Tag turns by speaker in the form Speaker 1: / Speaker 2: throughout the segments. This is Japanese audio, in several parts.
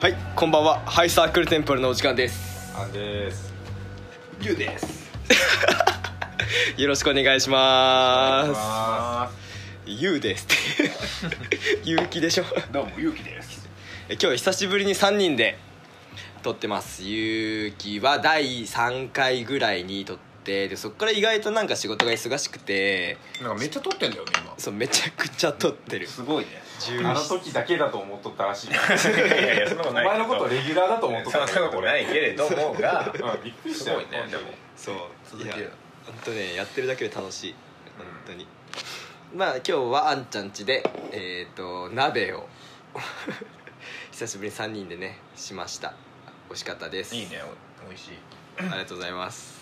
Speaker 1: はいこんばんはハイサークルテンプルのお時間です
Speaker 2: アンです
Speaker 1: リュウですよろしくお願いしま
Speaker 2: あ
Speaker 1: すゆうですって勇気でしょ
Speaker 2: どうもゆうきです
Speaker 1: え今日久しぶりに3人で撮ってますゆうきは第3回ぐらいに撮ってでそっから意外となんか仕事が忙しくて
Speaker 3: なんかめっちゃ撮ってんだよね今
Speaker 1: そうめちゃくちゃ撮ってる
Speaker 2: すごいね
Speaker 1: 17
Speaker 2: あの時だけだと思っとったらしい
Speaker 4: いやいやそんな
Speaker 2: お
Speaker 4: ことない
Speaker 2: 前のことレギュラーだと思っと っ
Speaker 4: そん
Speaker 2: た
Speaker 4: なことないけれどもが
Speaker 2: うんびっくりし
Speaker 4: す
Speaker 2: たよ
Speaker 4: ごいねでも
Speaker 1: そう
Speaker 3: 続
Speaker 1: い
Speaker 3: け
Speaker 1: や
Speaker 3: よ
Speaker 1: 本当ねやってるだけで楽しい本当に、まあ今日はあんちゃん家でえっ、と鍋を 久しぶりに3人でねしました美味しかったです
Speaker 4: いいねおいしい
Speaker 1: ありがとうございます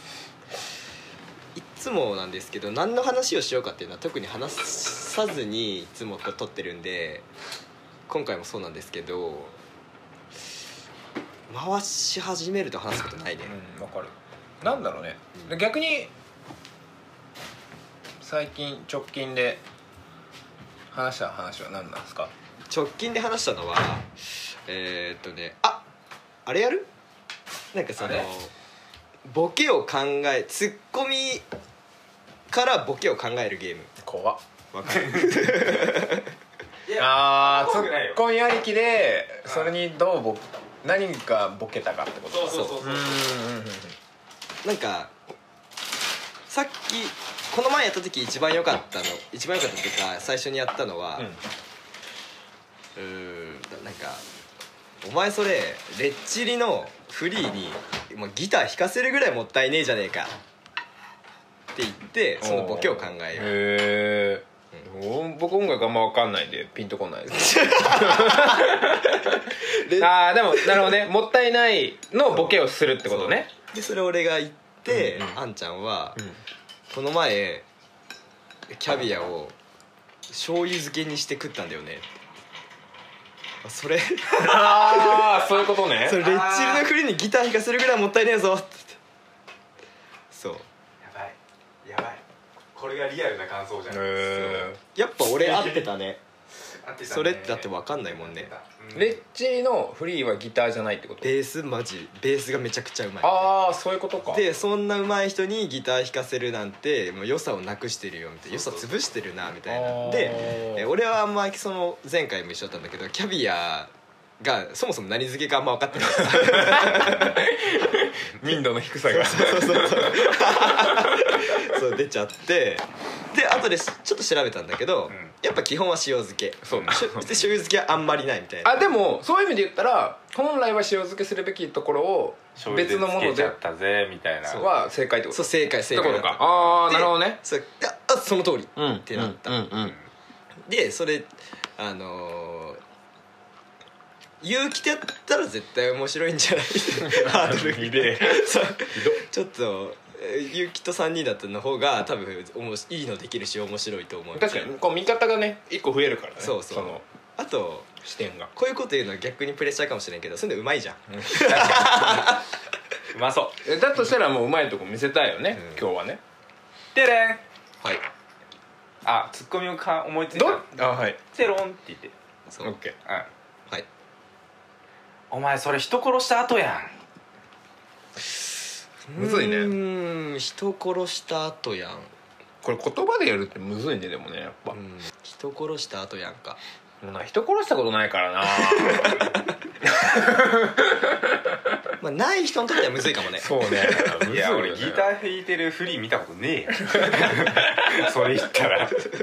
Speaker 1: いっつもなんですけど何の話をしようかっていうのは特に話さずにいつもこう撮ってるんで今回もそうなんですけど回し始めると話すことないね、
Speaker 4: うんわかるなんだろうねで逆に最近直近で話した話は何なんですか
Speaker 1: 直近で話したのはえー、っとねああれやるなんかその
Speaker 4: あれ
Speaker 1: ボケを考えツッコミからボケを考えるゲーム
Speaker 4: 怖っ
Speaker 1: わかる
Speaker 4: あーツ
Speaker 2: 怖くない
Speaker 4: ッ
Speaker 2: よ
Speaker 4: コミありきでそれにどうボ何がボケたかってこと
Speaker 2: そうそうそう
Speaker 4: う
Speaker 2: そ
Speaker 4: ん
Speaker 2: う
Speaker 4: うんうん
Speaker 1: なんかさっきこの前やった時一番良かったの一番良かったっていうか最初にやったのは、う
Speaker 4: うん
Speaker 1: ーんななんか「お前それレッチリのフリーにもうギター弾かせるぐらいもったいねえじゃねえか」って言ってそのボケを考えよう
Speaker 4: へえ、お僕音楽あんま分かんないんでピンとこないです ああでもなるほどねもったいないのボケをするってことね
Speaker 1: でそれ俺が言って、
Speaker 4: うんうん
Speaker 1: あんちゃんは、この前キャビアを醤油漬けにして食ったんだよね」あそれ
Speaker 4: ああそういうことね
Speaker 1: それレッチリのフリーにギター弾かせるぐらいもったいねえぞって言ってそう
Speaker 2: ばいやばいこれがリアルな感想じゃん
Speaker 4: へ
Speaker 1: やっぱ俺合ってたね
Speaker 2: 合ってたね
Speaker 1: それってだって分かんないもんね
Speaker 2: う
Speaker 4: ー
Speaker 2: ん
Speaker 4: レッチリのフリーはギターじゃないってこと
Speaker 1: ベースマジベースがめちゃくちゃうまい
Speaker 4: ああそういうことか
Speaker 1: でそんな上手い人にギター弾かせるなんてもう良さをなくしてるよみたいな良さ潰してるなみたい
Speaker 4: あ
Speaker 1: な
Speaker 4: ー
Speaker 1: でえ俺はあんまりその前回も一緒だったんだけどキャビアがそもそも何漬けかあんま分かってなかった
Speaker 4: 民度の低さが
Speaker 1: そう出ちゃってで後でしちょっと調べたんだけど、
Speaker 2: ん
Speaker 1: やっぱ基本は塩漬け
Speaker 4: そうね
Speaker 1: しょで醤油漬けはあんまりないみたいな
Speaker 4: あでもそういう意味で言ったら本来は塩漬けするべきところを
Speaker 2: 醤油
Speaker 4: 別のも
Speaker 2: でつ
Speaker 4: の
Speaker 2: けち
Speaker 4: で
Speaker 2: ゃったぜみたいな
Speaker 1: そう
Speaker 4: は正解ってこと
Speaker 1: そう正解正
Speaker 4: って
Speaker 1: 解
Speaker 4: こ
Speaker 1: だ
Speaker 4: と
Speaker 1: った
Speaker 4: かああ
Speaker 1: で
Speaker 4: なるほどね
Speaker 1: そうああその通り、
Speaker 4: うん
Speaker 1: ってなった、
Speaker 4: うんうん
Speaker 1: でそれあのー、勇気でやったら絶対面白いんじゃ ないハードル
Speaker 4: で
Speaker 1: そうちょっとえー勇気と3人だったの方が多分おもしいいのできるし面白いと思う
Speaker 4: 確かにこう見方がね一個増えるからね
Speaker 1: そうそう
Speaker 4: の
Speaker 1: あと
Speaker 4: 視点が
Speaker 1: こういうこと言うのは逆にプレッシャーかもしれんけどそういうのうまいじゃん
Speaker 2: うまそう
Speaker 4: えだとしたらもううまいとこ見せたいよね、
Speaker 1: うん
Speaker 4: 今日はね
Speaker 2: てれん
Speaker 1: はい
Speaker 2: あツッコミをか思いつい
Speaker 4: ど
Speaker 2: た
Speaker 4: あはい
Speaker 2: てろんって言ってうん
Speaker 1: そ
Speaker 4: オッ
Speaker 1: う
Speaker 4: ケー
Speaker 1: はい
Speaker 2: お前それ人殺した後やん
Speaker 4: むずいね
Speaker 1: うーん人殺した後やん
Speaker 4: これ言葉でやるってむずいねでもねやっぱ
Speaker 1: う、ん人殺した後やんか
Speaker 4: もうな人殺したことないからな
Speaker 1: まあない人にとってはむずいかもね
Speaker 4: そうね
Speaker 2: いや俺ギタ
Speaker 4: ー
Speaker 2: ー弾いてるフリー見たこと ねえやんそれ言ったら
Speaker 4: 確かに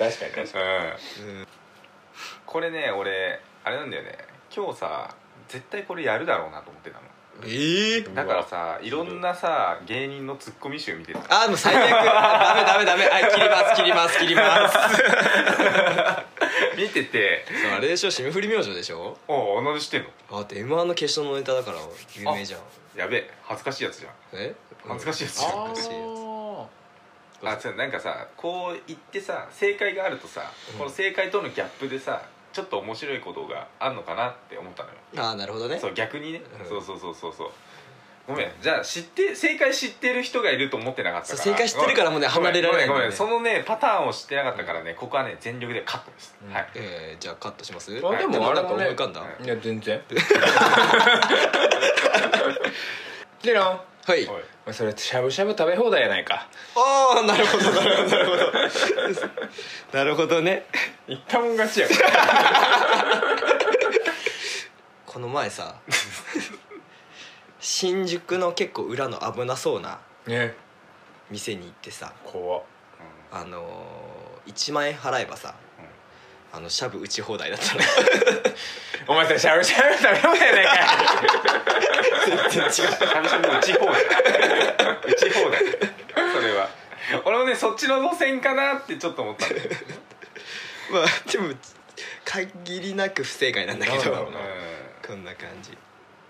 Speaker 4: 確か
Speaker 2: うんこれね俺あれなんだよね今日さ絶対これやるだろうなと思ってたの
Speaker 1: ええー
Speaker 2: だからさいろんなさ芸人のツッコミ集見てた
Speaker 1: あーもう最悪ダメダメダメはい切ります切ります切ります
Speaker 2: 見てて
Speaker 1: そうあれでしょ霜降り明星でしょ
Speaker 2: 「おお同じしてんの
Speaker 1: あだって m 1の決勝のネタだから有名じゃん
Speaker 2: やべえ恥ずかしいやつじゃん
Speaker 1: え
Speaker 2: 恥ずかしいやつじゃ
Speaker 1: あ
Speaker 2: ん」
Speaker 1: ー
Speaker 4: に
Speaker 2: あそうなんかさこう言ってさ正解があるとさ、この正解とのギャップでさちょっと面白いことがあんのかなって思ったのよ
Speaker 1: ああなるほどね
Speaker 2: そう逆にね、
Speaker 1: うん
Speaker 2: そうそうそうそうそうごめんじゃあ知って正解知ってる人がいると思ってなかったから
Speaker 1: そう正解知ってるからもうね
Speaker 2: ごめん
Speaker 1: 離れられないんだ
Speaker 2: ご
Speaker 1: よ
Speaker 2: めん
Speaker 1: ね
Speaker 2: ごめんそのねパターンを知ってなかったからねここはね全力でカットです、はい
Speaker 1: えー、じゃあカットします
Speaker 4: あでもあれ
Speaker 1: なんか
Speaker 4: も
Speaker 1: 思
Speaker 4: ね
Speaker 1: い浮かんだ、
Speaker 2: はい
Speaker 4: いや全然でなお
Speaker 1: はい
Speaker 2: おい
Speaker 4: 前それしゃぶしゃぶ食べ放題やないか
Speaker 1: ああなるほどなるほどなるほどなるほどね
Speaker 4: 言ったもん勝ちやから
Speaker 1: この前さ新宿の結構裏の危なそうな
Speaker 4: ね
Speaker 1: 店に行ってさ
Speaker 4: 怖っ
Speaker 1: あのー、1万円払えばさ、あのシャブ打ち放題だ ったの
Speaker 4: お前それしゃぶしゃぶ食べ放題やないか
Speaker 1: 全然違う
Speaker 2: 寂し打ち放題打ち放題それは俺もねそっちの路線かなってちょっと思ったんだよ
Speaker 1: まあでも限りなく不正解なんだけど
Speaker 4: なんだろうな
Speaker 1: こんな感じ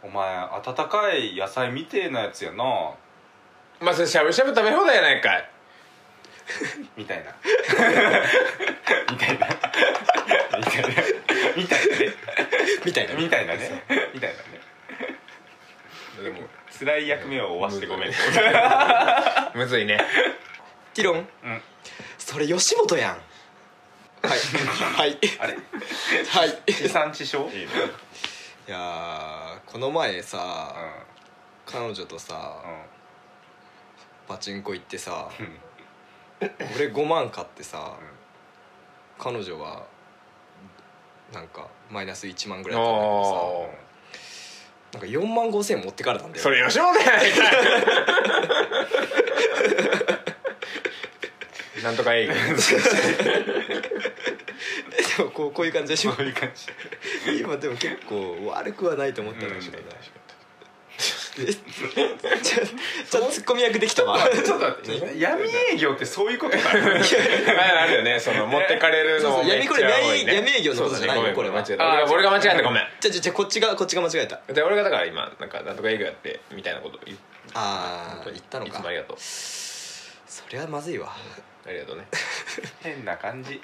Speaker 2: うんお前温かい野菜みてえなやつやな
Speaker 4: お前それしゃぶしゃぶ食べ放題やないか
Speaker 2: みたいなみたいなみたいなみたいなね
Speaker 1: みたいな
Speaker 2: みたいなねみたいなね
Speaker 4: でも
Speaker 2: 辛い役目を負わしてごめん
Speaker 4: むずいね
Speaker 1: ティロン、
Speaker 2: ん
Speaker 1: それ吉本やん はいはい
Speaker 2: あれ
Speaker 1: はい
Speaker 2: 地産地消いいね
Speaker 1: いやーこの前
Speaker 2: う
Speaker 1: さ、
Speaker 2: ん
Speaker 1: 彼女とさ、
Speaker 2: うん
Speaker 1: パチンコ行ってさ
Speaker 2: うん
Speaker 1: 俺5万買ってさ、
Speaker 2: うん
Speaker 1: 彼女はなんかマイナス1万ぐ
Speaker 4: お
Speaker 1: らいだったんだけど
Speaker 4: おー
Speaker 1: さなんか4万5千円持ってかれたんだよ
Speaker 4: それ吉本やないかいなんとかいい
Speaker 1: でもこうこういう感じでしょ
Speaker 2: そういう感じ
Speaker 1: 今でも結構悪くはないと思ったんだけどねえちょちょツッコミ役できたわ
Speaker 2: ちょっと待って闇営業ってそういうことか
Speaker 4: ああるよねその持ってかれるの
Speaker 1: そうそう
Speaker 4: めっちゃ多い
Speaker 1: 闇これ
Speaker 4: ね
Speaker 1: 闇闇営業のことじゃないよ
Speaker 4: そうだねごめん
Speaker 1: これは
Speaker 4: 間違えたあー俺が間違えたごめん
Speaker 1: じゃじゃじゃこっちがこっちが間違えた
Speaker 4: で俺がだから今なんかなんとか営業やってみたいなこと言っ
Speaker 1: ああ言ったの
Speaker 4: いつ
Speaker 1: か
Speaker 4: もありがとう
Speaker 1: そりゃまずいわ
Speaker 4: ありがとうね
Speaker 2: 変な感じ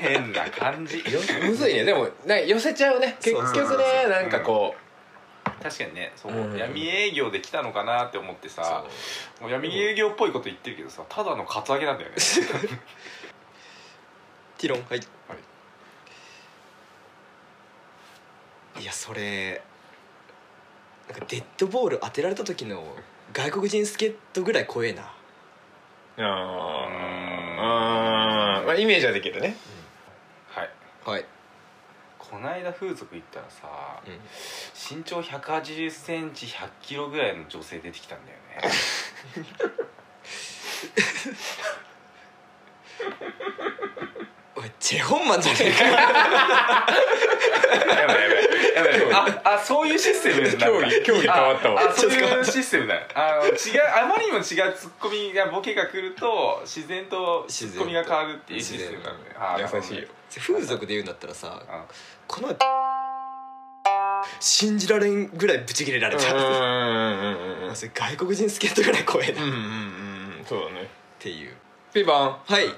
Speaker 2: 変な感 じ
Speaker 4: むずいねでもなんか寄せちゃうね結
Speaker 1: そうそう
Speaker 4: 局
Speaker 1: そう
Speaker 4: ねなんかこ
Speaker 2: 確かにねそう、
Speaker 4: うん
Speaker 2: 闇営業で来たのかなって思ってさもう闇営業っぽいこと言ってるけどさただのカツアゲなんだよね
Speaker 1: ティロンはい、、
Speaker 2: はい
Speaker 1: やそれなんかデッドボール当てられた時の外国人助っ人ぐらい怖えな
Speaker 4: ううん
Speaker 2: ん
Speaker 4: まあイメージはできるね
Speaker 2: はい
Speaker 1: はい、
Speaker 2: こないだ風俗行ったらさ
Speaker 1: うん、
Speaker 2: 身長1 8 0ンチ1 0 0キロぐらいの女性出てきたんだよね
Speaker 1: おいチェ・ホンマンじゃねえか
Speaker 4: やばいやばい
Speaker 2: やばいやばいああそういうシステムなんだ
Speaker 4: 競技競技変わったわ
Speaker 2: ああそういうシステムだあの違うあまりにも違うツッコミがボケが来ると自然とツッコミが変わるっていうシステムなんだよあーなるほ
Speaker 4: 優
Speaker 2: ど
Speaker 4: しいよ
Speaker 1: 風俗で言うんだったらさ
Speaker 2: あ
Speaker 1: この前信じられんぐらいブチ切れられた、
Speaker 4: うんうんうんうんう ん
Speaker 1: それ外国人助っ人ぐらい怖えなっ
Speaker 4: うんうんうんそうだね
Speaker 1: ていう
Speaker 4: ピーバン
Speaker 1: はい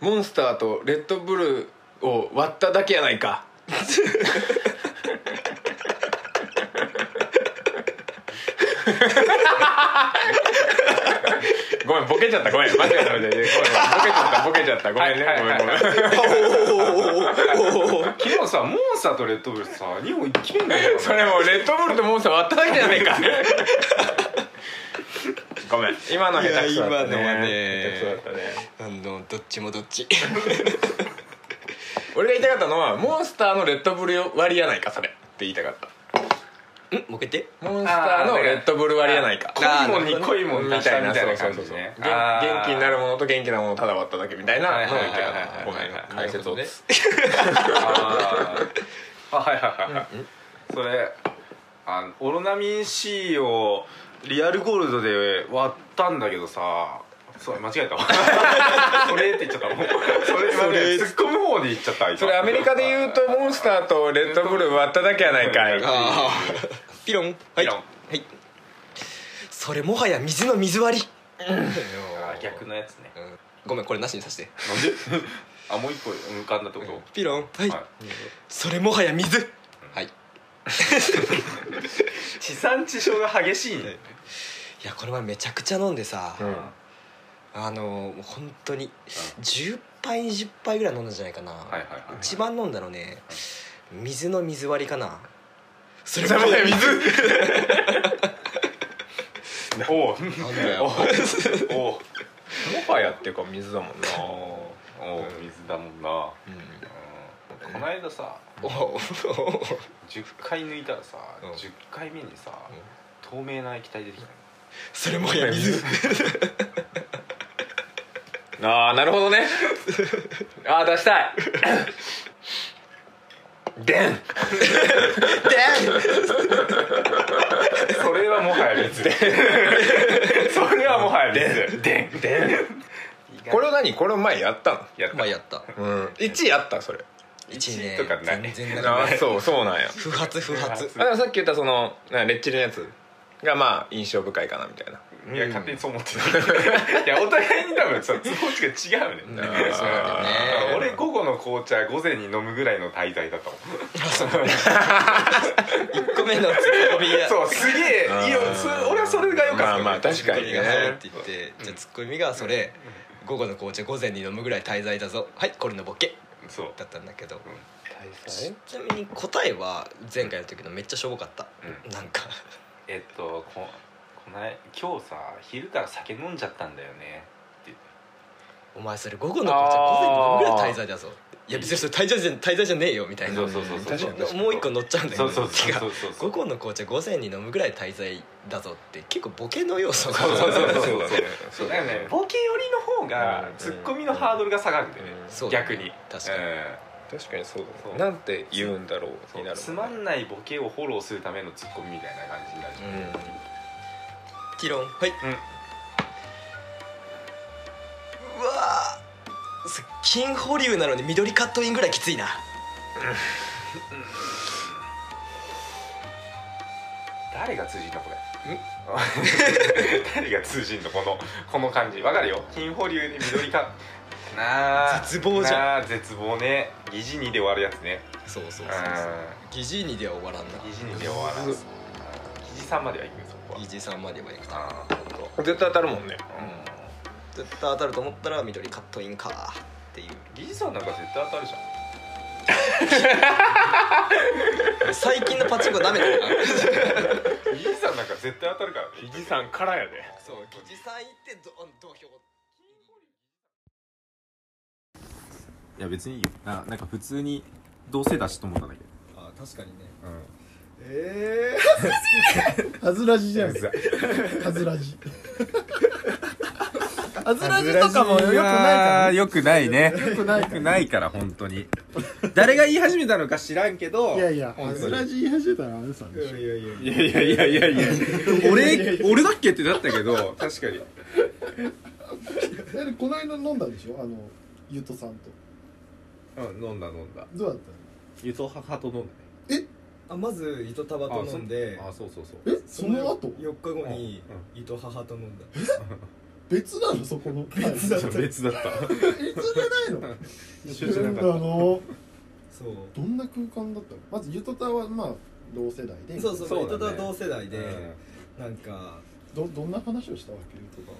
Speaker 4: モンスターとレッドブルを割っただけやないかごめんボケちゃったごめん間違えた間違えたごめんボケちゃったボケちゃったごめんね
Speaker 2: はい
Speaker 4: ご
Speaker 2: はい
Speaker 4: めん
Speaker 2: はい
Speaker 4: ごめん
Speaker 2: 昨日さモンスターとレッドブルさ日本一気目んだよ
Speaker 4: それもうレッドブルとモンスター割っただけやないかごめん今の下手くそ
Speaker 1: いや今
Speaker 4: だったね
Speaker 1: のはね
Speaker 4: 下手くそだったね
Speaker 1: あのどっちもどっ ち
Speaker 4: 俺が言いたかったのはモンスターのレッドブル割りやないかそれって言いたかった
Speaker 1: んもう一回言って
Speaker 4: モンスターのレッドブル割りやないか
Speaker 2: 濃いもんに濃いもん
Speaker 4: み
Speaker 2: み
Speaker 4: た
Speaker 2: た
Speaker 4: い
Speaker 2: い
Speaker 4: な
Speaker 2: なみたいな感
Speaker 4: そう
Speaker 2: じ
Speaker 4: そうそう
Speaker 2: ね
Speaker 4: 元元気にな
Speaker 2: る
Speaker 4: るものと元気なものをただ割っただけみたいな
Speaker 2: はいはいはいはい
Speaker 4: ごめん解説を
Speaker 1: な
Speaker 4: ね
Speaker 1: る
Speaker 2: あーあはいはいはいはいそれあのオロナミン C をリアルゴールドで割ったんだけどさそう間違えたわ それって言っちゃったもうそれ今ね突っ込む方で言っちゃった今
Speaker 4: それアメリカで言うとモンスターとレッドブル割っただけやないかい
Speaker 1: ああピロンはい
Speaker 2: ピロン
Speaker 1: はいそれもはや水の水割り
Speaker 2: あー逆のやつね
Speaker 1: うんごめんこれなしにさせて
Speaker 2: なんで あもう一個浮かんだってこと
Speaker 1: ピロンはい
Speaker 2: はい
Speaker 1: それもはや水はい
Speaker 2: 地産地消が激しいんだよね
Speaker 1: いやこの前めちゃくちゃ飲んでさ、
Speaker 4: うん
Speaker 1: あのもう本当に10杯20杯ぐらい飲んだんじゃないかな、
Speaker 2: はいはいはい
Speaker 1: 一番飲んだのね水の水割りかなそ
Speaker 4: ダメだよ水
Speaker 2: おう
Speaker 1: なんだ
Speaker 2: お
Speaker 1: よ
Speaker 2: うおう
Speaker 4: モファやっていうか水だもんな
Speaker 2: おう水だもんな
Speaker 1: うん
Speaker 2: この間さ
Speaker 1: おお
Speaker 2: 10回抜いたらさ
Speaker 1: うん
Speaker 2: 10回目にさ
Speaker 1: うん
Speaker 2: 透明な液体出てきた
Speaker 1: それもや 水
Speaker 4: ああなるほど ねああ出したいでん
Speaker 2: それはもはや 別それはもはや別でんでん
Speaker 4: これ何これ前やった
Speaker 2: やっ
Speaker 1: ま
Speaker 2: た
Speaker 1: あやった
Speaker 4: のうん1やったそれ
Speaker 1: 1ね
Speaker 2: とかない
Speaker 1: 全然な
Speaker 4: あ
Speaker 1: い
Speaker 4: あそうそうなんや
Speaker 1: 不発不発
Speaker 4: あでもさっき言ったそのなレッチリのやつがまあ印象深いかなみたいない
Speaker 2: や勝手にそう思ってたい やお互いに多分さツボ値が違うね
Speaker 1: んそうなんだよね
Speaker 2: うん俺午後の紅茶午前に飲むぐらいの滞在だと思
Speaker 1: あそう一個目のツッコミが
Speaker 2: そうすげえいいよ
Speaker 4: うん
Speaker 2: それ俺はそれが良かった
Speaker 4: まあまあ確か
Speaker 1: ツッコ
Speaker 4: に
Speaker 1: ミがそれっ
Speaker 4: ね
Speaker 1: て言ってじゃあツッコミがそれ午後の紅茶午前に飲むぐらい滞在だぞはいこれのボケ
Speaker 2: そう
Speaker 1: だったんだけど
Speaker 4: 大
Speaker 1: ちなみに答えは前回の時のめっちゃしょぼかった
Speaker 2: う
Speaker 1: なんか
Speaker 2: えっとここない今日さ昼から酒飲んじゃったんだよねって言って
Speaker 1: お前それ午後の紅茶午前に飲むぐらい滞在だぞいや別にそれ滞在じゃ滞在じゃねえよみたいな
Speaker 2: そうそうそうそう
Speaker 4: 確かに確か
Speaker 1: もう一個乗っちゃうんだよ
Speaker 2: そう
Speaker 1: ね
Speaker 2: そうそうそうそう
Speaker 1: 午後の紅茶午前に飲むぐらい滞在だぞって結構ボケの要素が
Speaker 2: そうそうそうそうそう
Speaker 4: そうだね
Speaker 2: そうだからねボケ寄りの方が
Speaker 4: うん
Speaker 2: ツッコミのハードルが下がるんだよね
Speaker 4: うん
Speaker 1: そうだね
Speaker 2: 逆に
Speaker 1: 確かに
Speaker 4: 確かにそうだ
Speaker 2: そう
Speaker 4: ねなんて言うんだろう
Speaker 2: う
Speaker 4: に
Speaker 2: ん
Speaker 4: な
Speaker 2: そう
Speaker 4: る
Speaker 2: つまんないボケをフォローするためのツッコミみたいな感じになるじゃん
Speaker 1: うん議論はい、うわーす金保留なのに緑カットインぐらいきついな
Speaker 2: 誰が通じんのこれ 誰が通じんのこのこの感じわかるよ金保留に緑かなあ
Speaker 1: 絶望じゃん
Speaker 2: なあ絶望ね疑似にで終わるやつね
Speaker 1: そうそうそううんそう疑似にでは終わらんな
Speaker 2: 疑似にで終わらん
Speaker 4: うん
Speaker 2: 疑似さんまでは行くよそこは
Speaker 1: 疑似さんまでは行くな
Speaker 2: ああほんと
Speaker 4: 絶対当たるもんね
Speaker 2: うん
Speaker 1: 絶対当たると思ったら緑カットインかっていう
Speaker 2: 疑似さんなんか絶対当たるじゃん
Speaker 1: 最近のパチンコダメ だな
Speaker 2: イーさんなんか絶対当たるからね
Speaker 4: じさんからやで
Speaker 1: そう疑似さん行ってど土俵
Speaker 2: いや別にいいよななんか普通に同性だしと思ったんだけ
Speaker 1: あ確かにね
Speaker 2: どうん
Speaker 1: え
Speaker 5: はずらじじゃん。はずらじ。 はずらじとかもよくないから。
Speaker 2: よくないね
Speaker 5: よくない
Speaker 2: よ
Speaker 5: か
Speaker 2: くないから本当に誰が言い始めたのか知らんけど
Speaker 5: ら。いやいや、はずらじ言い始めたらあれさんでしょ。
Speaker 2: いやいやいやいやいや俺俺だっけってなったけど確かに
Speaker 5: だってこの間飲んだでしょあの、ゆとさんと。
Speaker 2: うん飲んだ飲んだ
Speaker 5: どうだっ
Speaker 2: 輸送派と飲んだね
Speaker 1: あまず糸束と飲んで
Speaker 2: あそうそうそう
Speaker 5: たのえその後
Speaker 1: 4日後に糸母と飲んだ
Speaker 5: 別なのそこの。別
Speaker 2: ちょっと別だった
Speaker 5: 別じゃないの
Speaker 2: 一緒じゃなか った
Speaker 5: あの、
Speaker 1: そう
Speaker 5: どんな空間だったのまずゆとたはまあ、同世代で。
Speaker 1: そうそう
Speaker 2: そうだね
Speaker 1: 糸玉同世代で、
Speaker 2: う
Speaker 1: なんか
Speaker 5: ど、どんな話をしたわけゆとたは。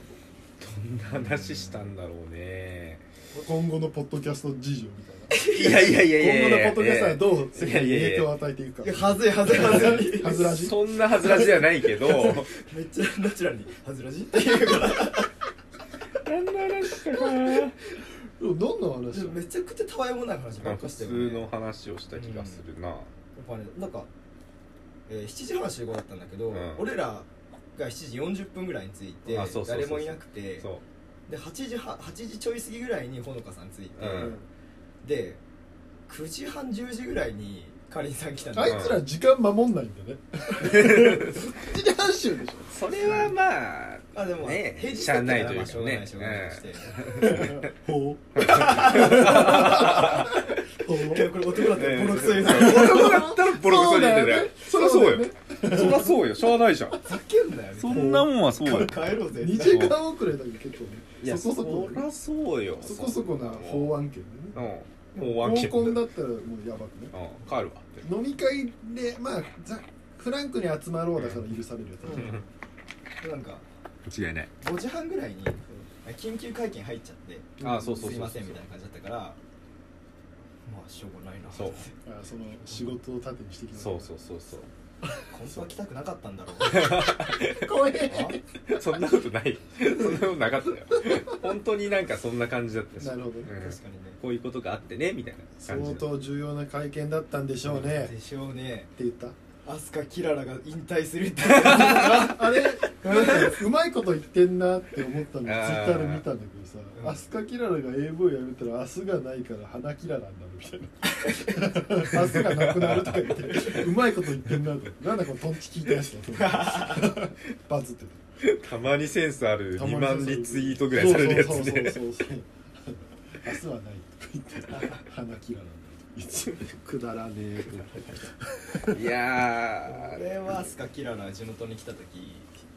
Speaker 2: んどんな話したんだろうね
Speaker 5: 今後のポッドキャスト事情みたいな。
Speaker 2: いやいやいやいや
Speaker 5: 今後
Speaker 2: い
Speaker 5: の
Speaker 2: や
Speaker 5: ポッドキャストはどう世界
Speaker 2: いやいやい
Speaker 5: に
Speaker 2: や
Speaker 5: 影響を与えていく
Speaker 1: い
Speaker 5: か
Speaker 1: やはずいはずいはずい
Speaker 5: はずらじ
Speaker 2: そんなはずらしじゃないけ ど
Speaker 1: めっちゃナチュラルに「はずらじ」って言うから
Speaker 5: どんな話だ
Speaker 1: めちゃくちゃたわいもない話ばっか
Speaker 2: 普
Speaker 1: して
Speaker 2: 通の話をした気がするな、
Speaker 1: やっぱねなんか、えー7時半集合だったんだけど、
Speaker 2: うん
Speaker 1: 俺らが7時40分ぐらいに着いて
Speaker 2: あそうそうそうそう
Speaker 1: 誰もいなくて
Speaker 2: そ
Speaker 1: で8時は8時ちょい過ぎぐらいにほのかさん着いて、
Speaker 2: う
Speaker 5: うん
Speaker 1: で9時半10時ぐらいにかりんさん来たん
Speaker 5: あ
Speaker 1: だ
Speaker 5: いつら時間守んないんだね一時半周でしょ
Speaker 2: うそれはまあ
Speaker 1: あでも、
Speaker 2: ね
Speaker 1: 平日だったからまあし
Speaker 2: し
Speaker 1: ょう
Speaker 2: ゃあ
Speaker 1: が
Speaker 2: な
Speaker 1: ない
Speaker 2: い
Speaker 1: し
Speaker 2: と
Speaker 1: ょ
Speaker 2: いうう
Speaker 1: が
Speaker 2: か
Speaker 1: ない
Speaker 2: ね
Speaker 1: して、
Speaker 5: ほうほ
Speaker 1: いや
Speaker 5: う
Speaker 1: これ男だったらボロクソ言うぞ
Speaker 2: 男だったらボロクソに言ってたよそりゃそうよ
Speaker 5: ね
Speaker 2: そりゃそうよしゃあないじゃん
Speaker 1: ふざけんなよ
Speaker 2: そんなもんはそうよ
Speaker 1: 帰ろうぜ
Speaker 5: 2時間遅れだけど結構ねそこそこ
Speaker 2: りゃそうよ
Speaker 5: そこそこな法案権ね
Speaker 2: うんもうワンキ
Speaker 5: 合
Speaker 2: ッ
Speaker 5: コン
Speaker 2: プ
Speaker 5: だったらもうやばくね
Speaker 2: うん帰るわって
Speaker 5: 飲み会でまあざフランクに集まろうだから許されるやつだね、
Speaker 1: なんか
Speaker 2: 間違いない
Speaker 1: 5時半ぐらいに緊急会見入っちゃって
Speaker 2: あそうそうそうそう
Speaker 1: すいませんみたいな感じだったからまあしょうがないな
Speaker 2: そう
Speaker 1: って
Speaker 5: あその仕事を盾にしてきた
Speaker 2: そうそうそうそう
Speaker 1: 本当は来たくなかったんだろう
Speaker 5: 怖い
Speaker 2: そんなことないそんなことなか ったよ本当になんかそんな感じだったし
Speaker 5: なるほどね
Speaker 2: うん
Speaker 1: 確かにね
Speaker 2: こういうことがあってねみたいな
Speaker 5: 相
Speaker 2: 感じ
Speaker 5: 当重要な会見だったんでしょうねって
Speaker 1: でしょうね
Speaker 5: 言った
Speaker 1: アスカキララが引退するって
Speaker 5: ああれなんかうまいこと言ってんなって思ったのツイ
Speaker 2: あー
Speaker 5: ッターで見たんだけどさ
Speaker 1: う
Speaker 5: 「
Speaker 1: ん
Speaker 5: アスカキララが AV やめたら明日がないから花キララになる」みたいな「明日がなくなる」とか言ってうまいこと言ってんなとなんだこのトンチ聞いたやつだとバズってた
Speaker 2: たまにセンスある
Speaker 5: たまに
Speaker 2: 2万リツイートぐらいされるやつ
Speaker 5: そう
Speaker 2: ね
Speaker 5: そうそうそうそう明日はないとか言って花キララになる一応くだらねえ
Speaker 2: いや
Speaker 1: 俺はアスカキララ地元に来た時行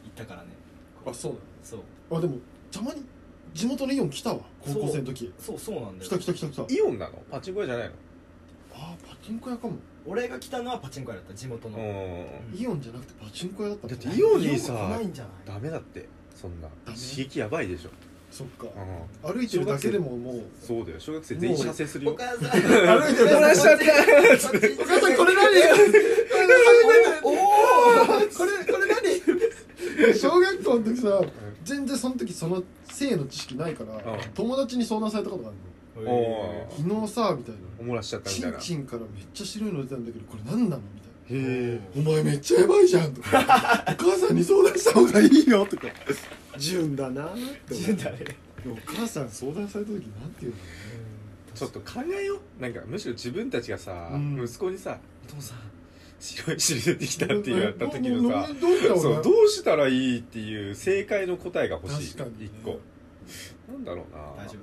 Speaker 1: ったからね
Speaker 5: あそうな
Speaker 1: そう
Speaker 5: のあでもたまに地元のイオン来たわ高校生の時
Speaker 1: そうそうなんだ
Speaker 5: 来
Speaker 1: よ
Speaker 5: た来た来た来た
Speaker 2: ーイオンなのパチンコ屋じゃないの
Speaker 5: あーパチンコ屋かも
Speaker 1: 俺が来たのはパチンコ屋だった地元の
Speaker 2: うん
Speaker 5: イオンじゃなくてパチンコ屋だったの
Speaker 2: だってイオンに
Speaker 1: イオンは
Speaker 2: さ
Speaker 1: 来ないんじゃない
Speaker 2: ダメだってそんな
Speaker 5: ダメ
Speaker 2: 刺激やばいでしょ
Speaker 5: そっか
Speaker 2: うん
Speaker 5: 歩いてるだけでももう
Speaker 2: そうだよ小学生全員射精する
Speaker 1: お
Speaker 2: よ
Speaker 1: 母さん
Speaker 5: 歩いてるだけで
Speaker 1: お母さんこれ何おお
Speaker 5: これこれ何小学校の時さ全然その時その性の知識ないから
Speaker 2: ん
Speaker 5: 友達に相談されたことがあ
Speaker 2: お お
Speaker 5: るの昨日さみたいな
Speaker 2: お漏らしちゃったみ
Speaker 5: チ
Speaker 2: たい
Speaker 5: ン
Speaker 2: なへ
Speaker 5: チンからめっちゃ白いの出たんだけどこれ何なのみたいな
Speaker 2: え
Speaker 5: お前めっちゃやばいじゃんとかお母さんに相談した方がいいよとか純だなって思ってお母さん相談された時なんて言うの
Speaker 2: ちょっと考えようなんかむしろ自分たちがさ、
Speaker 5: うん
Speaker 2: 息子にさ「お父さん白い汁出てきた」って言われた時のさ
Speaker 5: どうどう
Speaker 2: そう
Speaker 5: どう
Speaker 2: どうしたらいいっていう正解の答えが欲しい一
Speaker 5: 確かにね
Speaker 2: 個なんだろうな
Speaker 1: 大丈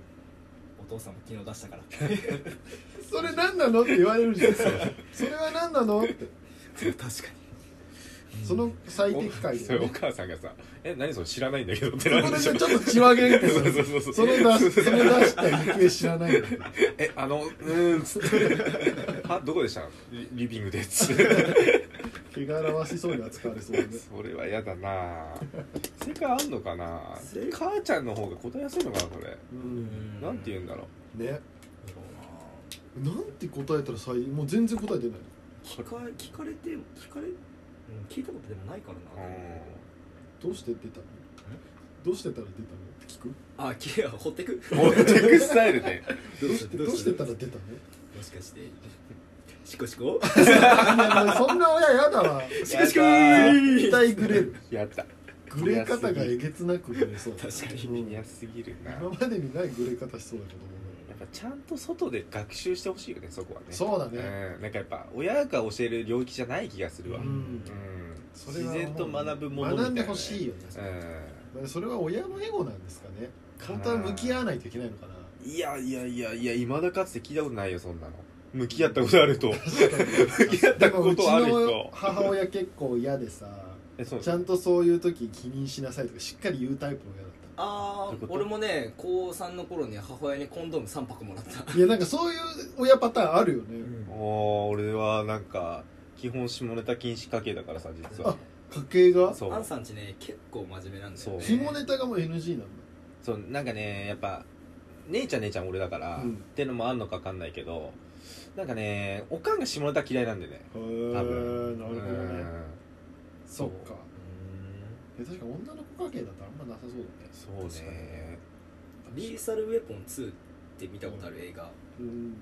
Speaker 1: 夫お父さんも昨日出した から
Speaker 5: それ何なのって言われるじゃんそれは何なのって
Speaker 1: 確か
Speaker 5: その最適
Speaker 2: お
Speaker 5: 解
Speaker 2: そ
Speaker 5: で、
Speaker 2: れお
Speaker 5: ね、
Speaker 2: 母さんがさ「え何それ知らないんだけど」って
Speaker 5: そ
Speaker 2: なる
Speaker 5: こで
Speaker 2: で
Speaker 5: ち
Speaker 2: し
Speaker 5: ょ
Speaker 2: ょ
Speaker 5: っと血分けるけど
Speaker 2: そうそうそうそう
Speaker 5: その出しその出した行方知らないんだけど
Speaker 2: 「 えあのうーん」っつって「 はどこでしたリリビング で」っつって
Speaker 5: 汚らわしそうに扱われそうで、ね、
Speaker 2: それは嫌だな正解あんのかな
Speaker 6: 正解
Speaker 2: 母ちゃんの方が答えやすいのかなこれ、
Speaker 5: うん
Speaker 1: に
Speaker 2: なんて言うんだろう
Speaker 5: ねなんて答えたら最もう全然答え出ない
Speaker 1: 聞か聞かれて聞かれ聞いたことでもないからな
Speaker 2: う
Speaker 5: どうして出たのどうしてたら出たのって聞く
Speaker 1: あきや掘ってく
Speaker 2: ん持ってくスタイルで
Speaker 5: どうしてどうしてた
Speaker 1: も
Speaker 5: ら出たの
Speaker 1: しかしてシコシコ
Speaker 5: いやそんな親やだわ
Speaker 1: シコシコ
Speaker 5: 絶対グレる
Speaker 2: やった
Speaker 5: グレ方がえげつなくグレそう
Speaker 1: 確かに
Speaker 5: うん
Speaker 2: 嫌すぎるなや
Speaker 5: 今までにないグレ方しそうだけど
Speaker 2: っぱちゃんと外で学習してほしいよねそこはね
Speaker 5: そうだ
Speaker 2: う
Speaker 5: ね
Speaker 2: んなんかやっぱ親が教える領域じゃない気がするわ
Speaker 5: う
Speaker 2: うんん
Speaker 5: それ
Speaker 2: 自
Speaker 5: は
Speaker 2: 然と学ぶものみたいな
Speaker 5: 学んでほしいよね
Speaker 2: う
Speaker 5: それは親のエゴなんですかね
Speaker 2: ん
Speaker 5: 簡単に向き合わないといけないのかない
Speaker 2: やいやいやいやいまだかつて聞いたことないよそんなの向き合ったことある と向き合った
Speaker 5: でも
Speaker 2: こ
Speaker 5: うち
Speaker 2: とある
Speaker 5: の
Speaker 2: 人
Speaker 5: 母親結構嫌でさ
Speaker 2: えそう
Speaker 5: ちゃんとそういう時気にしなさいとかしっかり言うタイプの親だった
Speaker 1: あ
Speaker 2: どういう
Speaker 1: ー
Speaker 2: こと
Speaker 1: 俺もね高3の頃に母親にコンドーム3泊もらった
Speaker 5: いやなんかそういう親パターンあるよね、
Speaker 2: おー俺はなんか基本下ネタ禁止家系だからさ実は
Speaker 5: 家系が
Speaker 2: そう
Speaker 1: アンさんちね結構真面目なんだよね
Speaker 2: そう
Speaker 5: 紐ネタがもう NG なん
Speaker 2: そうなんかねやっぱ姉ちゃん姉ちゃん俺だから、
Speaker 5: う
Speaker 2: っ
Speaker 5: ん
Speaker 2: てのもあんのか分かんないけどなんかねおかんが下ネタ嫌いなんでね
Speaker 5: だへ
Speaker 2: 多
Speaker 5: え
Speaker 2: 分
Speaker 5: なるほどねそっか
Speaker 1: う
Speaker 5: え確か女の子家系だったらあんまなさそうだね
Speaker 2: うんそうね
Speaker 1: んリーサルウェポン2って見たことある映画
Speaker 5: うん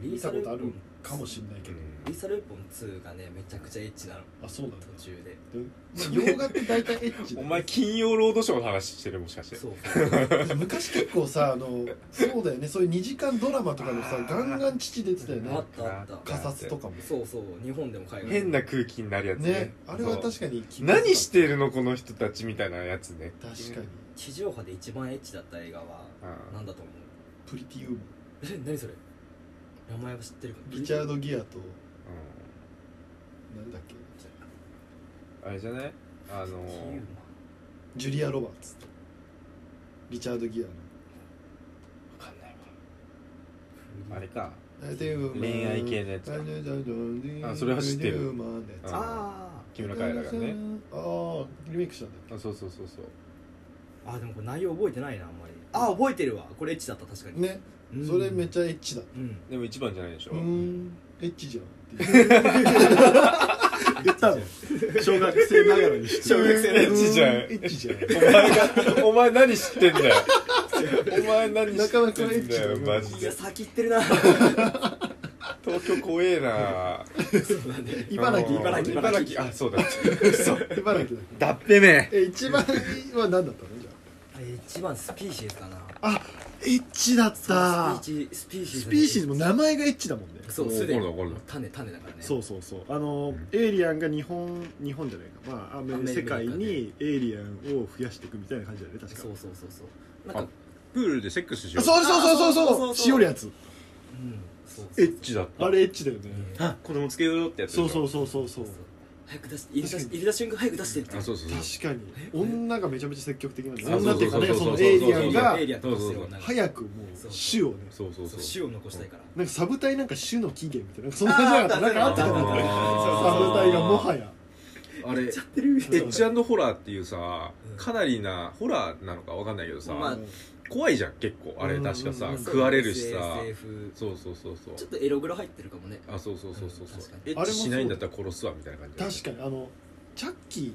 Speaker 1: リ
Speaker 5: 見
Speaker 1: ー
Speaker 5: た
Speaker 1: サ
Speaker 5: こ
Speaker 1: ル
Speaker 5: とあるかもしんないけど、
Speaker 2: う
Speaker 1: リー
Speaker 2: ん
Speaker 1: サルウェポン2がねめちゃくちゃエッチなの
Speaker 5: あそうなんだ
Speaker 1: 途中で
Speaker 5: でまあ洋画って大体エッチ だ
Speaker 2: お
Speaker 5: よ
Speaker 2: 前金曜ロードショーの話してるもしかして
Speaker 1: そう
Speaker 5: 昔結構さあのそうだよねそういう2時間ドラマとかでさ
Speaker 2: あー
Speaker 5: ガンガン父出てたよ
Speaker 1: あ
Speaker 5: ね
Speaker 1: ったあった
Speaker 5: 仮殺とかも
Speaker 1: そうそう日本でも海外でも
Speaker 2: 変な空気になるやつね
Speaker 5: ねあれは確かに
Speaker 2: そう何してるのこの人たちみたいなやつね
Speaker 5: 確かに
Speaker 1: 地上波で一番エッチだった映画は
Speaker 2: うん
Speaker 1: 何だと思う
Speaker 5: プリティウム
Speaker 1: え何それ名前は知ってるか
Speaker 5: リチャード・ギアと
Speaker 2: う
Speaker 5: なんだっけ
Speaker 2: んあれじゃないあの
Speaker 1: キ
Speaker 2: ー
Speaker 5: ジュリア・ロバーツとリチャード・ギアの
Speaker 2: 分かんないわ
Speaker 1: ウマ
Speaker 2: あれか
Speaker 5: 恋
Speaker 2: 愛系のやつか
Speaker 5: か
Speaker 2: あそれは知ってる
Speaker 5: あ
Speaker 2: あ
Speaker 5: 木
Speaker 2: ー
Speaker 5: 村
Speaker 2: 村
Speaker 5: カ
Speaker 2: カエラが
Speaker 5: エラがね
Speaker 2: ね
Speaker 5: ああリメイクしたんだ
Speaker 2: あそうそうそうそう
Speaker 1: あーでもこれ内容覚えてないなあんまりあー覚えてるわこれエッチだった確かに
Speaker 5: ね
Speaker 1: うん
Speaker 5: それめっちゃエッチだ
Speaker 1: うん
Speaker 2: でも一番じゃないでしょ
Speaker 5: うんエッチじゃんって言う言ったの 小学生ながらにし て
Speaker 2: 小学生のエッチじゃん
Speaker 5: うエッチじゃん
Speaker 2: お前がお前何知ってんだよお前何知
Speaker 5: なかなかエ
Speaker 2: って
Speaker 5: ッ
Speaker 2: ん
Speaker 5: チだ
Speaker 2: だよ
Speaker 5: よ
Speaker 2: マジ
Speaker 1: いや
Speaker 2: で
Speaker 1: 先行ってるな
Speaker 2: 東京怖えな
Speaker 5: 茨城
Speaker 1: 茨城
Speaker 2: 茨城あ そうだ
Speaker 5: 城茨城だ
Speaker 2: だっぺめ
Speaker 5: え一番は何だったのじゃ
Speaker 1: 一番スピーシーズかな
Speaker 5: あエッチだっ
Speaker 1: スピーチスピーシーズ
Speaker 5: スピーシーズも名前がエッチだもんね
Speaker 1: そうすでに
Speaker 2: 怒るな
Speaker 1: 種種だからね
Speaker 5: そうそうそうあのエイリアンが日本日本じゃないかまあアメ
Speaker 1: アメリカ
Speaker 5: 世界にエイリアンを増やしていくみたいな感じだよね確か
Speaker 1: そうそうそうそうなんか
Speaker 2: プールでセックスし
Speaker 5: あ
Speaker 2: よう
Speaker 5: そうそうそうそうそう
Speaker 1: あそうそうそう
Speaker 5: しおるやつ
Speaker 1: うんそう
Speaker 2: エッチだった
Speaker 5: あれエッチだよね
Speaker 2: あ子供つけようってやつでし
Speaker 5: そ
Speaker 2: ょ
Speaker 5: うそうそうそうそう
Speaker 1: 早く出して入れた入れた瞬間早く出してって
Speaker 2: あそうそうそう
Speaker 5: 確かに女がめちゃめちゃ積極的なんです
Speaker 2: あ
Speaker 5: 女っていうかね
Speaker 2: そう
Speaker 5: そ
Speaker 2: そうそうそう
Speaker 5: のエイリアンが
Speaker 1: エイリアンとかするような
Speaker 5: 早くもう種をね
Speaker 2: そうそう
Speaker 1: そ
Speaker 2: そうう
Speaker 1: 種を残したいから
Speaker 5: なんかサブ隊なんか種の起源みたいななんかそんな感じじゃなかったなんかあったよねサブ
Speaker 2: あ
Speaker 5: 隊がもはや
Speaker 2: ーあれエッチホラーっていうさかなりなホラーなのかわかんないけどさ、
Speaker 1: まあ
Speaker 2: 怖いじゃん結構あれ確かさ
Speaker 5: うんうんうん
Speaker 2: 食われるしさ
Speaker 1: SF
Speaker 2: そうそうそうそう
Speaker 1: ちょっとエログロ入ってるかもね
Speaker 2: あそうそうそうそうそう
Speaker 1: うん確か
Speaker 2: エ
Speaker 1: に
Speaker 2: ッチしないんだったら殺すわみたいな感じ
Speaker 5: 確
Speaker 2: か
Speaker 5: かにあのチャッキ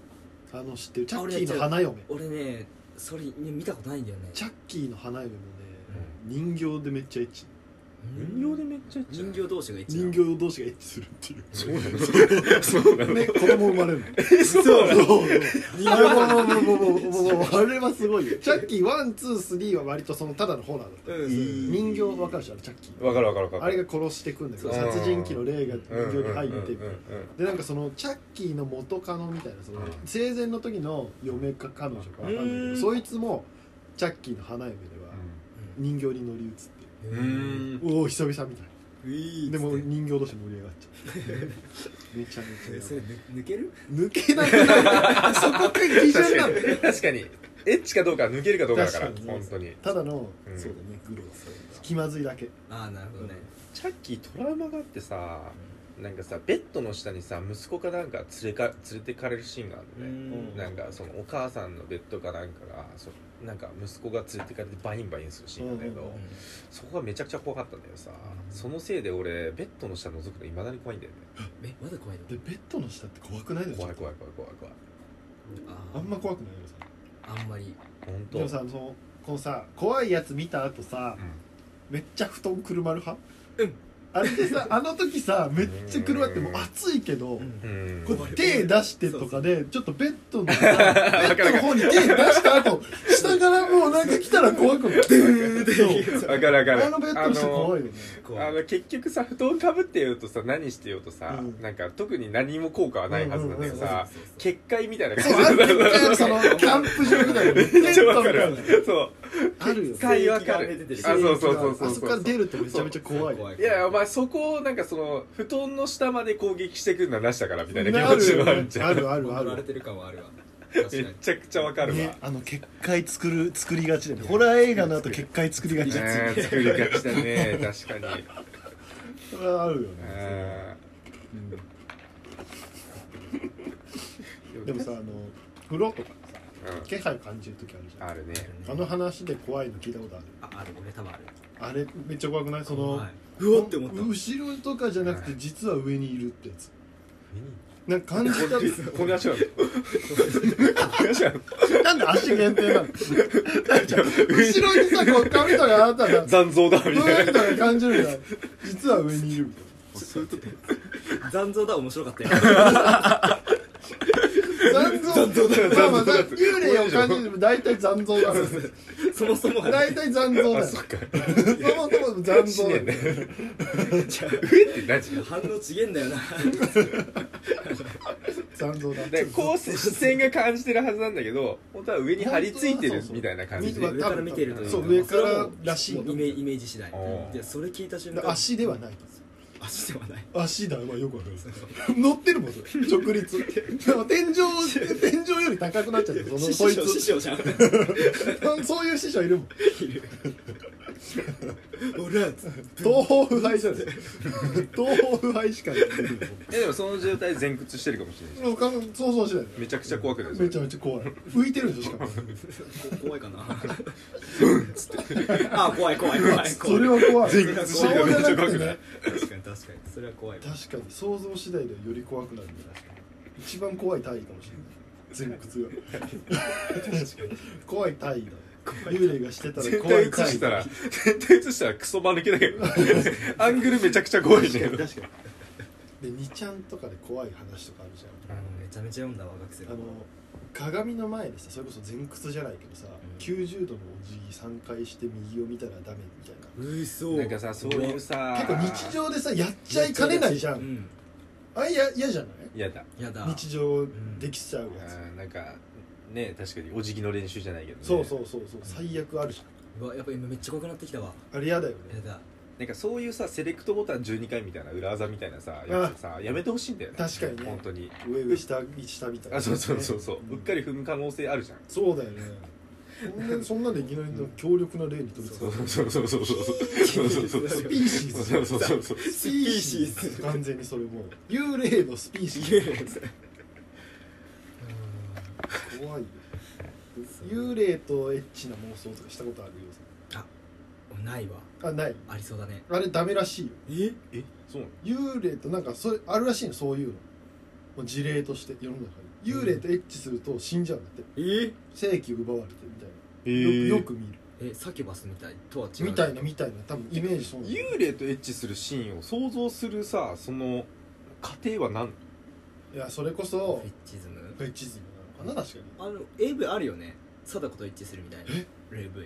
Speaker 5: ーあの知ってるチャッ
Speaker 1: 俺
Speaker 5: キーの花嫁
Speaker 1: 俺ねそれね見たことないんだよね
Speaker 5: チャッキーの花嫁もね人形でめっちゃエッチ
Speaker 1: うん
Speaker 2: 人形でめっちゃ
Speaker 1: 人形同士が一致
Speaker 5: 人形同士がエッチするっていう
Speaker 2: そうなのそうなの
Speaker 5: ね、子供生まれるの。
Speaker 2: そうなの
Speaker 5: そう。いや、もう、もう、もう、もう、もう、あれはすごいよ。チャッキーワン、ツー、スリーは割とそのただのホラーだった。
Speaker 1: うん
Speaker 5: 人形わかるでしょ、あれチャッキー。
Speaker 2: わかるわかるわかる
Speaker 5: あれが殺してくんだけど、
Speaker 2: そう
Speaker 5: 殺人鬼の霊が人形に入って
Speaker 2: うんうんうんうん
Speaker 5: で、なんかそのチャッキーの元カノみたいな、その
Speaker 2: うん
Speaker 5: 生前の時の嫁か彼女かわかんないけ
Speaker 1: う
Speaker 5: ど、
Speaker 1: ん
Speaker 5: そいつもチャッキーの花嫁では人形に乗り移って、
Speaker 2: う
Speaker 1: うん
Speaker 2: ん
Speaker 5: おお、久々みたいな。で
Speaker 1: で
Speaker 5: も
Speaker 1: も
Speaker 5: 人形同士盛り上がっちゃう。めちゃめちゃやばい
Speaker 1: それ。抜ける
Speaker 5: 抜けなくなるそこが基準なの
Speaker 2: 確かに確かにエッチかどうかは抜けるかどうかだから
Speaker 5: 確かに
Speaker 2: 本当に
Speaker 5: ただの、
Speaker 2: うん
Speaker 5: そうだねグロ気まずいだけ
Speaker 1: ああなるほどね
Speaker 2: チャッキートラウマがあってさなんかさベッドの下にさ息子かなんか連れか連れてかれるシーンがあるのね
Speaker 5: ん
Speaker 2: なんかそのお母さんのベッドかなんかがそなんか息子が連れてかれてバインバインするシーンなんだけど、
Speaker 5: うんうんうん
Speaker 2: そこがめちゃくちゃ怖かったんだよさそのせいで俺ベッドの下覗くのいまだに怖いんだよね
Speaker 1: えまだ怖いの
Speaker 5: でベッドの下って怖くないですか
Speaker 2: 怖い怖い怖い怖い怖い
Speaker 1: あ
Speaker 5: あんま怖くないよさ
Speaker 1: あんまり
Speaker 2: 本当
Speaker 5: でもさそのこのさ怖いやつ見た後さめっちゃ布団くるまる派
Speaker 1: うん
Speaker 5: あれ でさあの時さめっちゃくるまってもう暑いけ
Speaker 1: う
Speaker 5: ど、
Speaker 1: ん
Speaker 2: うん、うん
Speaker 5: こう手出してとかでちょっとベッド のさベッドの方に手出した後下からもうなんか来たら怖くないそう
Speaker 2: わかるわかる
Speaker 5: あのベッドの下怖いよね
Speaker 1: 怖
Speaker 2: あの結局さ布団かぶってようとさ何してようとさ、
Speaker 5: うん
Speaker 2: なんか特に何も効果はないはずなんだけど
Speaker 5: うんうん
Speaker 2: さ結界みたいな
Speaker 5: そう
Speaker 2: 感
Speaker 5: あん
Speaker 2: じで
Speaker 5: たみたい なそのキャンプ場みたいな
Speaker 2: めっちゃわかるそう
Speaker 5: あるよ
Speaker 2: 結界わか
Speaker 1: 聖域が出
Speaker 2: る
Speaker 1: てる
Speaker 2: あそうそうそうそう
Speaker 5: あそこから出るってめちゃめちゃ怖い
Speaker 1: 怖い
Speaker 2: いやお前そこをなんかその布団の下まで攻撃してくるのはなしだからみたいな気持ちもあるじゃん
Speaker 5: あるあるあ
Speaker 1: 乗られ
Speaker 5: る
Speaker 1: てる感はあるわ確か
Speaker 2: め
Speaker 1: に
Speaker 2: っちゃくちゃわかるわ、
Speaker 5: ね、あの結界作る作りがちだよねホラー映画の後結界作りがちあ
Speaker 2: ね作りがちだね 確かに
Speaker 5: るよね、
Speaker 2: あ
Speaker 5: うんでもさあの風呂とかさ
Speaker 2: ー
Speaker 5: 気配感じる時あるじ
Speaker 2: うん
Speaker 5: ゃん
Speaker 2: あるね
Speaker 5: あの話で怖いの聞いたことある
Speaker 1: あある俺多分ある
Speaker 5: あれめっちゃ怖くないその、
Speaker 1: はいうわって思った
Speaker 5: 後ろとかじゃなくて実は上にいるってやつなんか感じた
Speaker 2: こんな足なのこんな足なの
Speaker 5: なんで足限定なの後ろにさこう髪とかあっ たら
Speaker 2: 残像だみ
Speaker 5: どう
Speaker 2: た
Speaker 5: や
Speaker 2: い
Speaker 5: み
Speaker 2: な
Speaker 5: たいな感じるんだ実は上にいるみたい
Speaker 1: 残像だ面白かったよ
Speaker 5: な残像だまあまあ幽霊を感じるのも大体残像だ
Speaker 1: そもそもが
Speaker 5: 大体残像だ
Speaker 2: あ
Speaker 5: よ
Speaker 2: そっか
Speaker 5: そもそも残像
Speaker 2: 死
Speaker 5: だ
Speaker 2: ね
Speaker 5: よ
Speaker 2: ね上って何
Speaker 1: 反応ちげえんだよな
Speaker 5: 残像だ
Speaker 2: でこう視線が感じてるはずなんだけど本当は上に張り付いてるみたいな感じ
Speaker 5: そうそう
Speaker 2: で
Speaker 1: 上から見てるという
Speaker 5: そう上かららしい
Speaker 1: もうイメイメージ次第
Speaker 2: おう
Speaker 1: いやそれ聞いた瞬
Speaker 5: だか
Speaker 1: 間
Speaker 5: ら足ではない
Speaker 1: 足ではない
Speaker 5: 足だまあよくわかる乗ってるもんそれ直立でも天井天井より 高くなっちゃってその
Speaker 1: 師
Speaker 5: そい
Speaker 1: 匠師
Speaker 5: つ
Speaker 1: 匠じゃん
Speaker 5: そういう師匠いるもん
Speaker 1: 俺っつって
Speaker 5: 東方不敗じゃない東方不敗しかやってない
Speaker 2: いやでもその状態前屈してるかもしれないし
Speaker 5: もうか想像しない
Speaker 2: めちゃくちゃ怖くない
Speaker 5: めちゃめちゃ怖い浮いてるでしょしかも
Speaker 1: 怖いか なあ怖い怖い怖い
Speaker 5: そ
Speaker 1: 怖い
Speaker 5: れは怖い
Speaker 2: 前屈してるからめ
Speaker 5: 顔じゃ
Speaker 2: っちゃ
Speaker 5: な
Speaker 2: 怖
Speaker 5: く
Speaker 2: くな
Speaker 5: てね
Speaker 2: い
Speaker 1: 確かに確かにそれは怖いわ
Speaker 5: 確かに想像次第ではより怖くなるんだ一番怖い体位かもしれない前屈が 怖い体位だ幽霊がしてたら
Speaker 2: 全
Speaker 5: 怖
Speaker 2: 体
Speaker 5: い
Speaker 2: 映
Speaker 5: 体
Speaker 2: し
Speaker 5: 位
Speaker 2: た
Speaker 5: だ
Speaker 2: ら全体映したらクソ間抜けだけ どアングルめちゃくちゃ怖いんだけど
Speaker 5: 確かにで2ちゃんとかで怖い話とかあるじゃ
Speaker 1: あのめちゃめちゃ読んだわ学生
Speaker 5: んあの鏡の前でさそれこそ前屈じゃないけどさ、90度のお辞儀3回して右を見たらダメみたいな
Speaker 1: うそ
Speaker 2: なんかさそういうさ
Speaker 5: 結構日常でさやっちゃいかねないじゃん、
Speaker 1: うん
Speaker 5: あれや嫌じゃ
Speaker 2: 嫌だ
Speaker 1: やだ
Speaker 5: ない日常できちゃうやつ、
Speaker 2: うんなんかね確かにお辞儀の練習じゃないけどね
Speaker 5: そうそうそうそう最悪あるじ
Speaker 1: うわやっぱ今めっちゃ怖くなってきたわ
Speaker 5: ゃんあれ嫌だよね
Speaker 1: やだ
Speaker 2: なんかそういうさセレクトボタン12回みたいな裏技みたいなさやつさやめてほしいんだよね
Speaker 5: 確かにね
Speaker 2: 本当に
Speaker 5: 上上下下みたいな、
Speaker 2: あそうそうそうそう、う
Speaker 5: う
Speaker 2: っ
Speaker 5: っ
Speaker 2: か
Speaker 5: かり
Speaker 2: り踏む可能性あるじゃん
Speaker 5: そうだよねそんな そんなでいきなりの強力な例に取り付
Speaker 2: そ
Speaker 5: か
Speaker 2: う
Speaker 5: れ
Speaker 2: そうそうそうそうそうそうそうそう
Speaker 5: スピーシーズ
Speaker 2: そうそうそうそう
Speaker 5: スピーシーズ完全にそれもう幽霊のスピーシーズ怖いよ幽霊とエッチな妄想とかしたことあるよ
Speaker 1: ないわ
Speaker 5: あない
Speaker 1: ありそうだね
Speaker 5: あれダメらしいよ
Speaker 1: え
Speaker 2: えそうなの
Speaker 5: 幽霊となんかそれあるらしいのそういうのもう事例として世の中に幽霊とエッチすると死んじゃうんだって
Speaker 1: え
Speaker 5: 性器奪われてみたい
Speaker 2: え
Speaker 5: なよくよ
Speaker 2: ー、
Speaker 5: く見る
Speaker 1: えサキュバスみたいとは違う
Speaker 5: みたいなみたいな多分イメージそうなの
Speaker 2: 幽霊とエッチするシーンを想像するさその過程は何
Speaker 5: いやそれこ
Speaker 1: フ
Speaker 5: そ
Speaker 1: ェッチズム
Speaker 5: フェチズムなのかな確か
Speaker 1: あの AV あるよね貞子と一致するみたいな AV
Speaker 5: に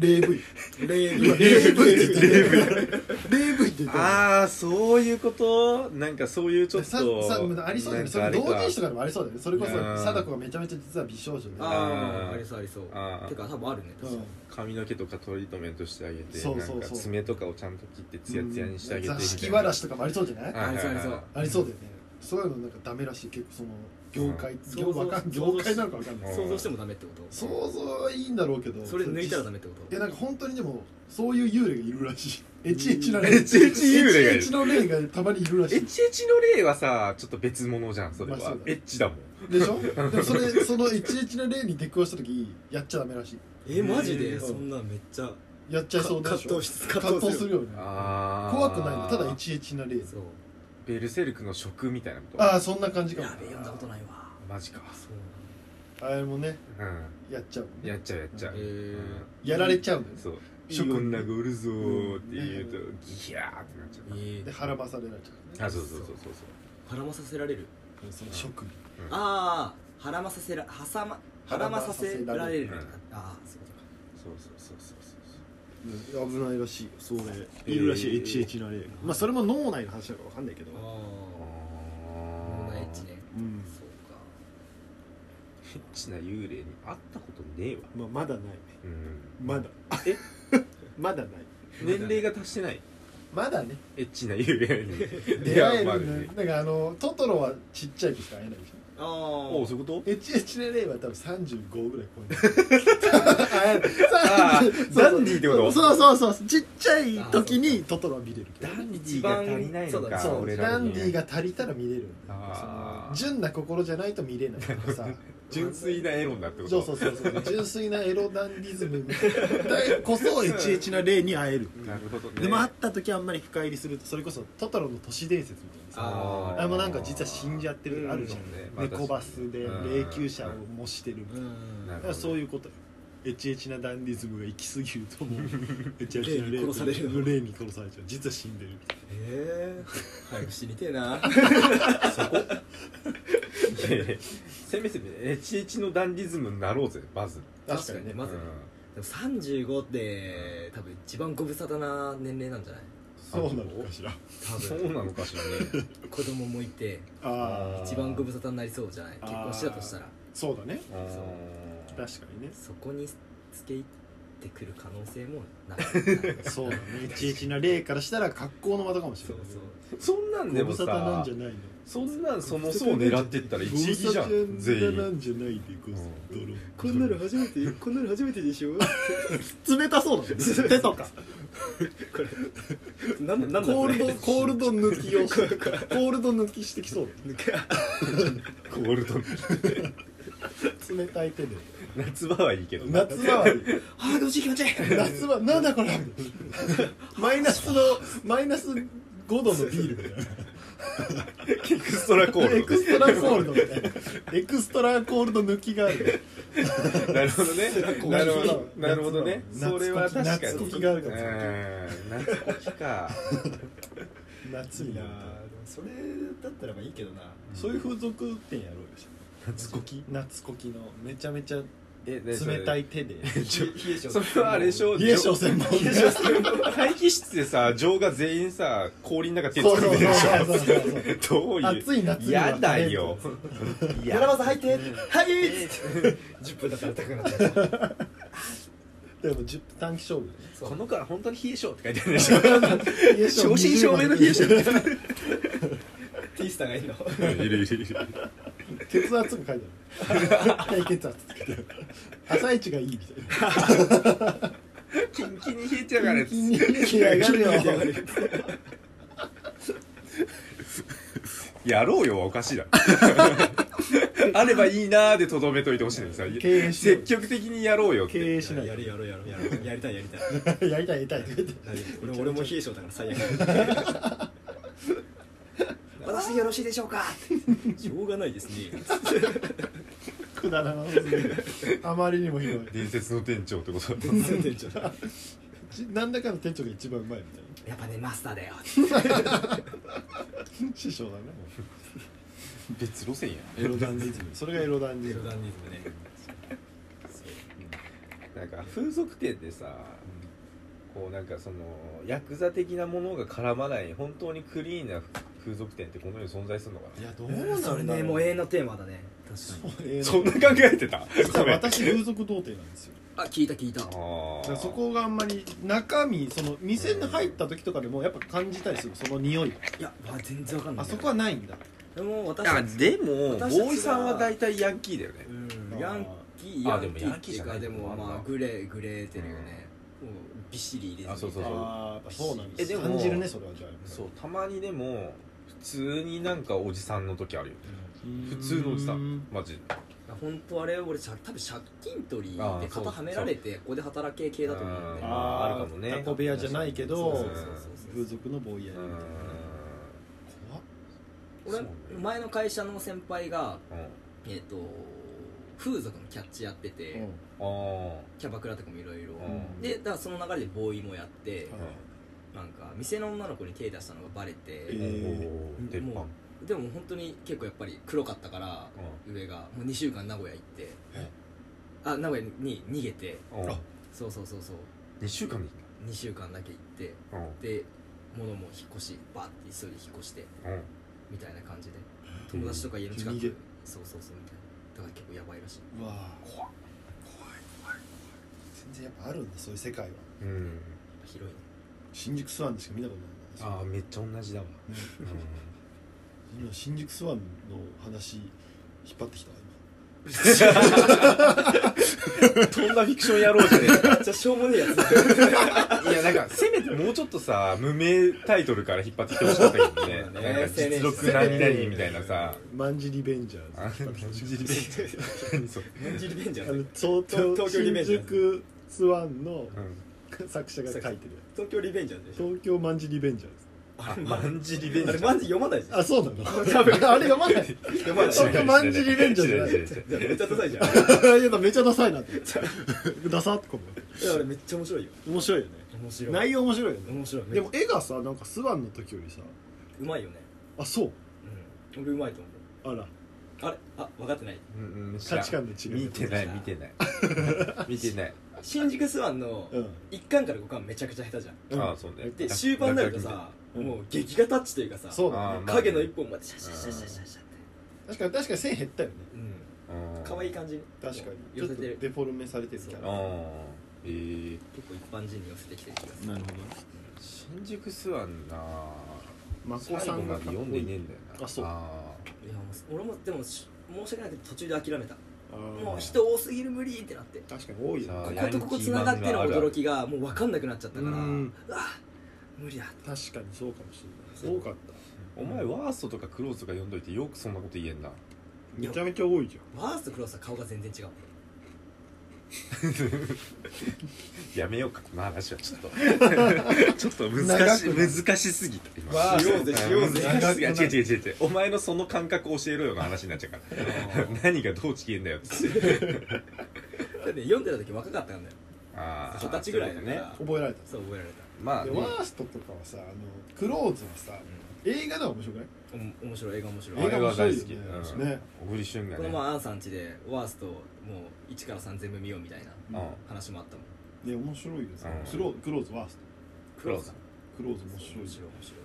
Speaker 5: AV
Speaker 1: うん AV
Speaker 5: 今 AV って言ってた AV って言ってた
Speaker 2: ああそういうことなんかそういうちょっ
Speaker 5: さ
Speaker 2: と
Speaker 5: さありそうだよねそ
Speaker 2: な
Speaker 5: れ
Speaker 2: んかあれ
Speaker 5: 同
Speaker 2: か
Speaker 5: 人誌とかでもありそうだよねそれこそ
Speaker 2: うん
Speaker 5: 貞子がめちゃめちゃ実は美少女で
Speaker 1: あ
Speaker 2: あー
Speaker 1: あありそうありそう
Speaker 2: あー
Speaker 1: てか多分あるね確かに
Speaker 5: う
Speaker 2: 髪の毛とかトリートメントしてあげて
Speaker 5: そうそうそう
Speaker 2: なんか爪とかをちゃんと切ってツヤツヤにしてあげて
Speaker 5: ん座敷
Speaker 2: みたい
Speaker 5: わ
Speaker 2: な
Speaker 5: らしとかもありそうじゃない
Speaker 2: はいは
Speaker 1: あ
Speaker 2: いはい
Speaker 1: りそうありそう
Speaker 5: ありそうだよねそういうのなんかダメらしい結構その業界
Speaker 1: ん
Speaker 5: 業わかん
Speaker 1: 想像
Speaker 5: 業界なのかわかんない
Speaker 2: うん
Speaker 1: 想像してもダメってこと
Speaker 5: 想像はいいんだろうけど
Speaker 1: それ抜いたらダ
Speaker 5: メ
Speaker 1: メってこ
Speaker 5: いや
Speaker 1: と
Speaker 5: なんか本当にでもそういう幽霊がいるらしいエチエチな
Speaker 2: エチエチ幽霊がいる
Speaker 5: エチエチの霊がたまにいるらし
Speaker 2: エ
Speaker 5: い
Speaker 2: ッチエッチの例はさちょっと別物じゃんそれは、
Speaker 5: まあそうだね
Speaker 2: エッチだもん
Speaker 5: で しょでもそれそのエチエチの霊に出くわした時やっちゃダメらし
Speaker 1: えマジ
Speaker 5: う
Speaker 1: で
Speaker 5: ん
Speaker 1: そんなめっちゃか
Speaker 5: いやっちゃいそうでしょ
Speaker 1: 葛藤し
Speaker 5: 葛藤するよね
Speaker 2: あー
Speaker 5: 怖くないのただエチエチな霊
Speaker 1: そう
Speaker 2: ベルセルクの食みたいなこと
Speaker 5: ああそんな感じかも
Speaker 1: やべ読んだことないわ
Speaker 2: マジか
Speaker 1: そう
Speaker 5: あれもね
Speaker 2: う
Speaker 5: やっちゃうん
Speaker 2: やっちゃうやっちゃう、
Speaker 1: へー
Speaker 2: う
Speaker 5: やられちゃうんだよ
Speaker 2: ん、
Speaker 5: ね
Speaker 2: そういい
Speaker 5: 食
Speaker 2: 女がおるぞーって言うと、
Speaker 5: う
Speaker 2: ギヤーってなっちゃう、
Speaker 1: え
Speaker 5: で腹ばされられちゃうね
Speaker 2: あそうそうそうそうそう
Speaker 1: 腹まさせられる
Speaker 5: その職
Speaker 1: ああ腹まさせら挟ま腹まさせられる
Speaker 2: うん
Speaker 1: ああそういうことか
Speaker 2: そうそうそうそうそう
Speaker 5: 危ないらしいよそれ
Speaker 2: いるらしいエチエ
Speaker 5: チな霊まあそれも脳内の話だからわかんないけど
Speaker 1: ああ
Speaker 2: あ
Speaker 1: こんなエ
Speaker 2: エ
Speaker 1: ッチね
Speaker 5: うん
Speaker 1: そうか
Speaker 2: ッチな幽霊に会ったことねえわ
Speaker 5: まあまだない
Speaker 2: うん
Speaker 5: まだ
Speaker 2: え
Speaker 5: まだない
Speaker 2: 年齢が達してない
Speaker 5: まだね
Speaker 2: エッチな幽霊 に
Speaker 5: 出会え
Speaker 2: まあ
Speaker 5: るねなんかあのトトロはちっちゃい時しか会えないじゃん
Speaker 1: あ
Speaker 2: おう
Speaker 1: あ
Speaker 2: そういう こと
Speaker 5: エチエチな例は多分35ぐらい 超えてる
Speaker 2: ダンディーってこと
Speaker 5: そうそうそうそうちっちゃい時にトトロは見れるけど
Speaker 2: ンデ
Speaker 1: ィーが足りないのか一番
Speaker 5: そ
Speaker 2: 俺
Speaker 5: う
Speaker 2: ら
Speaker 5: ダ
Speaker 2: に
Speaker 5: ンディーが足りたら見れるんだよ
Speaker 2: あー
Speaker 5: その純な心じゃないと見れないか らさ
Speaker 2: 純粋なエロンだってこと
Speaker 5: そうそうそうそう純粋なエロダンディズムだこそエチエチな例に会える
Speaker 2: なるほどね
Speaker 5: でも会った時あんまり深入りするとそれこそトトロの都市伝説みたいなさ
Speaker 1: あ
Speaker 5: あれもなんか実は死んじゃってるのあるじゃ
Speaker 2: うんね
Speaker 5: ん、
Speaker 2: まあ
Speaker 5: 猫バスで
Speaker 2: うん
Speaker 5: 霊柩車を模してるみたいな、
Speaker 1: うん
Speaker 2: なるほ
Speaker 5: だか
Speaker 2: ど
Speaker 5: らそういうことよエチエチなダンディズムが行き過ぎるとも うエチエチな
Speaker 1: 霊に殺される
Speaker 5: 霊に殺されちゃう実は死んでるみたい
Speaker 1: ええ早く死にてえな
Speaker 2: いやいや せめてエチエチのダンディズムになろうぜまず
Speaker 5: な
Speaker 1: 確かにねまずね
Speaker 2: うん
Speaker 1: でも35って多分一番ご無沙汰な年齢なんじゃない
Speaker 5: そうなのかしら
Speaker 1: 多
Speaker 2: そ
Speaker 1: 分
Speaker 2: うなのかしら ね
Speaker 1: 子供もいて
Speaker 5: ああ
Speaker 1: 一番ご無沙汰になりそうじゃない結婚してたとしたら
Speaker 5: そうだね
Speaker 2: う ん
Speaker 5: 確かにね
Speaker 1: そこにスケってくる可能性もなく
Speaker 5: そうだね11な例からしたら格好の的かも し
Speaker 1: そう
Speaker 5: れない
Speaker 1: そう
Speaker 2: そんなんで
Speaker 5: ご
Speaker 2: も
Speaker 5: 無沙汰な
Speaker 2: さ
Speaker 5: んじゃないの
Speaker 2: そんなんそもそも狙ってったら一撃じゃん全
Speaker 5: ご無沙汰な
Speaker 2: 員
Speaker 5: んじゃないでござろ
Speaker 1: こんなの初めてこんなの初めてでしょ
Speaker 5: 冷たそうだね手とか
Speaker 1: なんなんだ
Speaker 5: コ
Speaker 1: こ
Speaker 5: ー
Speaker 1: れ
Speaker 5: ル ドコールド抜 きをコールド抜きしてきそう
Speaker 1: 抜け
Speaker 2: コールド
Speaker 5: 冷たい手で
Speaker 2: 夏場はいいけどな
Speaker 5: 夏場はいい
Speaker 1: あーどっち気持ちいい
Speaker 5: 夏場なんだこれマイナスのマイナス5度のビールみたいな
Speaker 2: エクストラコー
Speaker 5: エ
Speaker 2: ル
Speaker 5: クストラコールドみたいなエクストラコールド抜きがある
Speaker 2: ドなるほどねなるほどなるほどね
Speaker 5: 夏
Speaker 2: それは確か
Speaker 5: 夏コ
Speaker 2: に
Speaker 5: キがあるか
Speaker 2: う
Speaker 5: もしれない
Speaker 2: ん夏コキか
Speaker 5: 夏に
Speaker 1: い
Speaker 5: な
Speaker 1: や
Speaker 5: る
Speaker 1: ー
Speaker 5: と
Speaker 1: でもそれだったらまあいいけどな
Speaker 5: そういう風俗店やろうよじゃ
Speaker 2: 夏コキ
Speaker 5: あ夏コキのめちゃめちゃ
Speaker 2: え
Speaker 5: 冷たい手で
Speaker 1: 冷え性
Speaker 2: それはあれでしょ
Speaker 5: 冷え性専門冷え性専
Speaker 2: 待機室でさ情が全員さ氷の中手
Speaker 5: そう
Speaker 2: 作
Speaker 5: そう
Speaker 2: るでし
Speaker 5: そうそうそう
Speaker 2: ょどういう
Speaker 5: 暑い夏には
Speaker 2: やだよや
Speaker 1: 山さん入ってはいっつって10分だから痛くなっちゃう
Speaker 5: でも10短期勝負
Speaker 2: この子は本当に冷え性って書いてあるでしょ
Speaker 5: 冷え性
Speaker 2: 正真正銘の冷え性
Speaker 5: 20ま
Speaker 1: ティースターがいいの
Speaker 2: いるいるいる
Speaker 5: で血圧も書いてある低血圧って書いてある朝一がいいみたいな
Speaker 2: キンキンに冷えてやがれ
Speaker 5: 気に上がるよ
Speaker 2: やろうよはおかしいだ ろあればいいなーでとどめといてほしいのにさ
Speaker 5: 経営し
Speaker 2: 積極的にやろうよっ
Speaker 5: 経
Speaker 2: て
Speaker 5: 営しない
Speaker 1: やるやるやるやるやりたいやりたい
Speaker 5: やりたいやりたいって言って
Speaker 1: 俺俺も冷え性だから最悪 私よろしいでしょうか しょうがないですね
Speaker 5: くだらなさすぎるあまりにもひどい
Speaker 2: 伝説の店長ってことだ
Speaker 1: 店長や
Speaker 5: ちなんだかの店長が一番うまいみたい
Speaker 1: っぱねマスターだよ
Speaker 5: な師匠だねも
Speaker 2: 別路線や
Speaker 5: うエロダンディズムそれがエロダン
Speaker 1: ゼ
Speaker 5: ディズ
Speaker 1: ロ
Speaker 5: ム
Speaker 1: ダンディズムね
Speaker 2: なんか風俗店でさこうなんかそのヤクザ的なものが絡まない本当にクリーンな風俗店ってこの世に存在するのか
Speaker 5: い
Speaker 2: な
Speaker 5: やどう
Speaker 1: そう
Speaker 5: なんだ
Speaker 1: そ
Speaker 5: ろ
Speaker 1: れ
Speaker 5: う
Speaker 1: ねもう永遠のテーマだね確かに
Speaker 5: えー
Speaker 2: そんな考えてた
Speaker 5: 実は
Speaker 2: ごめん
Speaker 5: 私風俗童貞なんですよ
Speaker 1: あ聞いた聞いた
Speaker 2: あ
Speaker 5: だから
Speaker 2: ー
Speaker 5: そこがあんまり中身その店に入った時とかでもやっぱ感じたりするその匂い
Speaker 1: いやまあ全然わかんない
Speaker 5: あそこはないんだ
Speaker 1: でも私
Speaker 2: あ
Speaker 1: たち
Speaker 2: でも
Speaker 1: 私たちが
Speaker 2: ボーイさんは大体ヤンキーだよね
Speaker 1: うん
Speaker 5: あー
Speaker 1: ヤンキー
Speaker 2: あでもヤンキー
Speaker 1: って
Speaker 2: じ
Speaker 1: い
Speaker 2: ゃ
Speaker 1: う
Speaker 2: な
Speaker 1: か
Speaker 2: い
Speaker 1: でもまあグレーグレーてるよねもうびっしり入れずに
Speaker 2: あそうそうそう
Speaker 5: ああやっぱそうなん
Speaker 2: え
Speaker 5: です
Speaker 2: でも
Speaker 5: 感じるねそれはじゃあ
Speaker 2: そうたまにでも普通になんかおじさんの時あるよ普通のおじさんマジで
Speaker 1: 本当あれ俺さ多分借金取り
Speaker 2: あー
Speaker 1: で
Speaker 2: そう
Speaker 1: 肩はめられてここで働け系だと思うんで
Speaker 2: あー
Speaker 1: あ
Speaker 2: あるかもね
Speaker 5: タコ部屋じゃない
Speaker 1: そ
Speaker 5: け
Speaker 1: うそ
Speaker 5: ど
Speaker 1: うそうそう
Speaker 5: 風俗のボーイ
Speaker 2: う
Speaker 5: ヤ
Speaker 2: ー
Speaker 5: ー
Speaker 2: ん
Speaker 5: みたいな
Speaker 1: 俺
Speaker 2: そうね
Speaker 1: 前の会社の先輩が
Speaker 2: うん
Speaker 1: えっと風俗のキャッチやってて、
Speaker 5: 怖っ
Speaker 2: あ
Speaker 1: キャバクラとかもいろいろ
Speaker 2: うん
Speaker 1: でだからその流れでボーイもやって
Speaker 2: ー
Speaker 1: なんか店の女の子に手出したのがバレ
Speaker 2: うん
Speaker 1: て
Speaker 5: え
Speaker 2: おー鉄板
Speaker 1: もうでも本当に結構やっぱり黒かったから上がもう2週間名古屋行ってあ名古屋に逃げて
Speaker 2: うんうん
Speaker 1: そうそうそうそう
Speaker 2: 2週間でいい
Speaker 1: 2週間だけ行って
Speaker 2: んだ
Speaker 1: で物も引っ越しバーって急いで引っ越して
Speaker 2: うんうん
Speaker 1: みたいな感じで友達とか家の近
Speaker 5: 逃げ
Speaker 1: くそうそうそうみたいなだから結構やばいらしいう
Speaker 5: わー
Speaker 2: 怖っ
Speaker 5: 全然やっぱあるんだそういう世界は
Speaker 2: うん
Speaker 1: 広いね
Speaker 5: 新宿スワンでしか見たことないな
Speaker 2: ああめっちゃ同じだわ
Speaker 5: 今新宿スワンの話引っ張ってきたわ
Speaker 2: とんだフィクションやろうじ ゃね
Speaker 1: めっちゃしょうもねえやつだ
Speaker 2: えいやなんかせめてもうちょっとさ無名タイトルから引っ張ってきてほしかったけどね
Speaker 1: そうだね
Speaker 2: なんか実力何々みたいなさ
Speaker 5: 今マンジリベンジャーズ
Speaker 2: あ何それ
Speaker 1: モンジリベンジャ
Speaker 5: あ
Speaker 1: ー
Speaker 5: の
Speaker 1: ズ
Speaker 5: 相当
Speaker 1: 東京リベン
Speaker 5: 新
Speaker 1: ジャーズ
Speaker 5: 宿スワンの
Speaker 2: うん
Speaker 5: 作者が書いてるや
Speaker 1: 東京リベンジャーズで
Speaker 5: つ
Speaker 1: しょ
Speaker 5: 東京マンジリベンジャーズ
Speaker 2: あマンジリベンジ
Speaker 1: あ
Speaker 2: ャ
Speaker 1: れ
Speaker 2: ー
Speaker 1: マジ読まないじゃん
Speaker 5: あそうなの あれ読まない
Speaker 1: 読まないじゃん
Speaker 5: 東京マンジリベンジャー
Speaker 2: 違う
Speaker 5: じ
Speaker 2: 違う違
Speaker 1: じ
Speaker 2: う
Speaker 1: ゃあめっちゃダサいじゃん
Speaker 5: ゃないめっちゃダサいなって ダサってこう
Speaker 1: いやあれめっちゃ面白いよ
Speaker 5: 面白いよね
Speaker 1: 面白い
Speaker 5: 内容面白いよね
Speaker 1: 面白い
Speaker 5: でも絵がさなんかスワンの時よりさ
Speaker 1: うまいよね
Speaker 5: あそう
Speaker 1: うん俺うまいと思う
Speaker 5: あら
Speaker 1: あれあ分かってない
Speaker 2: うんうん知ら
Speaker 5: 価
Speaker 2: ん
Speaker 5: 値観の違い
Speaker 2: 見てない見てない見てない
Speaker 1: 新宿スワンの
Speaker 5: うん
Speaker 1: 1巻から5巻めちゃくちゃ下手じゃん
Speaker 5: うん
Speaker 2: ああそうだよ
Speaker 1: で終盤になるとさ
Speaker 5: うん
Speaker 1: もう劇画タッチというかさ
Speaker 5: そうだね
Speaker 2: あ
Speaker 1: 影の一本までシャシャシャシャシャシャって
Speaker 5: 確かに確かに線減ったよね
Speaker 1: うん
Speaker 2: うん
Speaker 1: 可愛い感じに
Speaker 5: 確かに
Speaker 1: 寄
Speaker 5: ちょ
Speaker 1: せ
Speaker 5: っと
Speaker 1: て
Speaker 5: デ
Speaker 1: る
Speaker 5: フォルメされてるキャ
Speaker 2: うんえー、
Speaker 1: 結構一般人に寄せてきてる気がする
Speaker 5: なるほど
Speaker 2: 新宿スワンな
Speaker 5: マ
Speaker 2: 最
Speaker 5: コ
Speaker 2: 後
Speaker 5: さん
Speaker 2: ま
Speaker 5: が
Speaker 2: で読んでいねえんだよな
Speaker 5: あそう
Speaker 2: あ
Speaker 1: いやもう俺もでもし申し訳ないけど途中で諦めた
Speaker 5: あ
Speaker 1: もう
Speaker 5: ー
Speaker 1: 人多すぎる無理ってなって
Speaker 5: 確かに多いよ
Speaker 2: さ
Speaker 1: こ
Speaker 2: あ
Speaker 1: ことここつながっての驚きがもう分かんなくなっちゃったからう
Speaker 5: う
Speaker 1: わ
Speaker 5: ん
Speaker 1: 無理だって
Speaker 5: 確かにそうかもしれない多かった
Speaker 2: お前ワーストとかクローズとか読んどいてよくそんなこと言えんな
Speaker 5: めちゃめちゃ多いじ
Speaker 1: ワースとクロスは顔が全然違う
Speaker 2: やめようかこの話はちょ っとちょっと難し
Speaker 5: 長くなる
Speaker 2: 難しすぎた今
Speaker 5: わあ
Speaker 2: しようぜ
Speaker 5: しようぜ
Speaker 2: 難しすぎた違う違う違う違うお前のその感覚教えろよの話になっちゃうから何がどう違えんだよって
Speaker 1: だって読んでた時若かったんだよ
Speaker 2: あー
Speaker 1: 二十歳ぐらいだ
Speaker 2: そう
Speaker 1: か
Speaker 2: だ
Speaker 1: ら
Speaker 5: ゃん覚えられた
Speaker 1: そう覚えられた
Speaker 2: まあ
Speaker 5: で
Speaker 2: ね
Speaker 5: ワーストとかはさあのクローズはさ映画では面白くない
Speaker 1: おも面白い映画面白い
Speaker 2: あ
Speaker 5: 映画
Speaker 2: れ
Speaker 5: 面
Speaker 2: は
Speaker 5: 白
Speaker 2: 大
Speaker 5: い
Speaker 2: 好き
Speaker 5: よね
Speaker 2: うん
Speaker 5: ね
Speaker 2: 小栗旬が
Speaker 1: こ
Speaker 2: ね
Speaker 1: の前アンさん家でワーストもう1から3全部見ようみたいな
Speaker 2: うん
Speaker 1: 話もあったもん
Speaker 5: ね面白いよさ
Speaker 2: うん
Speaker 5: クロクローズワースト
Speaker 2: クローズ
Speaker 5: クローズ面白い
Speaker 1: 面
Speaker 5: よ
Speaker 1: 白い面白い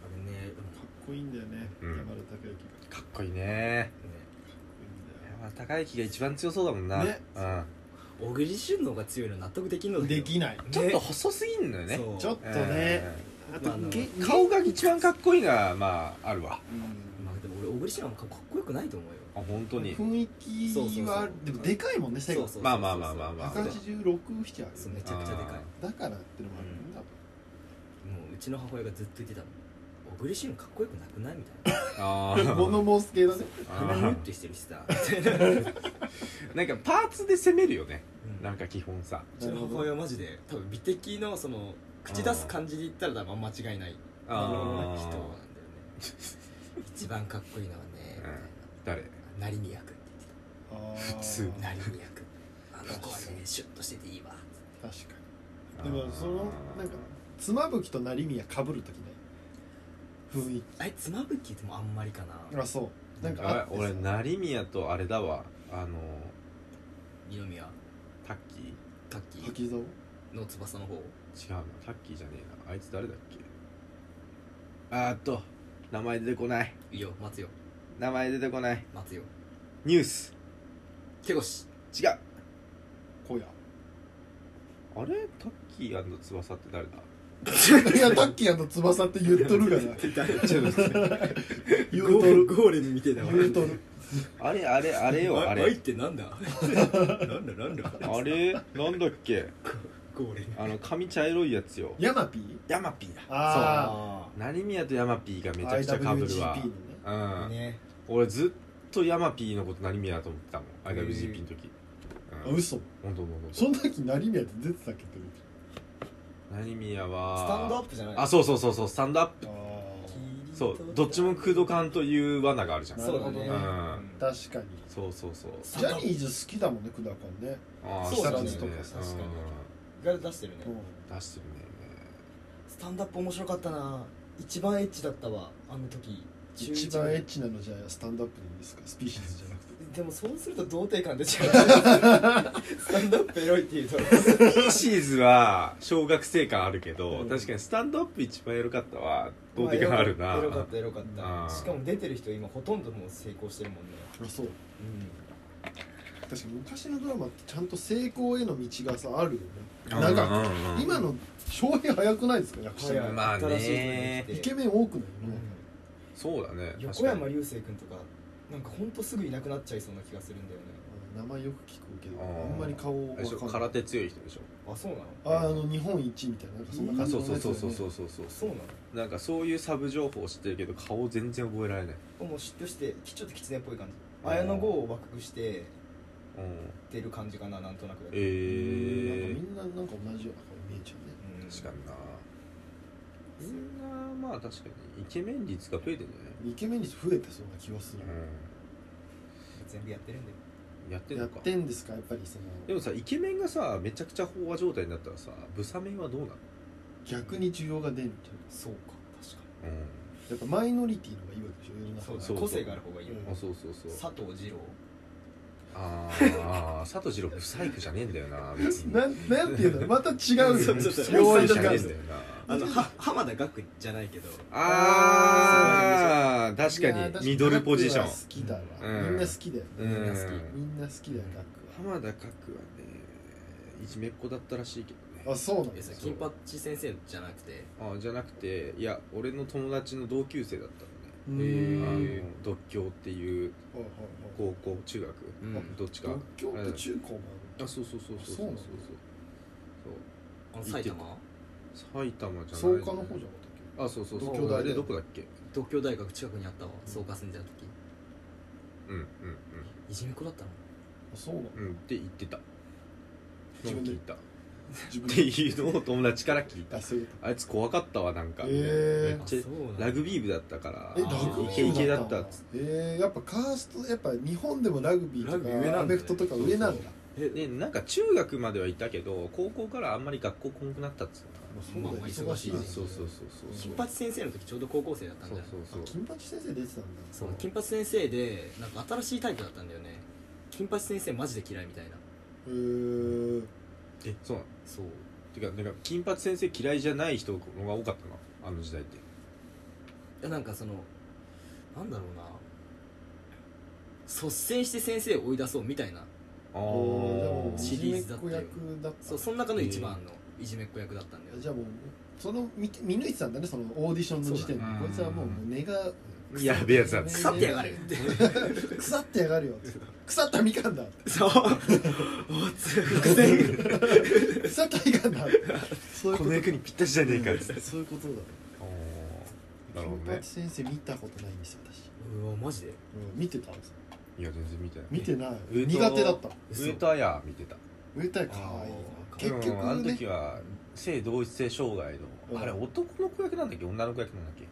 Speaker 1: あれねでも
Speaker 5: かっこいいんだよね
Speaker 2: うん
Speaker 5: 山田孝之が
Speaker 2: かっこいいね
Speaker 1: ね
Speaker 5: か
Speaker 2: 山田孝之が一番強そうだもんな、
Speaker 5: ね
Speaker 2: うん、
Speaker 1: 小栗旬の方が強いの納得できんの
Speaker 5: っこいいんだよ
Speaker 1: だけど
Speaker 5: できない
Speaker 2: ちょっと細すぎんのよね
Speaker 1: そう
Speaker 5: ちょっ
Speaker 2: ち
Speaker 5: とねあと
Speaker 1: まああの
Speaker 5: げ
Speaker 2: 顔が一番かっこいいがまああるわ
Speaker 5: うん
Speaker 1: まあでも俺小栗旬はかっこよくないと思うよ
Speaker 2: あ本当に
Speaker 5: 雰囲気はある
Speaker 1: そうそうそう
Speaker 5: でもでかいもんね背
Speaker 1: そう
Speaker 5: が
Speaker 1: そうそう
Speaker 2: まあまあまあまあまあ
Speaker 5: 186ある
Speaker 1: そう
Speaker 5: よ
Speaker 1: め
Speaker 5: ね
Speaker 1: ちゃくちゃでかい
Speaker 2: あ
Speaker 5: だからってのもあるんだ
Speaker 1: もううちの母親がずっと言ってたの小栗旬かっこよくなくないみたいな
Speaker 2: あ
Speaker 5: と思う
Speaker 2: ー
Speaker 5: 物申す系だね
Speaker 1: ふ
Speaker 2: あ
Speaker 1: にゅっ
Speaker 2: ー
Speaker 1: てしてるしさ
Speaker 2: なんかパーツで攻めるよね
Speaker 1: うん
Speaker 2: なんか基本さ
Speaker 1: う ちの母親はマジで多分美的のその口出す感じで言ったら多分間違いない人なんだよね
Speaker 2: あー
Speaker 1: 一番かっこいいのはねみたい
Speaker 2: 誰
Speaker 1: な成宮君って
Speaker 5: 普
Speaker 2: 通
Speaker 1: 言ってた成宮君あの子はねシュッとしてていいわ
Speaker 5: 確かにでもそのなんか妻夫木と成宮かぶるときない雰囲
Speaker 1: あれ妻夫木でもあんまりかな
Speaker 5: 気あそうなんかあ
Speaker 2: あ
Speaker 5: ってさ
Speaker 2: 俺成宮とあれだわあの
Speaker 1: 二宮
Speaker 2: タッキ
Speaker 1: タッキー
Speaker 5: 滝沢
Speaker 1: の翼の方
Speaker 2: ー違うなタッキーじゃねえなあいつ誰だっけあーっと名前出てこない
Speaker 1: いいよ待つよ
Speaker 2: 名前出てこない
Speaker 1: 待つよ
Speaker 2: ニュース
Speaker 1: ケゴシ
Speaker 2: 違う
Speaker 5: 小屋
Speaker 2: あれタッキー翼って誰だ
Speaker 5: いや、タッキーの翼って言っとるがな。
Speaker 2: ちょっと待って
Speaker 5: 言うとる。
Speaker 1: ゴーレムみてえだわ
Speaker 5: 言うとる。
Speaker 2: あれあれあれよあ
Speaker 1: 愛っ
Speaker 2: れ
Speaker 1: てなんだなんだなんだ
Speaker 2: あれなんだっけ
Speaker 1: ゴーレム
Speaker 2: あの髪茶色いやつよ
Speaker 5: ヤマピー
Speaker 2: ヤマピーだ
Speaker 5: あ
Speaker 1: あ
Speaker 2: そう成宮とヤマピーがめ
Speaker 5: ー
Speaker 2: ちゃくちゃかぶるわ
Speaker 5: IWGP のね。
Speaker 2: うん、
Speaker 1: ね
Speaker 2: 俺ずっとヤマピーのこと成宮だと思ってたもん IWGP の時
Speaker 5: あ、
Speaker 2: うん
Speaker 5: 嘘。
Speaker 2: ほんとほんとほんと
Speaker 5: その時、成宮って出てたっけテレビ
Speaker 2: 成宮は
Speaker 1: スタンドアップじゃない
Speaker 2: あそうそうそうそうスタンドアップ
Speaker 5: あ
Speaker 2: そうどっちも空洞感という罠があるじゃん
Speaker 5: なるほどね
Speaker 2: うん
Speaker 5: あ。確かに。
Speaker 2: そうそうそう
Speaker 5: ジャニーズ好きだもんね、工藤君ね。
Speaker 2: ああ
Speaker 1: そうだね
Speaker 2: とか
Speaker 5: 確かに
Speaker 1: が出してるね
Speaker 5: うん
Speaker 2: 出してるね
Speaker 1: スタンダップ面白かったな一番エッチだったわあの時中
Speaker 5: 一
Speaker 1: 一
Speaker 5: 番エッチなのじゃあ、スタンドアップでいいですかスピーシーズじゃなくて。
Speaker 1: でもそうすると童貞感出ちゃう スタンダップエロいっていうと
Speaker 2: ピーシーズは小学生感あるけど、
Speaker 1: うん
Speaker 2: 確かにスタンドアップ一番エロかったわどうでかあるな
Speaker 1: エロかったエロかった
Speaker 2: あー
Speaker 1: しかも出てる人今ほとんどもう成功してるもんね
Speaker 5: あ、そう。確かに昔のドラマってちゃんと成功への道がさ、あるよね。なんか、
Speaker 2: うんうん
Speaker 5: 今の、翔平早くないですか役者
Speaker 2: 早い
Speaker 5: が。
Speaker 2: まあね
Speaker 1: 新しい人が来て
Speaker 5: イケメン多くな
Speaker 1: う
Speaker 5: い
Speaker 1: ん
Speaker 5: よね。
Speaker 2: そうだね
Speaker 1: 横
Speaker 2: 確
Speaker 1: 山
Speaker 2: かに
Speaker 1: 流星君とかなんかほんとすぐいなくなっちゃいそうな気がするんだよね
Speaker 5: 名前よく聞くけど
Speaker 2: あー
Speaker 5: あんまり顔わ
Speaker 2: あれでしょ
Speaker 5: かんない
Speaker 2: 空手強い人でしょ
Speaker 1: あそうなの
Speaker 5: あーあの日本一みたいななんかそんな
Speaker 2: あ
Speaker 5: 感じ
Speaker 2: そ
Speaker 5: の
Speaker 2: う
Speaker 5: やつ
Speaker 2: そ
Speaker 5: だ
Speaker 2: う
Speaker 5: よね
Speaker 2: そうそうそうそうそう
Speaker 1: そうな
Speaker 2: なんかそういうサブ情報を知ってるけど顔全然覚えられない
Speaker 1: のもう嫉妬してきちょっと狐っぽい感じ
Speaker 2: あー
Speaker 1: 綾野剛を枠くして
Speaker 2: うん
Speaker 1: ってる感じかななんとなくだけど
Speaker 2: ええ
Speaker 5: なんかみんななんか同じような顔見えちゃ
Speaker 1: う
Speaker 5: うね
Speaker 1: ん
Speaker 2: 確かになみんなまあ確かにイケメン率が増えてんじゃ
Speaker 5: イケメン率増えてそうな気はする
Speaker 2: ない、
Speaker 1: 全部やってるんだよ
Speaker 2: うん、やってん
Speaker 5: や
Speaker 2: の
Speaker 5: っ
Speaker 2: か
Speaker 5: てんですかやっぱりその
Speaker 2: でもさイケメンがさめちゃくちゃ飽和状態になったらさブサメンはどうなの
Speaker 5: 逆に需要が出るっていう
Speaker 1: そうか確か
Speaker 2: う
Speaker 5: やっぱマイノリティの方がいいわけでしょ世の
Speaker 1: に
Speaker 5: 中
Speaker 1: そう
Speaker 5: は
Speaker 1: だ
Speaker 2: そう
Speaker 1: 個性がある方がいいよ、
Speaker 2: んあそうそうそう
Speaker 1: 佐藤二郎
Speaker 2: あーあー佐藤二郎不細工じゃねえんだよな別に
Speaker 5: なんなんていうのまた違うよね
Speaker 1: そうそうそう
Speaker 2: 不
Speaker 5: 用
Speaker 2: 細工
Speaker 5: 意し
Speaker 2: じゃねえんだ
Speaker 5: よ
Speaker 2: よな
Speaker 1: あのは浜田岳じゃないけど
Speaker 2: あー確
Speaker 5: いやー
Speaker 2: かにミドルポジション
Speaker 5: ガクは好きだわ
Speaker 2: うん
Speaker 5: みんな好きだよ
Speaker 2: うん
Speaker 1: みんな好き
Speaker 5: みんな好きだよガクは
Speaker 2: 浜田角はねいじめっ子だったらしいけど
Speaker 5: あ
Speaker 2: ね
Speaker 5: そうなん
Speaker 1: い
Speaker 5: で
Speaker 1: や
Speaker 5: す
Speaker 1: それ
Speaker 5: ね
Speaker 1: 金八先生じゃなくて
Speaker 2: あじゃなくていや俺の友達の同級生だった
Speaker 5: う
Speaker 2: の
Speaker 5: ーん
Speaker 2: ね
Speaker 5: は
Speaker 2: あの
Speaker 5: い
Speaker 2: 独協っていう
Speaker 5: はいはい
Speaker 2: 高校中学、
Speaker 1: うん
Speaker 2: どっちか
Speaker 5: 独協って中高もあ
Speaker 2: あそうそうそうそう
Speaker 5: そうなの
Speaker 1: あの埼玉
Speaker 2: そう埼玉じゃない
Speaker 5: る創価の方じゃなかったっ
Speaker 2: ゃあそうそうそう
Speaker 5: 東京大
Speaker 2: でどこだっけ
Speaker 1: 東京大学近くにあったわ草加住んでた時
Speaker 2: うんうん
Speaker 1: いじめっ子だったの
Speaker 5: けあそうなの
Speaker 2: うんうんって言ってた
Speaker 5: 自分で
Speaker 2: 聞いたっ
Speaker 5: 自分
Speaker 2: ていうのを友達から聞いた
Speaker 5: あそういうこ
Speaker 2: あいつ怖かったわなんか、
Speaker 5: へー
Speaker 2: めっ
Speaker 1: あ
Speaker 2: ちゃ
Speaker 1: そうなんだ
Speaker 2: ラグビー部だったから
Speaker 5: とえ
Speaker 1: あ
Speaker 5: ラグビー
Speaker 2: イケイケだ
Speaker 5: 部
Speaker 2: ったっつっ
Speaker 5: えー、やっぱカーストやっぱ日本でもラグビー
Speaker 1: ラ
Speaker 5: と
Speaker 1: グビー上なんだ
Speaker 5: か
Speaker 1: ね
Speaker 5: アメフトとか上なんだ
Speaker 1: え
Speaker 2: てでなんか中学まではいたけど高校からあんまり学校来なくなったっつった
Speaker 5: まあ
Speaker 1: うだよ
Speaker 5: そうだ
Speaker 1: 忙しい
Speaker 2: な
Speaker 1: ね
Speaker 2: あそうそうそうそうそう
Speaker 1: 金八先生の時ちょうど高校生だったん
Speaker 2: そ
Speaker 1: だ
Speaker 2: う
Speaker 1: よ
Speaker 2: そうそう
Speaker 5: 金八先生出てたんだ
Speaker 1: そう金八先生でなんか新しいタイプだったんだよね金八先生マジで嫌いみたいな
Speaker 5: へえー、
Speaker 2: えそうなの
Speaker 1: そう
Speaker 2: てかなんか金八先生嫌いじゃない人のが多かったなあの時代って
Speaker 1: いやなんかそのなんだろうな率先して先生を追い出そうみたいな
Speaker 2: あ
Speaker 5: あ
Speaker 2: あ
Speaker 1: シリーズだ
Speaker 5: だ
Speaker 1: っ
Speaker 5: ったた
Speaker 1: よ
Speaker 5: 役だった
Speaker 1: そうその中の一番のいじめっ子役だったんだよ、ね
Speaker 5: じゃあもうその見て見抜いてたんだねそのオーディションの時点で
Speaker 7: そうだね
Speaker 5: こいつはもう根が
Speaker 2: やべえやつだっ
Speaker 5: 腐
Speaker 1: 腐 ってやがるって
Speaker 5: 腐ってやがるよって 腐ったみかんだって
Speaker 1: そうおつ伏線
Speaker 5: 腐ったみかんだってそういうこと
Speaker 2: 役にぴったしじゃねえかっつって
Speaker 5: そういうことだ
Speaker 2: なるほど
Speaker 5: 金
Speaker 2: ね
Speaker 5: 八先生見たことないんですよ私、
Speaker 1: うわマジで
Speaker 5: うん、見てた
Speaker 2: いや全然見てない
Speaker 5: 見てない
Speaker 2: え
Speaker 5: 苦手だった
Speaker 2: 上戸彩見てた
Speaker 5: 植えたいかわいい
Speaker 1: あー
Speaker 5: 結
Speaker 2: でもあ
Speaker 5: 局
Speaker 2: の時
Speaker 5: ね
Speaker 2: は性同一性障害
Speaker 5: うん
Speaker 2: のあれ男の子役なんだっけ女の子役なんだっけ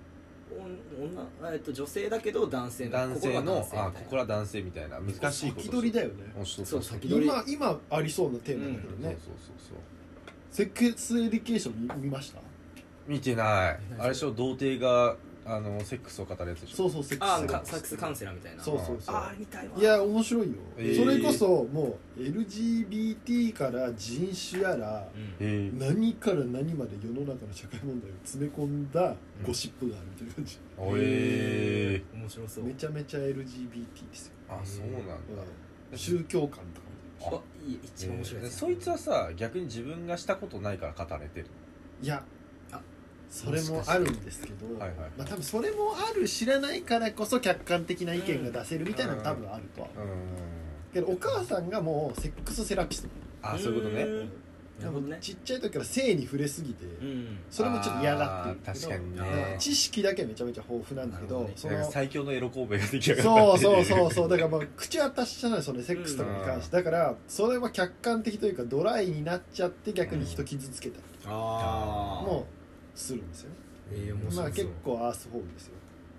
Speaker 1: お女あえっと女性だけど男性の
Speaker 2: 男性の
Speaker 1: ここが
Speaker 2: あ
Speaker 1: 男性みたいな
Speaker 2: ここら男性みたいな難しいこと
Speaker 5: 先取りだよね
Speaker 2: おそう
Speaker 1: そ
Speaker 2: そううそう
Speaker 1: 先取り
Speaker 5: 今今ありそうなテーマだけど
Speaker 2: そう
Speaker 5: ね、
Speaker 2: そう
Speaker 5: セクスエデュケーション見ました
Speaker 2: 見てない
Speaker 1: 見てない
Speaker 2: あれでしょ童貞があのセックスを語るやつでしょ
Speaker 5: そうそうセク
Speaker 1: あ
Speaker 5: ス
Speaker 1: ー
Speaker 5: エデュケ
Speaker 1: か
Speaker 5: ーシ
Speaker 1: サックスカウンセラーみたいな
Speaker 5: そうそうそう
Speaker 1: ああみたいわ
Speaker 5: いや面白いよ、
Speaker 2: えー
Speaker 5: それこそもう LGBT から人種やら
Speaker 1: うん
Speaker 2: へえ
Speaker 5: 何から何まで世の中の社会問題を詰め込んだゴシップがあるみたいな感じ、
Speaker 2: おえ
Speaker 1: 面白そう
Speaker 5: めちゃめちゃ LGBT ですよ、
Speaker 2: あそうなんだ
Speaker 5: うん宗教観とかも
Speaker 1: あいい一番面白い
Speaker 2: え
Speaker 1: や
Speaker 2: ー
Speaker 1: つ
Speaker 2: そいつはさ逆に自分がしたことないから語れてる
Speaker 5: いや
Speaker 1: あ
Speaker 5: それもあるんですけど
Speaker 2: はいはい
Speaker 5: まあ多分それもある知らないからこそ客観的な意見が出せるみたいなのも多分あるとは
Speaker 2: うーん
Speaker 5: けどお母さんがもうセックスセラピスト
Speaker 2: あそういうこと
Speaker 1: う
Speaker 2: ね
Speaker 1: んなるほどね
Speaker 5: ちっちゃい時から性に触れすぎて、
Speaker 1: うん
Speaker 5: それもちょっと嫌がってる
Speaker 2: あー確かに
Speaker 1: あ
Speaker 2: ね
Speaker 1: ー
Speaker 5: 知識だけめちゃめちゃ豊富なんだけど
Speaker 1: なるほ
Speaker 5: そ
Speaker 2: なん
Speaker 5: の
Speaker 2: か最強のエロ神戸が出来上がった
Speaker 5: そう
Speaker 2: ってい
Speaker 5: そうそうそうだからまあ口当たしじゃないそのセックスとかに関して、だからそれは客観的というかドライになっちゃって逆に人傷つけたり
Speaker 1: ああ
Speaker 5: もするんですよね、
Speaker 1: えー、面白そう
Speaker 5: まあ結構アースホールですよ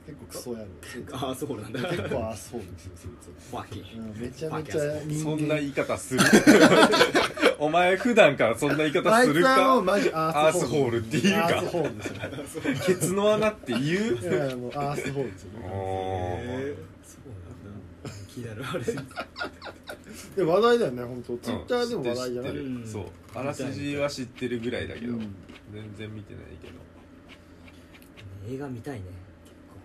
Speaker 5: 結構クソ野 郎ですよ
Speaker 1: ああそうなんだ
Speaker 5: 結
Speaker 1: フ
Speaker 5: 構アースホールですよそいつ
Speaker 1: ァッキ
Speaker 5: う
Speaker 1: ー
Speaker 5: んめちゃめちゃ人
Speaker 2: そんな
Speaker 5: 間
Speaker 2: 言い方 するお前普段からそんな言い方
Speaker 5: あい
Speaker 2: す
Speaker 5: つ
Speaker 2: る
Speaker 5: はもう
Speaker 2: か
Speaker 5: マジアースホール
Speaker 2: アースホールっていうか
Speaker 5: アースホールです
Speaker 2: ケ
Speaker 5: よ
Speaker 2: ツの穴って 言う
Speaker 5: いやいやもうアースホールですよ
Speaker 2: お
Speaker 5: ね
Speaker 1: そうなんだ気になるあ れ
Speaker 5: で話題だよね本当ツイッターでも話題じゃな
Speaker 2: 知ってる知っ
Speaker 5: い、
Speaker 2: てる
Speaker 1: うん
Speaker 2: そうあらすじは知ってるぐらいだけど
Speaker 5: うん
Speaker 2: 全然見てないけど
Speaker 1: 映画見たいね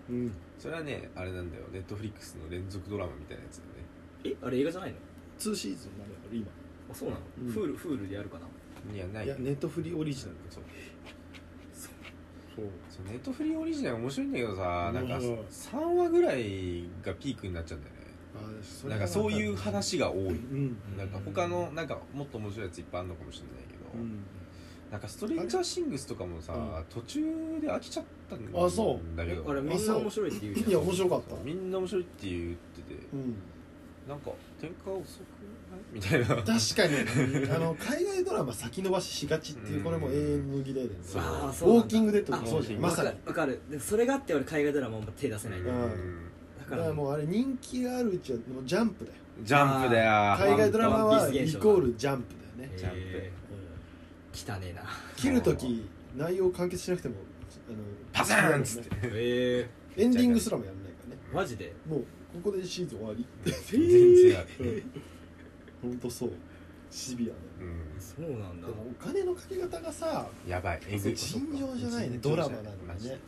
Speaker 5: うん、
Speaker 2: それはねあれなんだよネットフリックスの連続ドラマみたいなやつだよね
Speaker 1: えあれ映画じゃないの
Speaker 5: 2シーズンまである今
Speaker 1: あそうなの、
Speaker 5: うん
Speaker 1: フールフールでやるかない
Speaker 2: やない
Speaker 5: いやネットフリオリジナル
Speaker 2: そう
Speaker 5: そう
Speaker 2: そうネットフリーオリジナル面白いんだけどさなんか
Speaker 5: うん
Speaker 2: 3話ぐらいがピークになっちゃうんだよね
Speaker 5: あそれ
Speaker 2: なん
Speaker 5: は
Speaker 2: かそういう話が多い
Speaker 5: うん
Speaker 2: なんか他のなんかもっと面白いやついっぱいあるのかもしれないけど、
Speaker 5: うん
Speaker 2: なんかストレンジャーシングスとかもさ、
Speaker 5: うん
Speaker 2: 途中で飽きちゃったんだ
Speaker 5: あそ
Speaker 2: だけど
Speaker 1: あれみんな面白いって言うじゃん
Speaker 5: いや面白かった
Speaker 2: そうみんな面白いって言ってて、
Speaker 5: うん
Speaker 2: なんか展開遅くないみたいな
Speaker 5: 確かにあの海外ドラマ先延ばししがちっていうこれも永遠の議題だよね
Speaker 2: そ
Speaker 5: ウ
Speaker 1: ああそう
Speaker 5: ォ
Speaker 1: なん
Speaker 5: ー
Speaker 1: だ
Speaker 5: キングデッドとか
Speaker 1: あ
Speaker 5: そうじゃん
Speaker 2: ウォ
Speaker 5: ま
Speaker 1: わ
Speaker 5: さ
Speaker 1: か
Speaker 5: に
Speaker 1: るわかるでもそれがあって俺海外ドラマも手出せない、
Speaker 2: う
Speaker 1: だ
Speaker 2: ん
Speaker 5: だ
Speaker 1: か
Speaker 5: から
Speaker 1: ら
Speaker 5: もうあれ人気があるうちはもうジャンプだよ
Speaker 2: ジャンプだよ
Speaker 5: 海外ドラ
Speaker 1: ワ
Speaker 5: マは
Speaker 1: ンピース
Speaker 5: イ
Speaker 1: 現象だ
Speaker 5: コールジャンプだよね
Speaker 2: ジャンプ
Speaker 1: え
Speaker 5: うん
Speaker 1: ー汚ねえな
Speaker 5: 切るとき内容完結しなくてもあの
Speaker 2: パサーンっつって
Speaker 1: え
Speaker 5: エンディングすらもやらないからね
Speaker 1: ー、マジで
Speaker 5: もうここでシーズン終わり
Speaker 2: 全然あ
Speaker 5: う
Speaker 2: る、
Speaker 5: んほんとそうシビアだよ
Speaker 2: うん、
Speaker 1: そうなんだ
Speaker 5: でもお金のかけ方がさ
Speaker 2: やばいえぐい
Speaker 5: 尋常じゃないね
Speaker 2: 尋
Speaker 5: ド
Speaker 2: 常
Speaker 5: ラ
Speaker 2: じゃ
Speaker 5: マ
Speaker 2: い
Speaker 5: なの
Speaker 2: マジ
Speaker 5: に
Speaker 2: で
Speaker 5: ね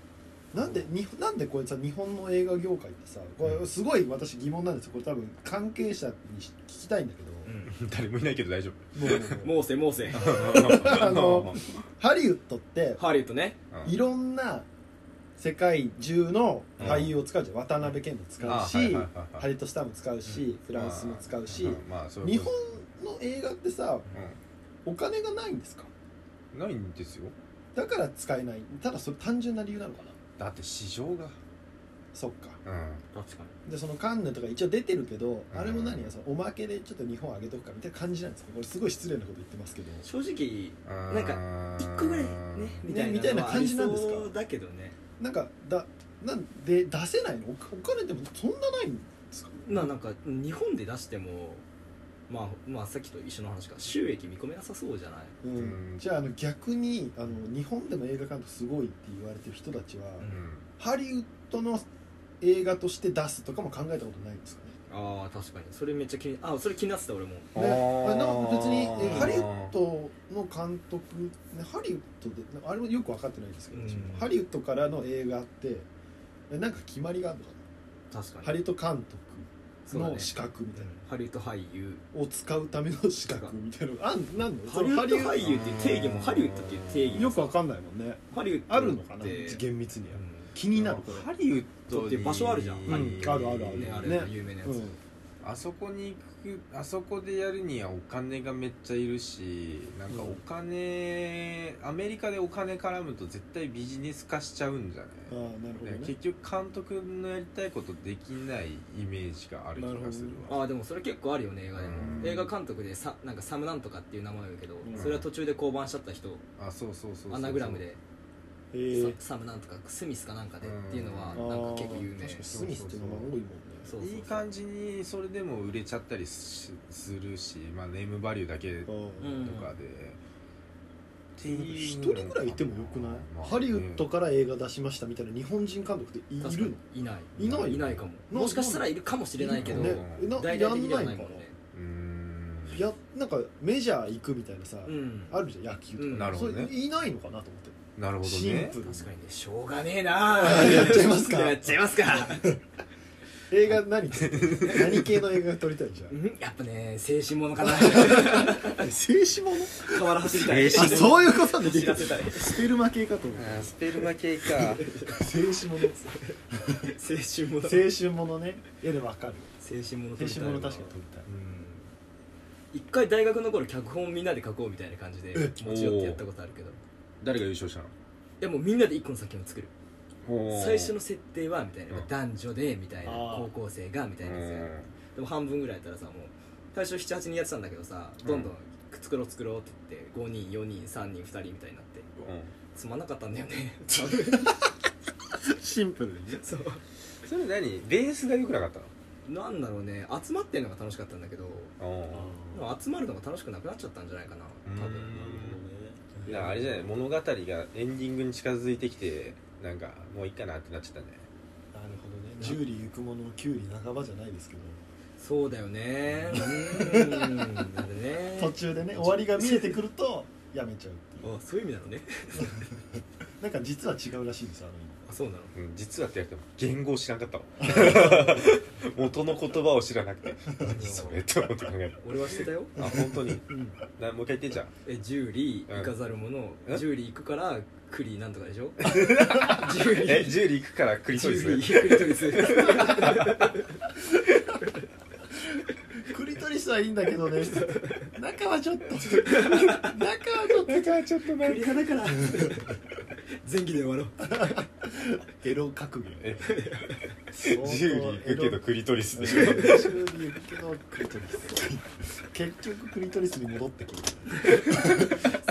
Speaker 5: なんでになんでこれさ日本の映画業界ってさこれすごい私疑問なんですよこれ多分関係者に聞きたいんだけど
Speaker 2: 誰もいないけど大丈
Speaker 5: もう
Speaker 1: モーセモーセ
Speaker 2: 夫
Speaker 5: あのハリウッドって
Speaker 1: ハリウッドね
Speaker 5: いろんな世界中の俳優を使うじゃん、渡辺謙も使うし、
Speaker 2: あはいはいはいはい
Speaker 5: ハリウッドスターも使うし、フランスも使うし、
Speaker 2: んまあそうい
Speaker 5: 日
Speaker 2: うこ
Speaker 5: 本の映画ってさ
Speaker 2: と
Speaker 5: お金がないんですか
Speaker 2: うんないんですよ
Speaker 5: だから使えないただそれ単純な理由なのかな
Speaker 2: だって市場が
Speaker 5: そっか
Speaker 2: うん
Speaker 1: 確かに
Speaker 5: でそのカンヌとか一応出てるけど、
Speaker 2: うん
Speaker 5: あれも何やそのおまけでちょっと日本上げとくかみたいな感じなんですかこれすごい失礼なこと言ってますけど
Speaker 1: 正直
Speaker 2: なん
Speaker 1: か一個ぐらいねみたいな
Speaker 5: みたいな感じなんですか
Speaker 1: のはありそうだけどね
Speaker 5: なんかだなんで出せないのおお金でもそんなないんですか
Speaker 1: まあなんか日本で出してもまあまあさっきと一緒の話か収益見込めなさそうじゃない
Speaker 5: うん
Speaker 2: うん
Speaker 5: じゃああの逆にあの日本でも映画監督すごいって言われてる人たちは、ハリウッドの映画として出すとかも考えたことないんですかね
Speaker 1: ああ確かにそれめっちゃ気にあそれ気になってた俺も
Speaker 5: ねあの別に
Speaker 2: あ
Speaker 5: え
Speaker 2: ー
Speaker 5: ハリウッドの監督、ね、ハリウッドであれもよく分かってないですけど、
Speaker 1: うん
Speaker 5: 自分ハリウッドからの映画ってえなんか決まりがあるのか
Speaker 1: 確か
Speaker 5: な
Speaker 1: に
Speaker 5: ハリウッド監
Speaker 1: そ
Speaker 5: 督
Speaker 1: うだね
Speaker 5: の資格みたいな、
Speaker 1: ハリウッド俳優
Speaker 5: を使うための資格みたいなのあんなんの
Speaker 1: ハリウッド
Speaker 5: そのハ
Speaker 1: 俳優っていう定義もハリウッドっていう定義
Speaker 5: よく分かんないもんね
Speaker 1: ハリウッド
Speaker 5: あるのかな
Speaker 1: って
Speaker 5: 厳密には、
Speaker 1: う
Speaker 5: 気になるこ
Speaker 2: ハリウッドに
Speaker 1: だって場所あるじゃん
Speaker 2: う
Speaker 5: うんあるあるあ
Speaker 1: ん
Speaker 5: る
Speaker 1: ねあれ
Speaker 5: ね
Speaker 1: 有名なやつ、
Speaker 5: れ、
Speaker 1: う
Speaker 5: う
Speaker 1: んん
Speaker 2: あそこに行くあそこでやるにはお金がめっちゃいるしなんかお金、アメリカでお金絡むと絶対ビジネス化しちゃうんじゃ
Speaker 5: ああ
Speaker 2: ない、
Speaker 5: なるほど
Speaker 2: ね
Speaker 5: ね
Speaker 2: 結局監督のやりたいことできないイメージがある気がするわ
Speaker 1: ああでもそれ結構あるよね映画でも、
Speaker 2: うん
Speaker 1: 映画監督でさなんかサムなんとかっていう名前を言うけど、
Speaker 5: ん
Speaker 1: それは途中で降板しちゃった人
Speaker 2: あそうそうそうそう
Speaker 1: アナグラムで
Speaker 5: え
Speaker 1: サ
Speaker 5: ー、
Speaker 1: サムなんとかスミスかなんかで
Speaker 2: うん
Speaker 1: っていうのは
Speaker 5: あ
Speaker 1: なんか結構有
Speaker 5: ー
Speaker 1: 名
Speaker 5: 確かにスミスっていうのが多いもんね
Speaker 1: そうそうそう
Speaker 2: いい感じにそれでも売れちゃったりしするし、まあ、ネームバリューだけ
Speaker 5: あ
Speaker 2: と
Speaker 5: ー
Speaker 1: うん
Speaker 2: かで、ってい
Speaker 5: 一
Speaker 2: う
Speaker 5: 人ぐらいいてもよくない、ハリウッド
Speaker 2: か
Speaker 5: から映画出しましたみたいな日本人監督っているの
Speaker 1: 確かにいない
Speaker 5: いないよね
Speaker 1: いないかも
Speaker 5: な
Speaker 1: もしかしたらいるかもしれないけど、
Speaker 5: ねえな
Speaker 1: 大
Speaker 5: や
Speaker 1: 々的
Speaker 5: ん
Speaker 1: で
Speaker 5: な
Speaker 1: はい
Speaker 5: の
Speaker 1: ない
Speaker 5: か
Speaker 1: も
Speaker 5: なん
Speaker 1: ね
Speaker 2: うーん
Speaker 5: やなんかメジャー行くみたいなさ、
Speaker 1: うん
Speaker 5: あるじゃん野球とか、
Speaker 1: うん
Speaker 2: なるほどね
Speaker 5: それいないのかなと思って
Speaker 2: なるほど
Speaker 5: シン
Speaker 2: ね
Speaker 5: プル
Speaker 1: 確かにねしょうがねえなあ
Speaker 5: やっちゃいますか
Speaker 1: やっちゃいますか
Speaker 5: 映画 何何系の映画撮りたいじゃ
Speaker 1: うんんやっぱね精神ものかな
Speaker 5: あれ静止もの
Speaker 1: 河原走りたい
Speaker 5: あそういうことで
Speaker 1: 走らせたい
Speaker 5: スペルマ系かと思う
Speaker 2: あースペルマ系か
Speaker 5: 静止もの
Speaker 1: 青春もの
Speaker 5: 青春ものね絵でわかる
Speaker 1: 青春もの撮
Speaker 5: 青
Speaker 1: りたい
Speaker 5: 春
Speaker 1: な
Speaker 5: もの確かに撮りたい
Speaker 1: うん一回大学の頃脚本みんなで書こうみたいな感じで持ち寄ってやったことあるけどい
Speaker 2: 誰が優勝した
Speaker 1: やもうみんなで一個の作品を作る
Speaker 2: の
Speaker 1: 最初の設定はみたいな、
Speaker 2: うん
Speaker 1: 男女でみたいな
Speaker 5: あー
Speaker 1: 高校生がみたいなやつやる
Speaker 2: う
Speaker 1: でも半分ぐらいやったらさもう最初78人やってたんだけどさどんどん作ろう作ろうって言って5人4人3人2人みたいになって
Speaker 2: んうん
Speaker 1: つまんなかったんだよ ね
Speaker 5: シンプルにね
Speaker 1: そう
Speaker 2: それ何ベースが良くなかった
Speaker 1: なんだろうね集まってんのが楽しかったんだけど
Speaker 2: の
Speaker 1: でも集まるのが楽しくなくなっちゃったんじゃないかな多分
Speaker 2: うんいやあれじゃない物語がエンディングに近づいてきてなんかもういいかなってなっちゃったんじゃない
Speaker 5: なるほどね十里行くもの九里半ばじゃないですけど
Speaker 1: そうだよねうーんなんで ね
Speaker 5: 途中でね終わりが見えてくるとやめちゃうっていう
Speaker 1: あそういう意味なのね
Speaker 5: なんか実は違うらしいんですよあ
Speaker 1: あそうなの
Speaker 2: うん実はってやっても言語を知らなか ったわ元の言葉を知らなくて何それって思って考えた
Speaker 1: 俺はしてたよ
Speaker 2: あ本当になもう一回言ってじゃん
Speaker 1: えジュリー行かざる者
Speaker 2: え
Speaker 1: ジュリー行くからクリーなんとか でしょジュリ
Speaker 2: え
Speaker 1: ー
Speaker 2: ジュリー行くからクリ
Speaker 1: ジ
Speaker 2: ソリス
Speaker 1: ュリークリトリ ス
Speaker 5: のクリトリスはいいんだけ どね中はちょっと中はちょっと
Speaker 2: ちょっとな
Speaker 1: クリアだから前期で終わろう
Speaker 5: エロ革命
Speaker 2: え
Speaker 5: ジ
Speaker 2: ジュリー行くけどクリトリスでしょ
Speaker 5: 十里行くけどクリトリス結局クリトリスに戻ってくる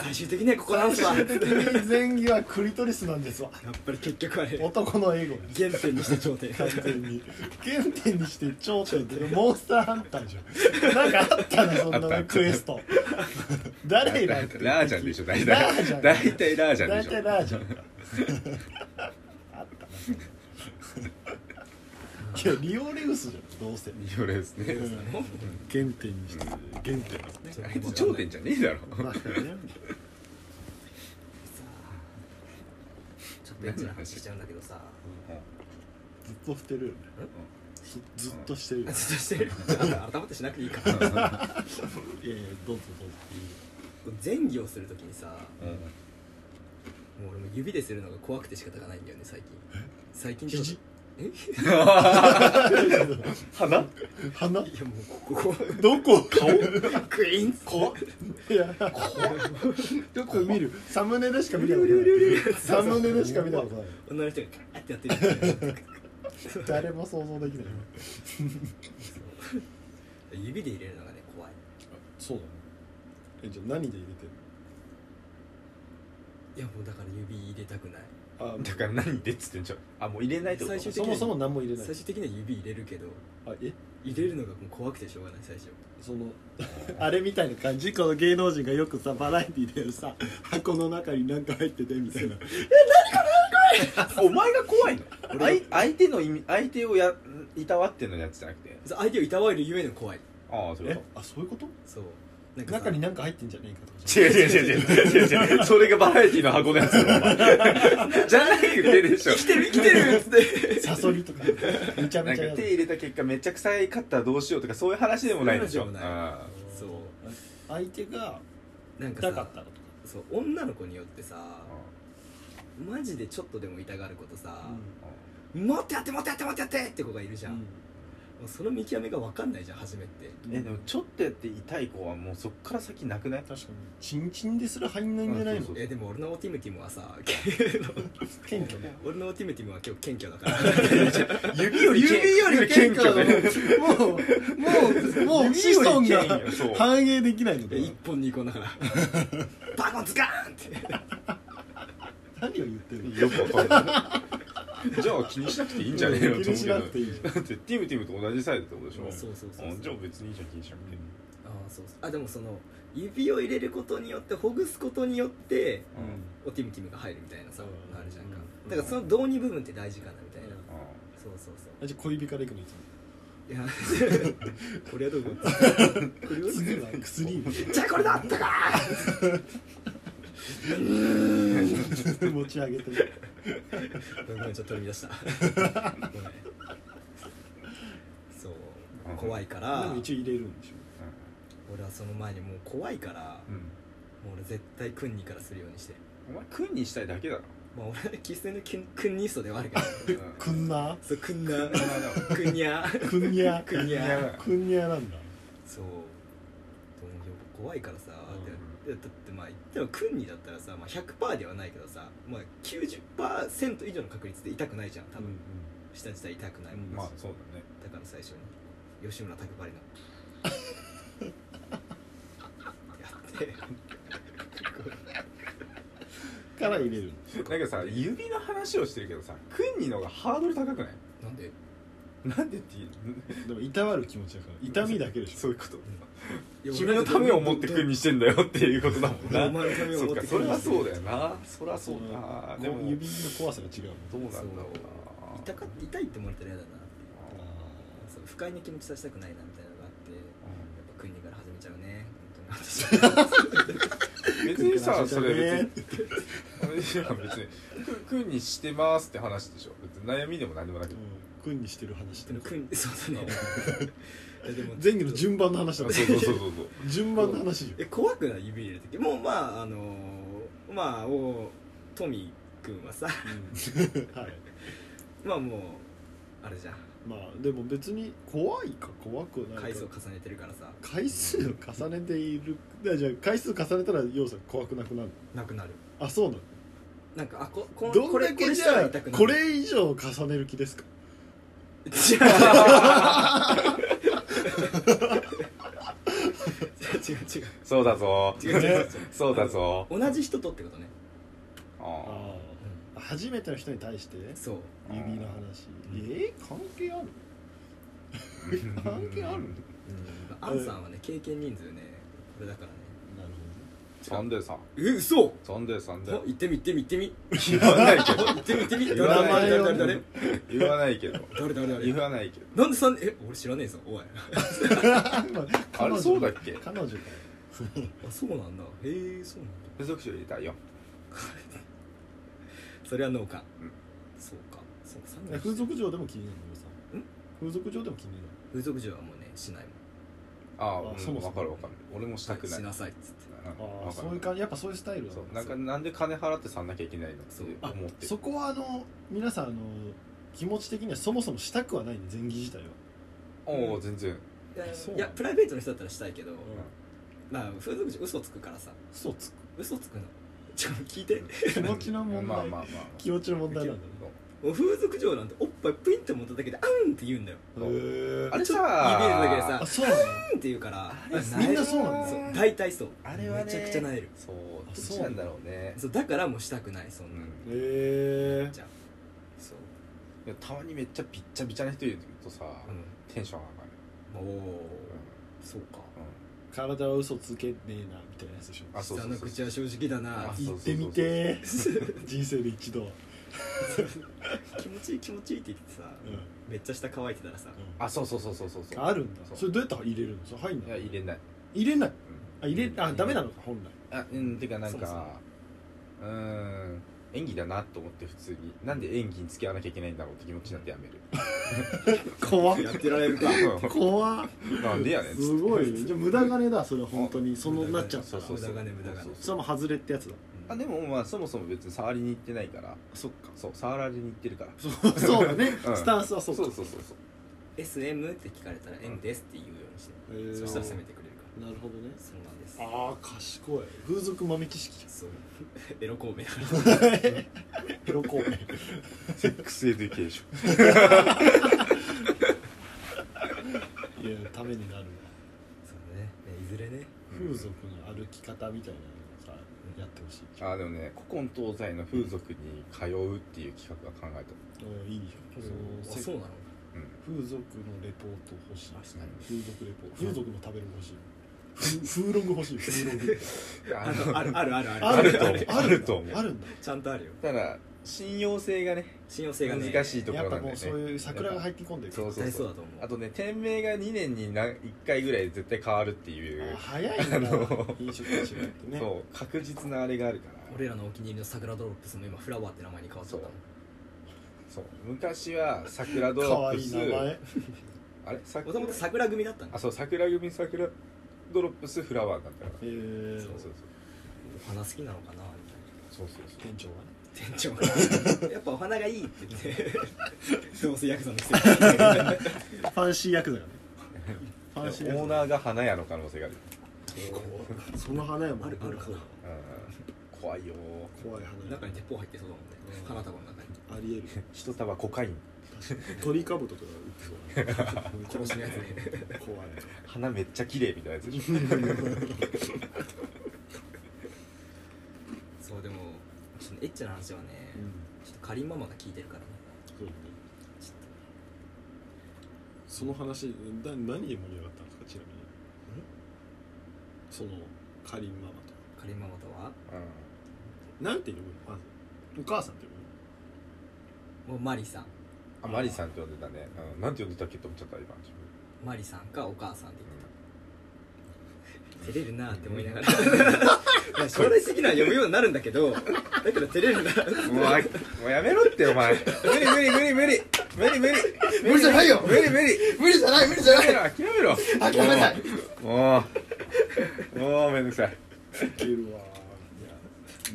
Speaker 1: 最終的にはここ なんすわや
Speaker 5: 最
Speaker 1: っ
Speaker 5: 終的に前儀はクリトリスなんですわ
Speaker 1: ぱり結局あれ
Speaker 5: 男の英語
Speaker 1: 原点にして頂 点
Speaker 5: 完全に原点にして頂点ってモンスターハンター じゃんなんかあったのそん
Speaker 2: あったあっ
Speaker 5: な
Speaker 2: た
Speaker 5: クエスト誰
Speaker 2: ラ
Speaker 5: なんて
Speaker 2: ージャンでしょ大
Speaker 5: ラージ
Speaker 2: 体
Speaker 5: ャン
Speaker 2: 大体ラージャンで
Speaker 5: 大
Speaker 2: しょ
Speaker 5: 体ラージャンかあったなそんないやリオレウスじゃんどうせ
Speaker 2: それですね
Speaker 5: 原点にして原点
Speaker 2: あいつ頂点じゃねえだろ
Speaker 5: だからね
Speaker 1: ちょっとエッチな話しちゃうんだけどさ
Speaker 5: ずっと捨てるよねずずっとしてるよ
Speaker 1: ずっとしてるじゃあ改めてしなくていいかな
Speaker 5: いやいやどうぞどうぞ
Speaker 1: 前儀をするときにさ
Speaker 5: う
Speaker 1: もう俺も指でするのが怖くて仕方がないんだよね最近最近ちょっと
Speaker 5: 肘
Speaker 1: えい
Speaker 5: 鼻鼻
Speaker 1: やもうここ
Speaker 5: どこ顔
Speaker 1: クイーン
Speaker 5: 怖っいやよく見るサムネでしか見たこと
Speaker 1: ルルルル
Speaker 5: な
Speaker 1: ルル
Speaker 5: いサムネでしか見たことない
Speaker 1: 女の人がカーってやってる
Speaker 5: 誰も想像できない
Speaker 1: 指で入れるのがね怖い
Speaker 5: そうだねえじゃあ何で入れてる
Speaker 1: いやもうだから指入れたくない
Speaker 5: あ
Speaker 2: だから何でっつってんじゃんあもう入れないってこと
Speaker 1: 最終的
Speaker 5: そ
Speaker 1: には
Speaker 5: もそも何も入れない
Speaker 1: 最終的には指入れるけど
Speaker 5: あえ
Speaker 1: 入れるのがもう怖くてしょうがない最初
Speaker 5: その あれみたいな感じこの芸能人がよくさバラエティーでさ箱の中に何か入っててみたいな
Speaker 2: お前が怖いの相相手の意味相手をやいたわってのやつじゃなくて
Speaker 1: そう相手をいたわれるゆえの怖い
Speaker 2: ああそういうこ
Speaker 5: あそういうこと
Speaker 1: そうなんかさ
Speaker 5: 中に何か入ってんじゃねえかとか
Speaker 2: と違う違う違う違う違う違うそれがバラエティの箱のやつだお前じゃなくてでしょ
Speaker 1: 生きてる生きてるっつって
Speaker 5: サソリとかめちゃ
Speaker 2: な
Speaker 5: め
Speaker 2: ん
Speaker 5: ちゃ
Speaker 2: か
Speaker 5: やだ
Speaker 2: 手入れた結果めっちゃ臭いかったらどうしようとかそういう話でもないでしょ
Speaker 1: そういう話でも
Speaker 2: あ
Speaker 1: そう
Speaker 5: 相手が
Speaker 1: なんか
Speaker 5: 痛か
Speaker 1: さ
Speaker 5: ったのとか
Speaker 1: そう女の子によってさ
Speaker 2: あ
Speaker 1: マジでちょっとでも痛がることさ「もっとやってもっとやってもっとやって!」って子がいるじゃん、もうその見極めが分かんないじゃん初めって
Speaker 2: えでもちょっとやって痛い子はもうそっから先なくない
Speaker 5: 確かにチンチンですら入んないんじゃないの
Speaker 2: そう
Speaker 1: えでも俺のオーティムティムはさ
Speaker 5: 謙虚ね
Speaker 1: 俺のオーティムティムは今日謙虚だから
Speaker 2: 指より
Speaker 5: 指よりも謙虚だねもうもうもう子孫が
Speaker 2: そう
Speaker 5: 反映できないので
Speaker 1: 一本二個だからバコンズカーンって
Speaker 5: 何を言ってるの
Speaker 2: よくわかんないじゃあ気にしなくていいんじゃねえよ
Speaker 5: 気にしなくていいじゃん
Speaker 2: だってティムティムと同じサイズってことでしょ
Speaker 1: そうそうそう
Speaker 2: あじゃあ別にいいじゃん気にしなくて
Speaker 1: あーそうそうあでもその指を入れることによってほぐすことによって
Speaker 2: う
Speaker 1: お
Speaker 2: ん
Speaker 1: ティムティムが入るみたいなさ
Speaker 5: うん
Speaker 1: あるじゃんか
Speaker 5: うん
Speaker 1: だからその導入部分って大事かなみたいな
Speaker 5: うん
Speaker 1: そうそうそう
Speaker 5: あじゃあ小指からいくのいつも
Speaker 1: いや これはどうかこれは
Speaker 5: 次は薬に
Speaker 1: じゃあこれだったか
Speaker 5: 持ち上げてる
Speaker 1: ごめんごめんちょっと取り乱したごめんそう
Speaker 2: うん
Speaker 1: 怖いか
Speaker 5: で
Speaker 1: ら
Speaker 5: も一応入れるんでしょ
Speaker 1: 俺はその前にもう怖いから
Speaker 2: うん
Speaker 1: もう俺絶対クンニからするようにしてる
Speaker 2: お前君にしたいだけだろ
Speaker 1: まあ俺は喫煙のキンクンニストではあるけど
Speaker 5: くんな
Speaker 1: そうクンナクンニャ
Speaker 5: くんにゃ
Speaker 1: クンニャ
Speaker 5: くんにゃなんだ
Speaker 1: そうでもやっぱ怖いからさ、
Speaker 2: う
Speaker 1: でだってまあ言ってもクンニだったらさ、まあ、100%ではないけどさ、まあ、90%以上の確率で痛くないじゃん多分、下自体痛くないもん、
Speaker 2: まあそうだね
Speaker 1: だから最初に吉村拓ば りのやって
Speaker 5: から入れる
Speaker 2: なんかさ指の話をしてるけどさ君にのがハードル高くない
Speaker 1: なんで
Speaker 2: なんでって言う
Speaker 5: でもいたわる気持ちだから痛みだけでしょ
Speaker 2: そういうこと
Speaker 1: いや
Speaker 2: 君のためを思って
Speaker 1: 俺
Speaker 2: 君にしてんだよっていうことだも
Speaker 1: お前
Speaker 2: んな
Speaker 1: のためを
Speaker 2: そ
Speaker 1: 思っ
Speaker 2: う
Speaker 1: て
Speaker 2: か
Speaker 1: 君
Speaker 2: それはそう
Speaker 1: だ
Speaker 2: だよなそれはそうだなで
Speaker 5: で
Speaker 2: も
Speaker 5: も指の怖さが違う
Speaker 2: どうなんだろうな
Speaker 1: 痛か痛いって思われたら嫌だなそう不快な気持ちさせたくないなみたいなのがあってやっぱクンニから始めちゃうね本当に私
Speaker 2: 別にさそれ別
Speaker 5: ね
Speaker 2: に いや別に「くんにしてます」って話でしょ別に悩みでも何でもなく
Speaker 5: くんにしてる 話
Speaker 1: でもクンそうだねいやでも
Speaker 5: 前儀の順番の話
Speaker 2: そう
Speaker 5: だか
Speaker 2: そうそうそうそう
Speaker 5: ら順番の話よ
Speaker 1: え怖くない指入れる時もうまああのーまあおトミー君はさ
Speaker 5: はい
Speaker 1: まあもうあれじゃん
Speaker 5: まあでも別に怖いか怖くない
Speaker 1: 回
Speaker 5: か
Speaker 1: 数を重ねてるからさ
Speaker 5: 回数を重ねているだじゃあ回数重ねたら要素が怖くなくなる
Speaker 1: なくなる
Speaker 5: あそうな
Speaker 1: なんかあここ
Speaker 5: のど
Speaker 1: こ
Speaker 5: んだ
Speaker 1: れこ
Speaker 5: け
Speaker 1: れ
Speaker 5: じ
Speaker 1: したら
Speaker 5: ゃ
Speaker 1: 痛く
Speaker 5: あ
Speaker 1: なる
Speaker 5: これ以上重ねる気ですか
Speaker 1: 違う 違う違う
Speaker 2: そうだぞ
Speaker 1: 違う違う違う
Speaker 2: そうだぞ
Speaker 1: 同じ人とってことね
Speaker 2: あ
Speaker 5: ああ初めての人に対して
Speaker 1: そう
Speaker 5: 指の話えー、関係ある
Speaker 2: ー
Speaker 5: 関係ある
Speaker 1: アンさんはね経験人数ねこれだからね
Speaker 5: なる
Speaker 2: サンデーさん
Speaker 1: え嘘
Speaker 2: サンデーさんで
Speaker 1: 行ってみ行ってみ行ってみ
Speaker 2: 言わないけど
Speaker 1: 行ってみ行ってみ誰
Speaker 2: 言わない
Speaker 1: 誰誰誰
Speaker 2: 言わないけど
Speaker 1: 誰誰誰
Speaker 2: 言わないけど
Speaker 1: なんでさんえ俺知らねえぞおいあ
Speaker 5: ほどね
Speaker 2: あれそうだっけ
Speaker 5: 彼女か
Speaker 1: そうなんだへえそうなんだ
Speaker 2: 付属種入れたいよ
Speaker 1: それは農家、
Speaker 2: うん
Speaker 1: そうかそうか
Speaker 5: 風俗嬢でも気になるのさ
Speaker 1: 3
Speaker 5: 風俗上でも気になる
Speaker 1: 風俗嬢はもうねしないもん
Speaker 2: ああ
Speaker 5: あ
Speaker 2: うん
Speaker 5: そもそも
Speaker 2: 分かる分かる俺もしたくない
Speaker 1: しなさいっつって
Speaker 2: なんか
Speaker 5: ああ
Speaker 2: わか
Speaker 5: そ
Speaker 2: る
Speaker 5: ういう感じやっぱそういうスタイルだ
Speaker 2: そうなんかなんで金払ってさんなきゃいけないのって
Speaker 1: そう
Speaker 5: あ
Speaker 2: 思って
Speaker 5: そこはあの皆さんあの気持ち的にはそもそもしたくはないんで前儀自体は
Speaker 2: おお全然
Speaker 1: いや
Speaker 5: そう
Speaker 1: いやプライベートの人だったらしたいけど、まあ風俗嬢嘘つくからさ
Speaker 5: 嘘つく
Speaker 1: 嘘つくのちょっと聞いて、
Speaker 5: 気持ちの
Speaker 2: まあ
Speaker 5: 問題、
Speaker 2: まあまあま
Speaker 5: 気持ちの問題なんだね
Speaker 1: もう風俗嬢なんておっぱいプインって持っただけで「あん!」って言うんだよ
Speaker 2: そう
Speaker 5: へえ
Speaker 2: あれさ
Speaker 1: 指入れるだけで
Speaker 5: あ
Speaker 1: さ
Speaker 5: そうなの
Speaker 1: 「うん!」って言うから
Speaker 5: れはみんなそうなんだ
Speaker 1: そう大体そう
Speaker 2: あれはね
Speaker 1: めちゃくちゃなえる
Speaker 2: そうど
Speaker 5: あ
Speaker 2: っ
Speaker 5: そう
Speaker 2: ちなんだろうね
Speaker 1: そうだからもうしたくないそ
Speaker 2: うん
Speaker 1: な、
Speaker 2: ん
Speaker 5: へえ
Speaker 1: じゃあそう、
Speaker 2: いやたまにめっちゃびっちゃびちゃな人いるとさ
Speaker 1: う
Speaker 2: テンション上がる
Speaker 1: ん、おおそうか
Speaker 2: う
Speaker 5: 体は嘘つけねえなみたいなやつでしょ
Speaker 2: んあそう
Speaker 1: 下
Speaker 2: そう
Speaker 1: の
Speaker 2: そう
Speaker 1: 口は正直だな
Speaker 2: あ
Speaker 5: 行ってみて
Speaker 1: そうそう
Speaker 5: ー人生で一度は
Speaker 1: 気持ちいい気持ちいいって言ってさ、
Speaker 5: うん
Speaker 1: めっちゃ下乾いてたらさ
Speaker 2: あそうそうそうそうそうそう
Speaker 5: あるんだ
Speaker 2: そう
Speaker 5: それどうやったら入れるのそれ入ん
Speaker 2: い
Speaker 5: な
Speaker 2: や
Speaker 5: い
Speaker 2: 入れない
Speaker 5: 入れない
Speaker 2: うん
Speaker 5: あ入れあダメなのか本来
Speaker 2: あうんてかなん
Speaker 1: そもそも
Speaker 2: かうーん演技だなと思って普通になんで演技に付き合わなきゃいけないんだろうって気持ちになってやめ る
Speaker 5: 怖っ
Speaker 1: やってられる か
Speaker 5: 怖っ
Speaker 2: なんでやねんっつ
Speaker 5: す
Speaker 2: って
Speaker 5: ごい ねじゃあ無駄金だそれ本当にそのなっちゃった
Speaker 2: そう
Speaker 5: ら
Speaker 2: そうそう
Speaker 1: 無駄金無駄金
Speaker 2: そうそう
Speaker 5: それも外れってやつだ
Speaker 2: あでもまあそもそも別に触りに行ってないから
Speaker 5: そっか
Speaker 2: そう触られに行ってるから
Speaker 5: そうそうだね、
Speaker 2: うん
Speaker 5: スタンスはそうか
Speaker 2: そうそうそうそう
Speaker 1: SM って聞かれたら「M です」って言うようにして、
Speaker 5: へー
Speaker 1: そしたら攻めてくれるか
Speaker 5: なるほどね
Speaker 1: らそうなんです
Speaker 5: ああ賢い風俗豆知識
Speaker 1: そう エロ神戸だか
Speaker 5: エ ロ神戸
Speaker 2: セックスエデュケーション
Speaker 5: いやためになるわ
Speaker 1: らそうねねいずれね
Speaker 5: 風俗の歩き方みたいなのをさやってほしい
Speaker 2: あーでもね古今東西の風俗に通うっていう企画は考えた
Speaker 5: おいいじゃ
Speaker 1: あ
Speaker 5: んそのせ
Speaker 1: そうなの
Speaker 5: 風俗のレポート欲しい
Speaker 1: 確か
Speaker 5: 風俗レポート風俗の食べる欲しいふ風ログ 欲しい風ログ
Speaker 2: あ
Speaker 1: あ
Speaker 2: の
Speaker 1: のあるあるあるある
Speaker 2: あると思うあると思う
Speaker 5: あるあるんだ
Speaker 1: ちゃんとあるよ
Speaker 2: ただ信用性がね
Speaker 1: 信用性がね
Speaker 2: 難しい
Speaker 1: 絶
Speaker 2: とこ
Speaker 5: や
Speaker 2: ろ
Speaker 5: っ
Speaker 2: な
Speaker 5: ぱ
Speaker 2: んだよ
Speaker 5: もう
Speaker 2: ね
Speaker 5: そういう桜が入ってき込んでる
Speaker 2: そうそう
Speaker 1: 対そ
Speaker 2: そうう
Speaker 1: だと思う
Speaker 2: あとね店名が2年にな1回ぐらい絶対変わるっていう
Speaker 5: あ早いんだ な
Speaker 2: あの
Speaker 5: 飲食店違ってね
Speaker 2: そう確実なあれがあるから
Speaker 1: 俺らのお気に入りの桜ドロップスも今フラワーって名前に変わっちゃったの
Speaker 2: そう昔は桜ド
Speaker 5: か
Speaker 2: ロ
Speaker 5: わ
Speaker 2: ップ
Speaker 5: いい
Speaker 2: ス
Speaker 5: 名前
Speaker 2: あれ
Speaker 1: も
Speaker 2: 桜
Speaker 1: ともと桜組だったん
Speaker 2: あ
Speaker 1: だ
Speaker 2: そう桜組桜ドロップスフラワーだったから
Speaker 5: えー
Speaker 2: そうそう
Speaker 1: お花好きなのかなみたいな
Speaker 2: そうそうそうそう
Speaker 5: 店長はね
Speaker 1: 店 長がやっぱお花がいいって言ってどうせヤクザの くせに
Speaker 5: ファンシーヤクザがねファンシーヤクザ
Speaker 2: オーナーが花屋の可能性がある、
Speaker 5: その花屋も
Speaker 1: あるあるかな
Speaker 2: うん、怖いよ
Speaker 5: 怖い花
Speaker 1: 中に鉄砲入ってそうだもんね花束の中に
Speaker 5: ありえる
Speaker 2: 一束コカイン
Speaker 5: 鳥かぶととか売ってそう
Speaker 1: 殺しのやつね
Speaker 5: 怖い
Speaker 2: 花めっちゃ綺麗みたいなやつでし ょ
Speaker 1: そうでもちょっとエッチな話はねちょっとかりんママが聞いてるからね
Speaker 5: そうねその話だ何で盛り上がったんですかちなみにそのかりんママと
Speaker 1: かりんママとは
Speaker 2: う
Speaker 5: なんて呼ぶのまずお母さんって呼ぶの
Speaker 1: もうマリさん
Speaker 2: んあマリさんって呼んでたね、うん、なんて呼んでたっけって思っちゃった今自
Speaker 1: マリさんかお母さんって言ってた照れるなって思い ながらまあ将来的には読むようになるんだけどだけど照れるな
Speaker 2: 分もうあもうやめろってお前無理無理無理無理無理無理無理じゃないよ無理無理
Speaker 4: 無理じゃない無理じゃない
Speaker 2: 諦めろ諦めろ諦めないもうもうめんどくさい
Speaker 5: いるわいや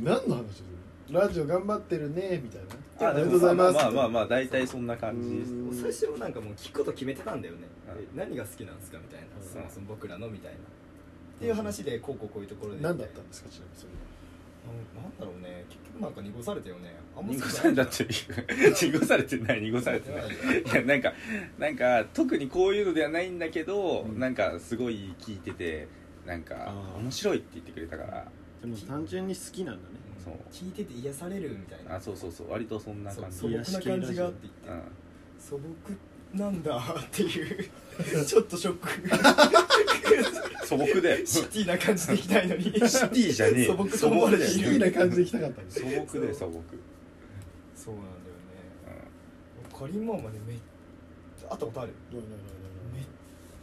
Speaker 5: 何の話するラジオ頑張ってるねみたいな
Speaker 2: まあまあまあ大体そんな感じです
Speaker 5: うーん
Speaker 1: 最初はなんかもう聞くこと決めてたんだよね、
Speaker 2: うん
Speaker 1: え何が好きなんですかみたいな、
Speaker 5: うん
Speaker 1: そもそも僕らのみたいな、っていう話でこうこうこういうところで
Speaker 5: 何だった
Speaker 1: うん
Speaker 5: ですかちなみにそれは
Speaker 1: なんだろうね結局なんか濁されたよねあんま
Speaker 2: 濁されたっていう濁されてない濁されて ないいやなんかなんか特にこういうのではないんだけど、
Speaker 5: うん
Speaker 2: なんかすごい聞いててなんか
Speaker 5: あー
Speaker 2: 面白いって言ってくれたから
Speaker 5: でも単純に好きなんだね
Speaker 1: うん
Speaker 2: そう
Speaker 1: 聞いてて癒されるみたいな
Speaker 2: あそうそうそう割とそんな
Speaker 1: そう
Speaker 2: 感じ
Speaker 1: 素
Speaker 2: う
Speaker 1: 朴
Speaker 2: ん
Speaker 5: や
Speaker 1: な感じがあって言って素朴なんだっていう ちょっとショック
Speaker 2: 素朴だよ
Speaker 1: シ
Speaker 2: シ
Speaker 1: ティな感じでいきたいのに
Speaker 2: ティじゃねえよ
Speaker 1: 素朴と
Speaker 2: 素
Speaker 1: 思わ
Speaker 2: 朴
Speaker 1: れ
Speaker 2: だ
Speaker 1: て
Speaker 2: よ
Speaker 5: 好
Speaker 1: い
Speaker 5: き
Speaker 1: る
Speaker 5: な感じで行きたかったんです
Speaker 2: 素朴だよ素朴、
Speaker 1: そうなんだよねカリンママでめっちゃ会ったことある
Speaker 5: どうどうどうどう
Speaker 1: めっ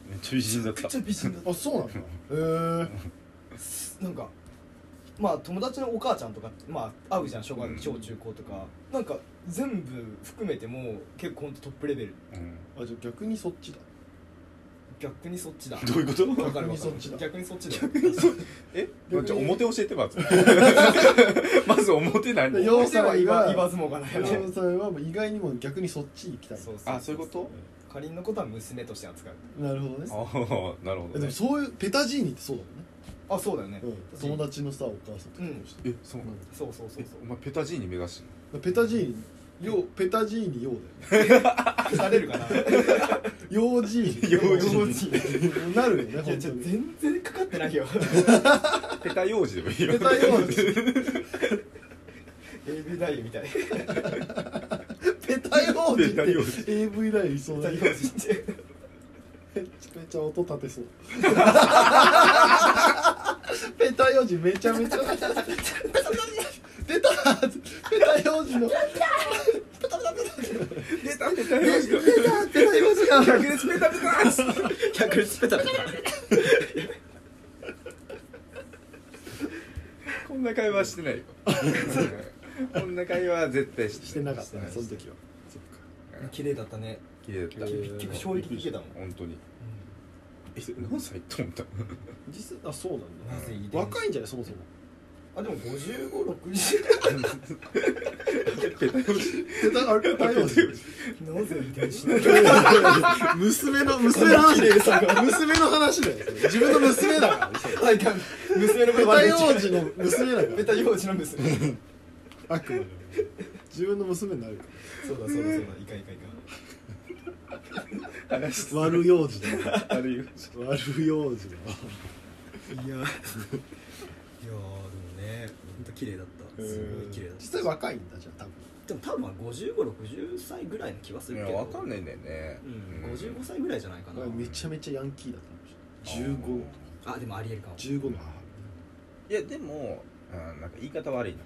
Speaker 2: うん、めっちゃ美人だった
Speaker 1: ちゃ美人だった
Speaker 5: あそうなんだへ
Speaker 1: なんかまあ友達のお母ちゃんとかまあ会うじゃん小学、
Speaker 2: うん
Speaker 1: 小中高とかなんか全部含めてもう結構ほんとトップレベル
Speaker 8: うん
Speaker 5: あじゃあ逆にそっちだ
Speaker 1: 逆にそっちだ
Speaker 2: どういうこと
Speaker 1: わかるわか
Speaker 5: 逆にそ
Speaker 1: る
Speaker 5: っちだ
Speaker 1: 逆にそっちだ
Speaker 2: じゃあ表教えてまず まず表何
Speaker 5: で
Speaker 1: ど
Speaker 5: よ
Speaker 1: うしては言わ言わずもがないよね
Speaker 5: 山さんはもう意外にも逆にそっち行きたい
Speaker 1: そう
Speaker 2: あそういうこと
Speaker 1: かりんのことは娘として扱う
Speaker 5: なるほどね
Speaker 2: ああなるほど
Speaker 5: えでも
Speaker 2: ね
Speaker 5: そういうペタジーニってそうだもんね
Speaker 1: あそうだよね
Speaker 5: うん友達のさお母さんと結婚して
Speaker 2: えそうなの
Speaker 1: そうそうそうそ
Speaker 2: お前ペタジーニ目指してんの
Speaker 5: ペタジーニようペタジーニようだよね
Speaker 1: うされるかな
Speaker 5: 幼児ーニ
Speaker 2: 幼児
Speaker 5: 幼児ーニなるよね
Speaker 1: いや
Speaker 5: 本
Speaker 1: ち
Speaker 5: 当
Speaker 1: ょ
Speaker 5: に
Speaker 1: 全然かかってないよ
Speaker 2: ペタ幼児でもいいよ
Speaker 5: ペタ 幼児
Speaker 1: AV 男優みたい
Speaker 5: ペタ幼児
Speaker 2: ペ
Speaker 5: っ
Speaker 2: タ幼
Speaker 5: て AV ラインいそうだよねめちゃめちゃ音立てそうペタ幼児めちゃめちゃ出たペタ幼児の
Speaker 2: ペタペタ幼児
Speaker 5: ペタ幼児が
Speaker 2: 逆にペタペタ
Speaker 1: 逆にペタペタ
Speaker 2: こんな会話して ないよこんな会話は絶対して
Speaker 5: してなかったねその時は
Speaker 1: 綺麗だったね
Speaker 2: 綺麗だった
Speaker 1: 結構衝撃的だもん
Speaker 2: 本当にえ何歳って思った
Speaker 5: 実あそうなん
Speaker 1: なぜ遺
Speaker 5: だ
Speaker 1: 伝
Speaker 5: 若いんじゃないそもそも
Speaker 1: あでも5560
Speaker 2: ペタ幼児
Speaker 5: ペタあれペタ幼児
Speaker 1: なぜ遺伝しない
Speaker 5: 娘の娘の話娘の話だよそれ自分の娘だ からそれ
Speaker 1: はいかん娘の声
Speaker 5: ペタ
Speaker 1: 悪い
Speaker 5: 幼児の娘だか
Speaker 1: ベ
Speaker 5: ら
Speaker 1: タ幼児の娘
Speaker 5: あくまでも自分の娘になるか
Speaker 1: そうだそうだそうだいかんいかんいかん
Speaker 5: ら悪幼児だよ
Speaker 2: 悪い幼児
Speaker 5: 悪幼児だわ
Speaker 1: い やいやーでもね本当綺麗だったすごい綺麗だっ
Speaker 5: 実
Speaker 1: た
Speaker 5: 際若いんだじゃあ多分
Speaker 1: でも多分5560歳ぐらいの気はす
Speaker 2: い
Speaker 1: る
Speaker 2: や
Speaker 1: けど
Speaker 2: わかんないんだよね
Speaker 1: うん55歳ぐらいじゃないかな
Speaker 5: めちゃめちゃヤンキーだったかもしれない
Speaker 1: あでもありえるかも
Speaker 5: 15 15の
Speaker 2: いやでもあーなんか言い方悪いな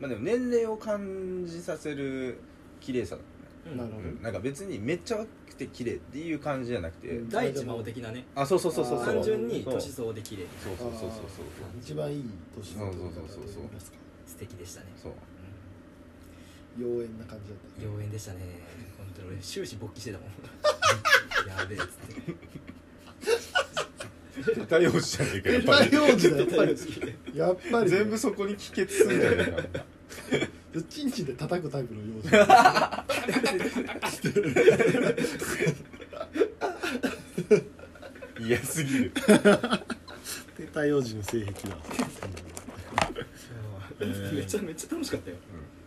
Speaker 2: まあでも年齢を感じさせる綺麗さだ
Speaker 5: 母なる
Speaker 2: う
Speaker 5: ほ
Speaker 2: んなんか別にめっちゃ若くて綺麗っていう感じじゃなくて、
Speaker 5: うん
Speaker 1: 第一魔王的なね
Speaker 2: あそうそうそうそうそう
Speaker 1: 単純に
Speaker 2: そう
Speaker 1: 年相応で綺麗
Speaker 2: そうそうそうそう
Speaker 5: ど一番いい年の取り方といいますか
Speaker 1: 素敵でしたね
Speaker 2: そうそう
Speaker 5: 妖艶な感じだった
Speaker 1: 妖艶でしたね本当に俺終始勃起して たもんやべえっつって
Speaker 2: 絶対幼児じゃねえかや
Speaker 5: ペ
Speaker 2: っぱ
Speaker 5: タ
Speaker 2: り
Speaker 5: 幼児だよやっぱり
Speaker 2: 全 部そこに帰結するんじゃねえか
Speaker 5: チンチンで叩くタイプの幼児
Speaker 2: 嫌すぎる
Speaker 5: ペタ幼児の性癖だ
Speaker 1: めちゃめちゃ楽しかったよ
Speaker 2: う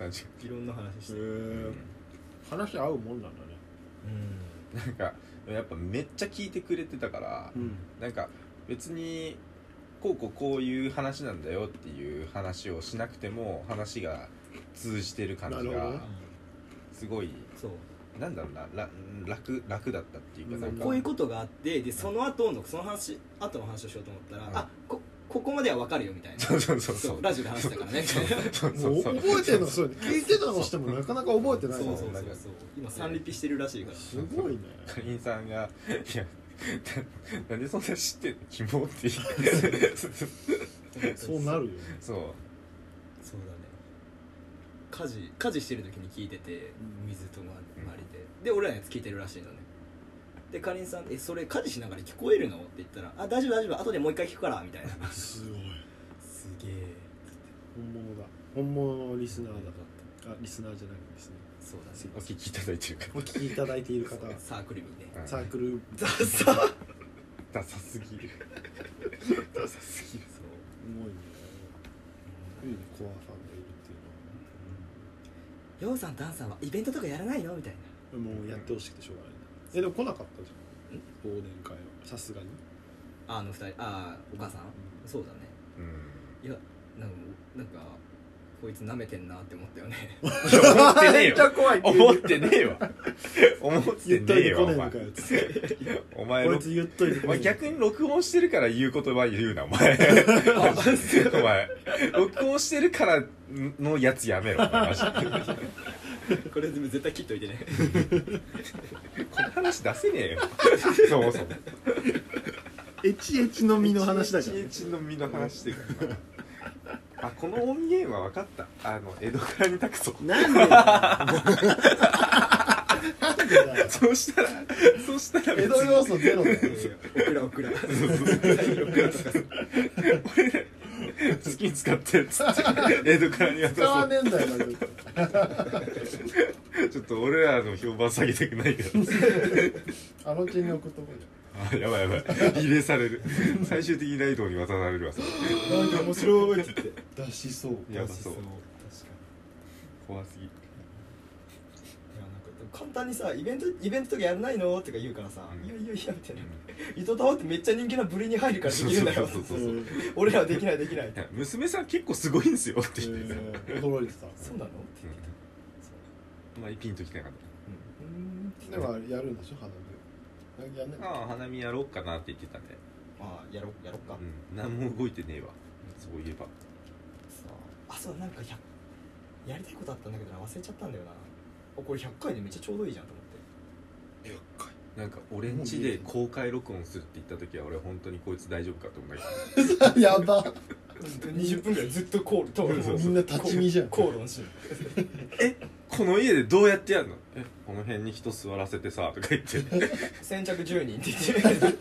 Speaker 2: んなんか
Speaker 1: いろんな話してうん
Speaker 5: 話合うもんなんだね
Speaker 2: なんかやっぱめっちゃ聞いてくれてたから、なんか別にこうこうこういう話なんだよっていう話をしなくても話が通じてる感じ
Speaker 5: なるほど
Speaker 2: が
Speaker 5: ね
Speaker 2: すごい
Speaker 1: そう
Speaker 2: なんだろうなら楽楽だったっていうかなんか
Speaker 1: こういうことがあってでその後のその話後の話をしようと思ったら、
Speaker 2: うん
Speaker 1: あこここまでは分かるよみたいな
Speaker 2: そうそうそうそう
Speaker 1: ラジオで話したからねみたいな
Speaker 2: そう
Speaker 5: もう覚えてるのがすごいね聞いてたのしてもなかなか覚えてない
Speaker 1: そう
Speaker 5: もん
Speaker 1: そうそうそう今三リピしてるらしいから
Speaker 5: すごいね
Speaker 2: かりんさんが「いやななんでそんな知ってんのキモ」って言って
Speaker 5: そうなるよね
Speaker 2: そ
Speaker 1: そうだね家事家事してる時に聞いてて水とまりで、で俺らのやつ聞いてるらしいのねでかりんさん「えそれ家事しながら聞こえるの?」って言ったら「あ大丈夫大丈夫後でもう一回聞くから」みたいな
Speaker 5: すごい
Speaker 1: すげえ
Speaker 5: 本物だ本物のリスナーだあリスナーじゃなくてですね
Speaker 1: そうだね
Speaker 2: うお聞きいただいてるか
Speaker 5: お聞きいただいている方
Speaker 1: サークルにね
Speaker 2: ら
Speaker 5: サークル
Speaker 1: ザサー
Speaker 2: ダサすぎるダサすぎる
Speaker 1: そう
Speaker 5: 重いねいいねコアファンがいるって
Speaker 1: ようさんダンさんはイベントとかやらないのみたいな
Speaker 5: いうのはもうやってほしくてしょうがないなえでも来なかったじゃん忘年会はさすがに
Speaker 1: ああの二人ああお母さん、そうだね
Speaker 2: うん
Speaker 1: いやなんかなんかこいつ舐めてんなって思 ったよね
Speaker 2: いや思ってねえよ
Speaker 5: 怖い
Speaker 2: 思ってねえわ思って
Speaker 5: 言っ
Speaker 2: ね
Speaker 5: とい
Speaker 2: え
Speaker 5: て
Speaker 2: わお
Speaker 5: 来ねえ
Speaker 2: 前
Speaker 5: のかよつって
Speaker 2: お前
Speaker 5: こい
Speaker 2: ろ
Speaker 5: つ言っといて
Speaker 2: お前
Speaker 5: 来ねえのかよ
Speaker 2: 逆に録音してるから言う言葉言うなお 前お前録音してるからのやつやめろお前マジで
Speaker 1: これ絶対切っといてね
Speaker 2: この話出せねえよそもそも
Speaker 5: エチエチの実の話だから
Speaker 2: 一日の身の話してるからあこの音源は分かったあの江戸からに託そう
Speaker 1: なんでだよ
Speaker 5: なんでだよ
Speaker 2: そうしたらそうしたら
Speaker 5: 江
Speaker 2: 別
Speaker 5: 戸
Speaker 2: に
Speaker 5: 要素ゼロだよ
Speaker 1: オ クラオクラ
Speaker 2: 好きに使ってっつって江戸からに渡
Speaker 5: 使
Speaker 2: そ
Speaker 5: わ
Speaker 2: う
Speaker 5: ねえんだよなんか
Speaker 2: ちょっと俺らの評判下げたくないから
Speaker 5: あのうちに送っとこう
Speaker 2: あやばいやばい入れされる最終的にライドに渡られるわそれ
Speaker 5: よなんか面白いって出しそう
Speaker 2: やばそう
Speaker 1: 確かに
Speaker 2: 怖すぎ
Speaker 1: い
Speaker 2: る
Speaker 1: やなんかでも
Speaker 9: 簡単にさイベントイベントとかやらないのとか言うからさ、
Speaker 2: うん
Speaker 9: いやいやいやみたいな、糸玉ってめっちゃ人気な部類に入るからできるんだよ
Speaker 2: そうそうそうそう
Speaker 5: うん
Speaker 9: 俺らはできないできない
Speaker 2: いや娘さん結構すごいんですよって言ってた
Speaker 5: えー驚いてた
Speaker 9: そうなのって言って
Speaker 2: あんまりピンときてなかった
Speaker 9: たうーんって
Speaker 5: でもあれやるんでしょ花火やんね
Speaker 2: ああ花見やろうかなって言ってたね
Speaker 9: まあやろやろっか、
Speaker 2: うん何も動いてねえわそういえば
Speaker 9: さああそうなんかややりたいことあったんだけどな忘れちゃったんだよなあこれ100回でめっちゃちょうどいいじゃんと思って
Speaker 2: なんか俺んちで公開録音するって言った時は俺本当にこいつ大丈夫かと思ったけど
Speaker 5: やば
Speaker 9: 20分ぐらいずっとコール討論
Speaker 2: そう
Speaker 5: みんな立ち見じゃん
Speaker 9: 口論し
Speaker 2: この家でどうやってやるのえこの辺に人座らせてさとか言って
Speaker 9: 先着10人って言って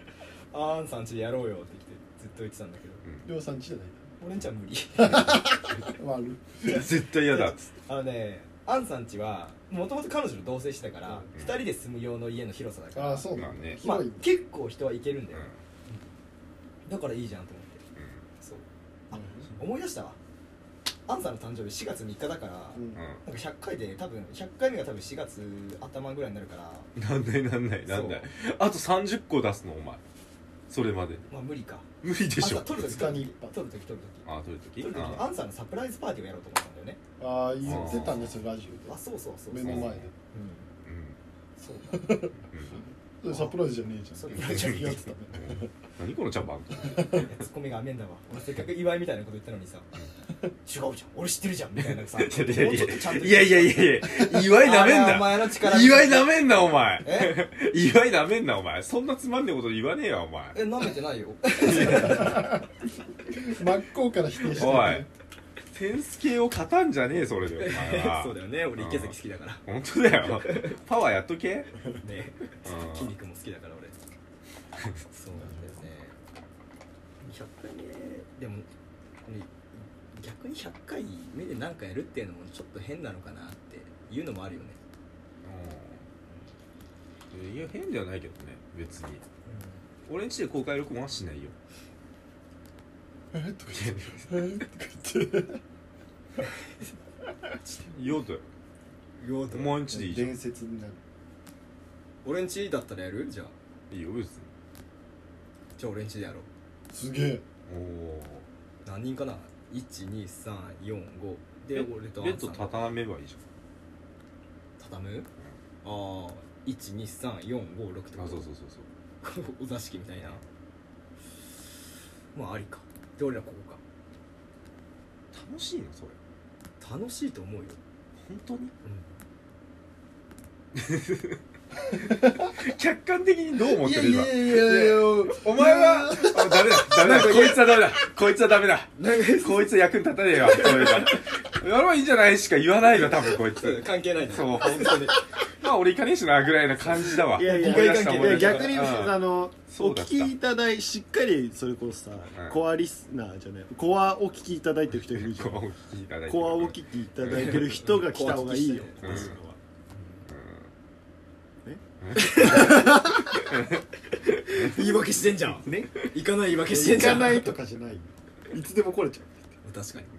Speaker 9: 「あーんさんちでやろうよ」って来てずっと言ってたんだけど
Speaker 5: りょうさんちじゃな
Speaker 9: 俺んちは無理
Speaker 5: いから悪い
Speaker 2: 絶対嫌だっつって
Speaker 9: あのねアンさんちはもともと彼女と同棲してたから、二2人で住む用の家の広さだから
Speaker 5: ああそう
Speaker 2: ま
Speaker 5: な
Speaker 2: あ
Speaker 5: んだ
Speaker 2: ね
Speaker 9: まあ
Speaker 5: 広いんだ
Speaker 9: 結構人はいけるんだ
Speaker 2: うん
Speaker 9: よ、だからいいじゃんと思ってそうあ思い出したわアンさんの誕生日4月3日だから、
Speaker 5: うん
Speaker 2: うん
Speaker 9: なんか100回で多分100回目が多分4月頭ぐらいになるから
Speaker 2: なんないなんないなんないあと30個出すのお前それまで
Speaker 9: まあ無理か
Speaker 2: 無理でし
Speaker 9: あ
Speaker 2: ょ
Speaker 9: 撮るとき
Speaker 5: 二
Speaker 9: 撮
Speaker 5: 日に
Speaker 9: る
Speaker 5: 一
Speaker 9: と
Speaker 5: 本
Speaker 9: き撮るとき撮る
Speaker 2: あ取る時
Speaker 9: ときア
Speaker 2: あ
Speaker 9: ンさんのサプライズパーティーをやろうと思ったんだよね
Speaker 5: ああ言ってたんですよラジ
Speaker 9: あそうそうそ
Speaker 5: オ
Speaker 9: うそ
Speaker 5: で
Speaker 9: う
Speaker 5: 目の前で
Speaker 9: うん
Speaker 2: うん
Speaker 9: そうだ
Speaker 5: それサプライズじゃねえじゃん
Speaker 9: そううんだ
Speaker 5: 違うやつだね
Speaker 2: うん何この 茶番
Speaker 9: ツッコミが甘えんだわ俺せっかく祝いみたいなこと言ったのにさ「違うじゃん俺知ってるじゃん」みたいなさもうちょっとちゃんと
Speaker 2: いやいやいやいや岩井なめん
Speaker 9: あれはお
Speaker 2: な
Speaker 9: 前の力
Speaker 2: 岩井なめんなお前
Speaker 9: え
Speaker 2: 岩井なめんなお前そんなつまんねえこと言わねえよお前
Speaker 9: え舐めてないよ
Speaker 5: 真っ向から否定して
Speaker 2: おい
Speaker 5: ね
Speaker 2: センス系を勝たんじゃねえ それでお前 は
Speaker 1: そうだよね俺池崎好きだから
Speaker 2: 本当だよパワーやっと け
Speaker 1: ね
Speaker 2: うん
Speaker 1: 筋肉も好きだから俺そうなんだよね100回目でもね逆に100回目で何かやるっていうのもちょっと変なのかなっていうのもあるよね
Speaker 2: うんいや変ではないけどね別に俺んちで公開録音はしないよ
Speaker 5: えーとか言ってえーとか言って
Speaker 2: 用途よお前んちでいい じゃん
Speaker 5: 伝説になる
Speaker 1: 俺んちだったらやるじゃあ
Speaker 2: いいよ別に
Speaker 1: じゃあ俺んちでやろう
Speaker 5: すげえ
Speaker 2: おお
Speaker 1: 何人かな12345で
Speaker 2: え
Speaker 1: 俺と
Speaker 2: ベッド
Speaker 1: アンさん
Speaker 2: 畳めばいいじ
Speaker 1: 畳むああ12345
Speaker 2: ゃんあ
Speaker 1: と
Speaker 2: そ
Speaker 1: か
Speaker 2: うそうそうそう
Speaker 1: お座敷みたいなまあありかで俺らここ
Speaker 2: 楽しいのそれ
Speaker 1: か楽しいと思うよ
Speaker 2: 本当に
Speaker 1: う
Speaker 2: 客観的にどう思っ
Speaker 5: い
Speaker 2: て
Speaker 5: や
Speaker 2: る
Speaker 5: い
Speaker 2: 今
Speaker 5: やいやいや
Speaker 2: お前はあダメだダメだこいつはダメだこいつはダメだこいつは役に立たねえわそういえばやればいいんじゃないしか言わないよ多分こい つ
Speaker 9: 関係ない
Speaker 2: そう本当にまあ俺行かねえしなぐらいな感じだわ
Speaker 10: いやいや
Speaker 2: 思出した
Speaker 9: いや
Speaker 2: 思出した
Speaker 10: 逆に
Speaker 2: うん
Speaker 10: あの
Speaker 2: そ
Speaker 10: お
Speaker 2: うだ
Speaker 10: 聞
Speaker 2: った
Speaker 10: きいただいしっかりそれこそさ
Speaker 2: ん
Speaker 10: コアリスナーじゃないコアお聞きいただいてる人いるじゃ
Speaker 2: コア
Speaker 10: ん
Speaker 2: を聞きいただいて
Speaker 10: コアお聞きいただいてる人が来た方がいいよ
Speaker 2: うん
Speaker 1: ん言い訳してんじゃん
Speaker 10: ね
Speaker 1: 行かない言い訳してん
Speaker 5: 行
Speaker 1: じゃ
Speaker 5: か
Speaker 1: ん
Speaker 5: ないとかじゃないいつでも来れちゃう
Speaker 1: 確かに、うん、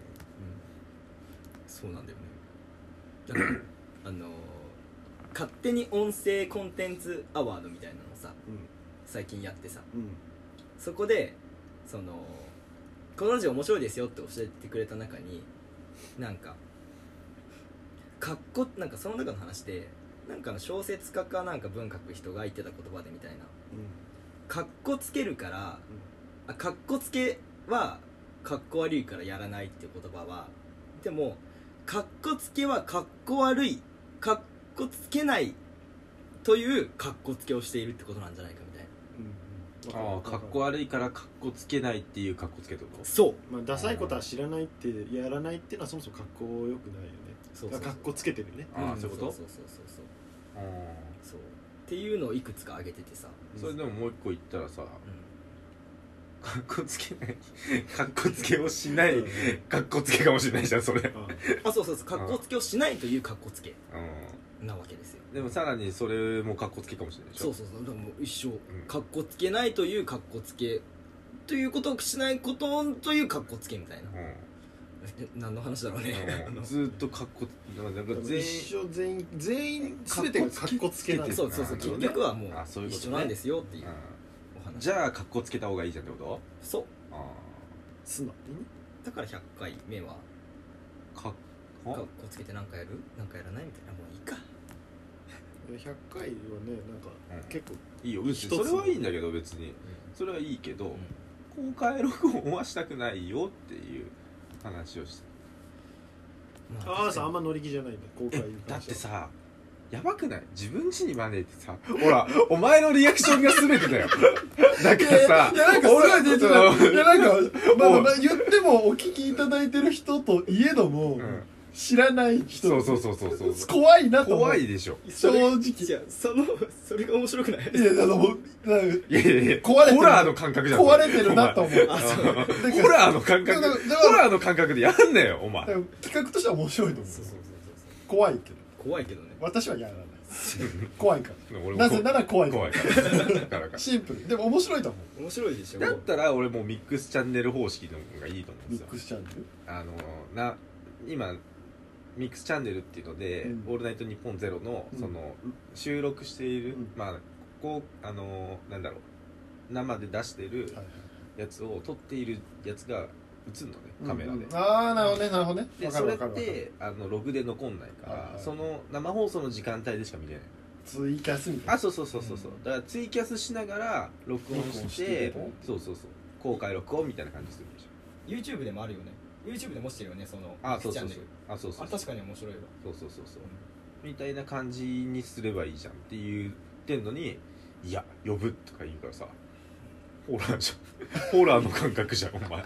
Speaker 1: そうなんだよねだからあのー勝手に音声コンテンツアワードみたいなのをさ、
Speaker 10: うん
Speaker 1: 最近やってさ
Speaker 10: うん
Speaker 1: そこでそのこのラジオ面白いですよって教えてくれた中になんかかっこなんかその中の話でなんかの小説家かなんか文書く人が言ってた言葉でみたいなかっこつけるから、あかっこつけはかっこ悪いからやらないっていう言葉はでもかっこつけはかっこ悪いかっこつけないというかっこつけをしているってことなんじゃないかみたいな
Speaker 10: うん
Speaker 2: ああかっこ悪いからかっこつけないっていうかっこつけとこ
Speaker 1: そう
Speaker 5: まあ、ダサいことは知らないってやらないっていうのはそもそも格好良くないよね
Speaker 1: そう
Speaker 5: だから格好つけてるよね
Speaker 2: ああそういうこと
Speaker 1: そうそうそうそう
Speaker 2: う
Speaker 1: そうっていうのをいくつか挙げててさ
Speaker 2: んそれでももう一個言ったらさ
Speaker 1: う
Speaker 2: かっこつけないかっこつけをしないかっこつけかもしれないじゃんそれ
Speaker 1: んあそうそうそう格好つけをしないという格好つけ
Speaker 2: う
Speaker 1: なわけですよ
Speaker 2: んでもさらにそれもかっこつけかもしれないでし
Speaker 1: そ
Speaker 2: ょ
Speaker 1: うそうそうだからもう一生
Speaker 2: うん
Speaker 1: 格好つけないという格好つけということをしないことという格好つけみたいな
Speaker 2: うん
Speaker 1: 何の話だろうね
Speaker 2: うんずーっとかっこなんか
Speaker 5: 多分
Speaker 2: 全員
Speaker 5: 一生全員全員全てが格好つけな
Speaker 1: あ
Speaker 5: い
Speaker 1: のそうそうそう結局はもう
Speaker 2: あそういうことね
Speaker 1: 一緒なんですよっていう
Speaker 2: う
Speaker 1: お話
Speaker 2: んじゃあかっこつけた方がいいじゃんってこと
Speaker 1: そう
Speaker 2: あ
Speaker 5: 素直にね
Speaker 1: だから100回目は
Speaker 2: あかっ
Speaker 1: 格
Speaker 2: こ
Speaker 1: 好つけて何かやる何かやらないみたいなもういいか
Speaker 5: 100回はねなんか
Speaker 2: うん
Speaker 5: 結構
Speaker 2: いいようん
Speaker 5: 一つ
Speaker 2: それはいいんだけど別にそれはいいけど公開録音はしたくないよっていう話をして
Speaker 5: ああさんあん
Speaker 1: ま
Speaker 5: ま乗り気じゃないんだ公開
Speaker 2: え
Speaker 5: 言う
Speaker 2: だ
Speaker 5: 感
Speaker 2: っ
Speaker 5: じ
Speaker 2: てさやばくない自分家に招いてさほらお前のリアクションが全てだ よだからさ
Speaker 5: いやなんかすごい出てた
Speaker 2: 俺
Speaker 5: いやなんか、まあ
Speaker 2: おう
Speaker 5: まあ、言ってもお聞きいただいてる人といえども、
Speaker 2: うん
Speaker 5: 知らない人
Speaker 2: そうそうそうそうそう
Speaker 5: 怖いなと思う
Speaker 2: 怖いでしょ
Speaker 5: 正直
Speaker 1: いやそのそれが面白くない
Speaker 5: いやだからもうなんか
Speaker 2: いやいやいや
Speaker 5: 壊れてる
Speaker 2: ホラーの感覚じゃん
Speaker 5: 壊れてるなと
Speaker 2: お
Speaker 5: 思う
Speaker 2: 前
Speaker 5: だから
Speaker 2: ホラーの感覚
Speaker 5: だからだから
Speaker 2: ホラーの感覚でやんなよお前
Speaker 5: だから企画としては面白いと思う
Speaker 1: そうそうそうそう
Speaker 5: 怖いけど
Speaker 1: そう怖いけどね
Speaker 5: 私はやらない怖いか
Speaker 2: 俺
Speaker 5: ら
Speaker 2: も
Speaker 5: なぜなら怖いか
Speaker 2: 怖
Speaker 5: ら
Speaker 2: いからだからか
Speaker 5: シンプルでも面白いと思う
Speaker 1: 面白いでしょ
Speaker 2: だったら俺もうミックスチャンネル方式の方がいいと思うん
Speaker 5: ミ
Speaker 2: ですよ
Speaker 5: ックスチャンネル
Speaker 2: あのな今ミックスチャンネルっていうので「
Speaker 5: うん
Speaker 2: オールナイトニッポンゼロの
Speaker 5: うん
Speaker 2: その収録している、
Speaker 5: うん
Speaker 2: まあここあのなんだろう生で出してる
Speaker 5: はい
Speaker 2: やつを撮っているやつが映んのねカメラで、
Speaker 5: うんうんああなるほどねなるほどね
Speaker 2: で
Speaker 5: わか
Speaker 2: そ
Speaker 5: る
Speaker 2: れ
Speaker 5: わ
Speaker 2: っ
Speaker 5: かるわかる
Speaker 2: てあのログで残んないから、
Speaker 5: はいはい
Speaker 2: その生放送の時間帯でしか見れない
Speaker 5: 追加すみた
Speaker 2: あ
Speaker 5: いな
Speaker 2: そうそうそうそうそうだからツイキャスしながら録音して
Speaker 5: 録音して
Speaker 2: そうそうそう公開録音みたいな感じするでしょ
Speaker 11: YouTube でもあるよね YouTube でもしてるよねその
Speaker 2: あそう
Speaker 11: チ
Speaker 2: そ
Speaker 11: ャンネ
Speaker 2: うそう
Speaker 11: ル
Speaker 2: あそうそ
Speaker 11: あれ
Speaker 2: うそう
Speaker 11: 確かに面白いわ
Speaker 2: そうそうそうそうみたいな感じにすればいいじゃんって言ってんのに「いや呼ぶ」とか言うからさホラーじゃんホラーの感覚じゃんお前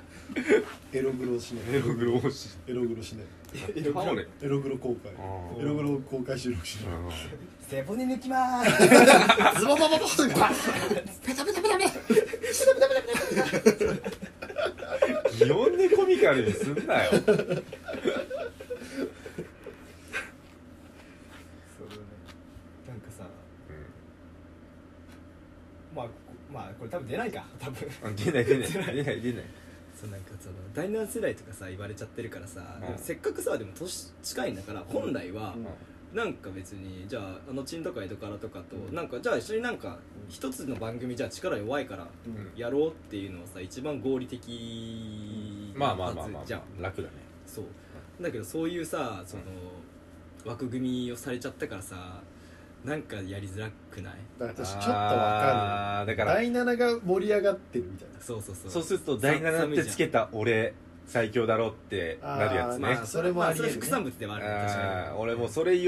Speaker 5: エログロしない
Speaker 2: エログロ欲し
Speaker 5: エログロしない
Speaker 2: い倒れ
Speaker 5: エログロ公開
Speaker 2: あー
Speaker 5: エログロ公開収録しない
Speaker 11: 背骨抜きまー す
Speaker 5: ズボボボボボ
Speaker 2: 擬音でコミカルにすんなよ
Speaker 11: そうだねなんかさまあこまあこれ多分出ないか多分
Speaker 2: うん出ない出ない出ない出ない
Speaker 1: そうなんかその第7世代とかさ言われちゃってるからさ、
Speaker 2: う
Speaker 1: で
Speaker 2: ん
Speaker 1: もせっかくさでも年近いんだから本来は、
Speaker 5: うん
Speaker 1: なんか別にじゃああのチンとか江戸からとかと、なんかじゃあ一緒になんか一つの番組じゃあ力弱いから
Speaker 5: うん
Speaker 1: やろうっていうのはさ一番合理的
Speaker 2: まあまあまあま
Speaker 1: は
Speaker 2: あ
Speaker 1: ずじゃん
Speaker 2: 楽だね
Speaker 1: そうだけどそういうさその、枠組みをされちゃったからさなんかやりづらくない
Speaker 5: だから私ちょっとわ
Speaker 2: あーだ
Speaker 5: か
Speaker 2: か
Speaker 5: る
Speaker 2: ら
Speaker 5: 第7が盛り上がってるみたいな
Speaker 1: そうそうそう
Speaker 2: そうすると第7ってつけた俺最強だろってなるやつ
Speaker 5: あー
Speaker 2: ね
Speaker 5: まあそれもありえ
Speaker 1: ま
Speaker 5: るね
Speaker 1: それ副産物ではある確かに
Speaker 2: あー俺もうそれ言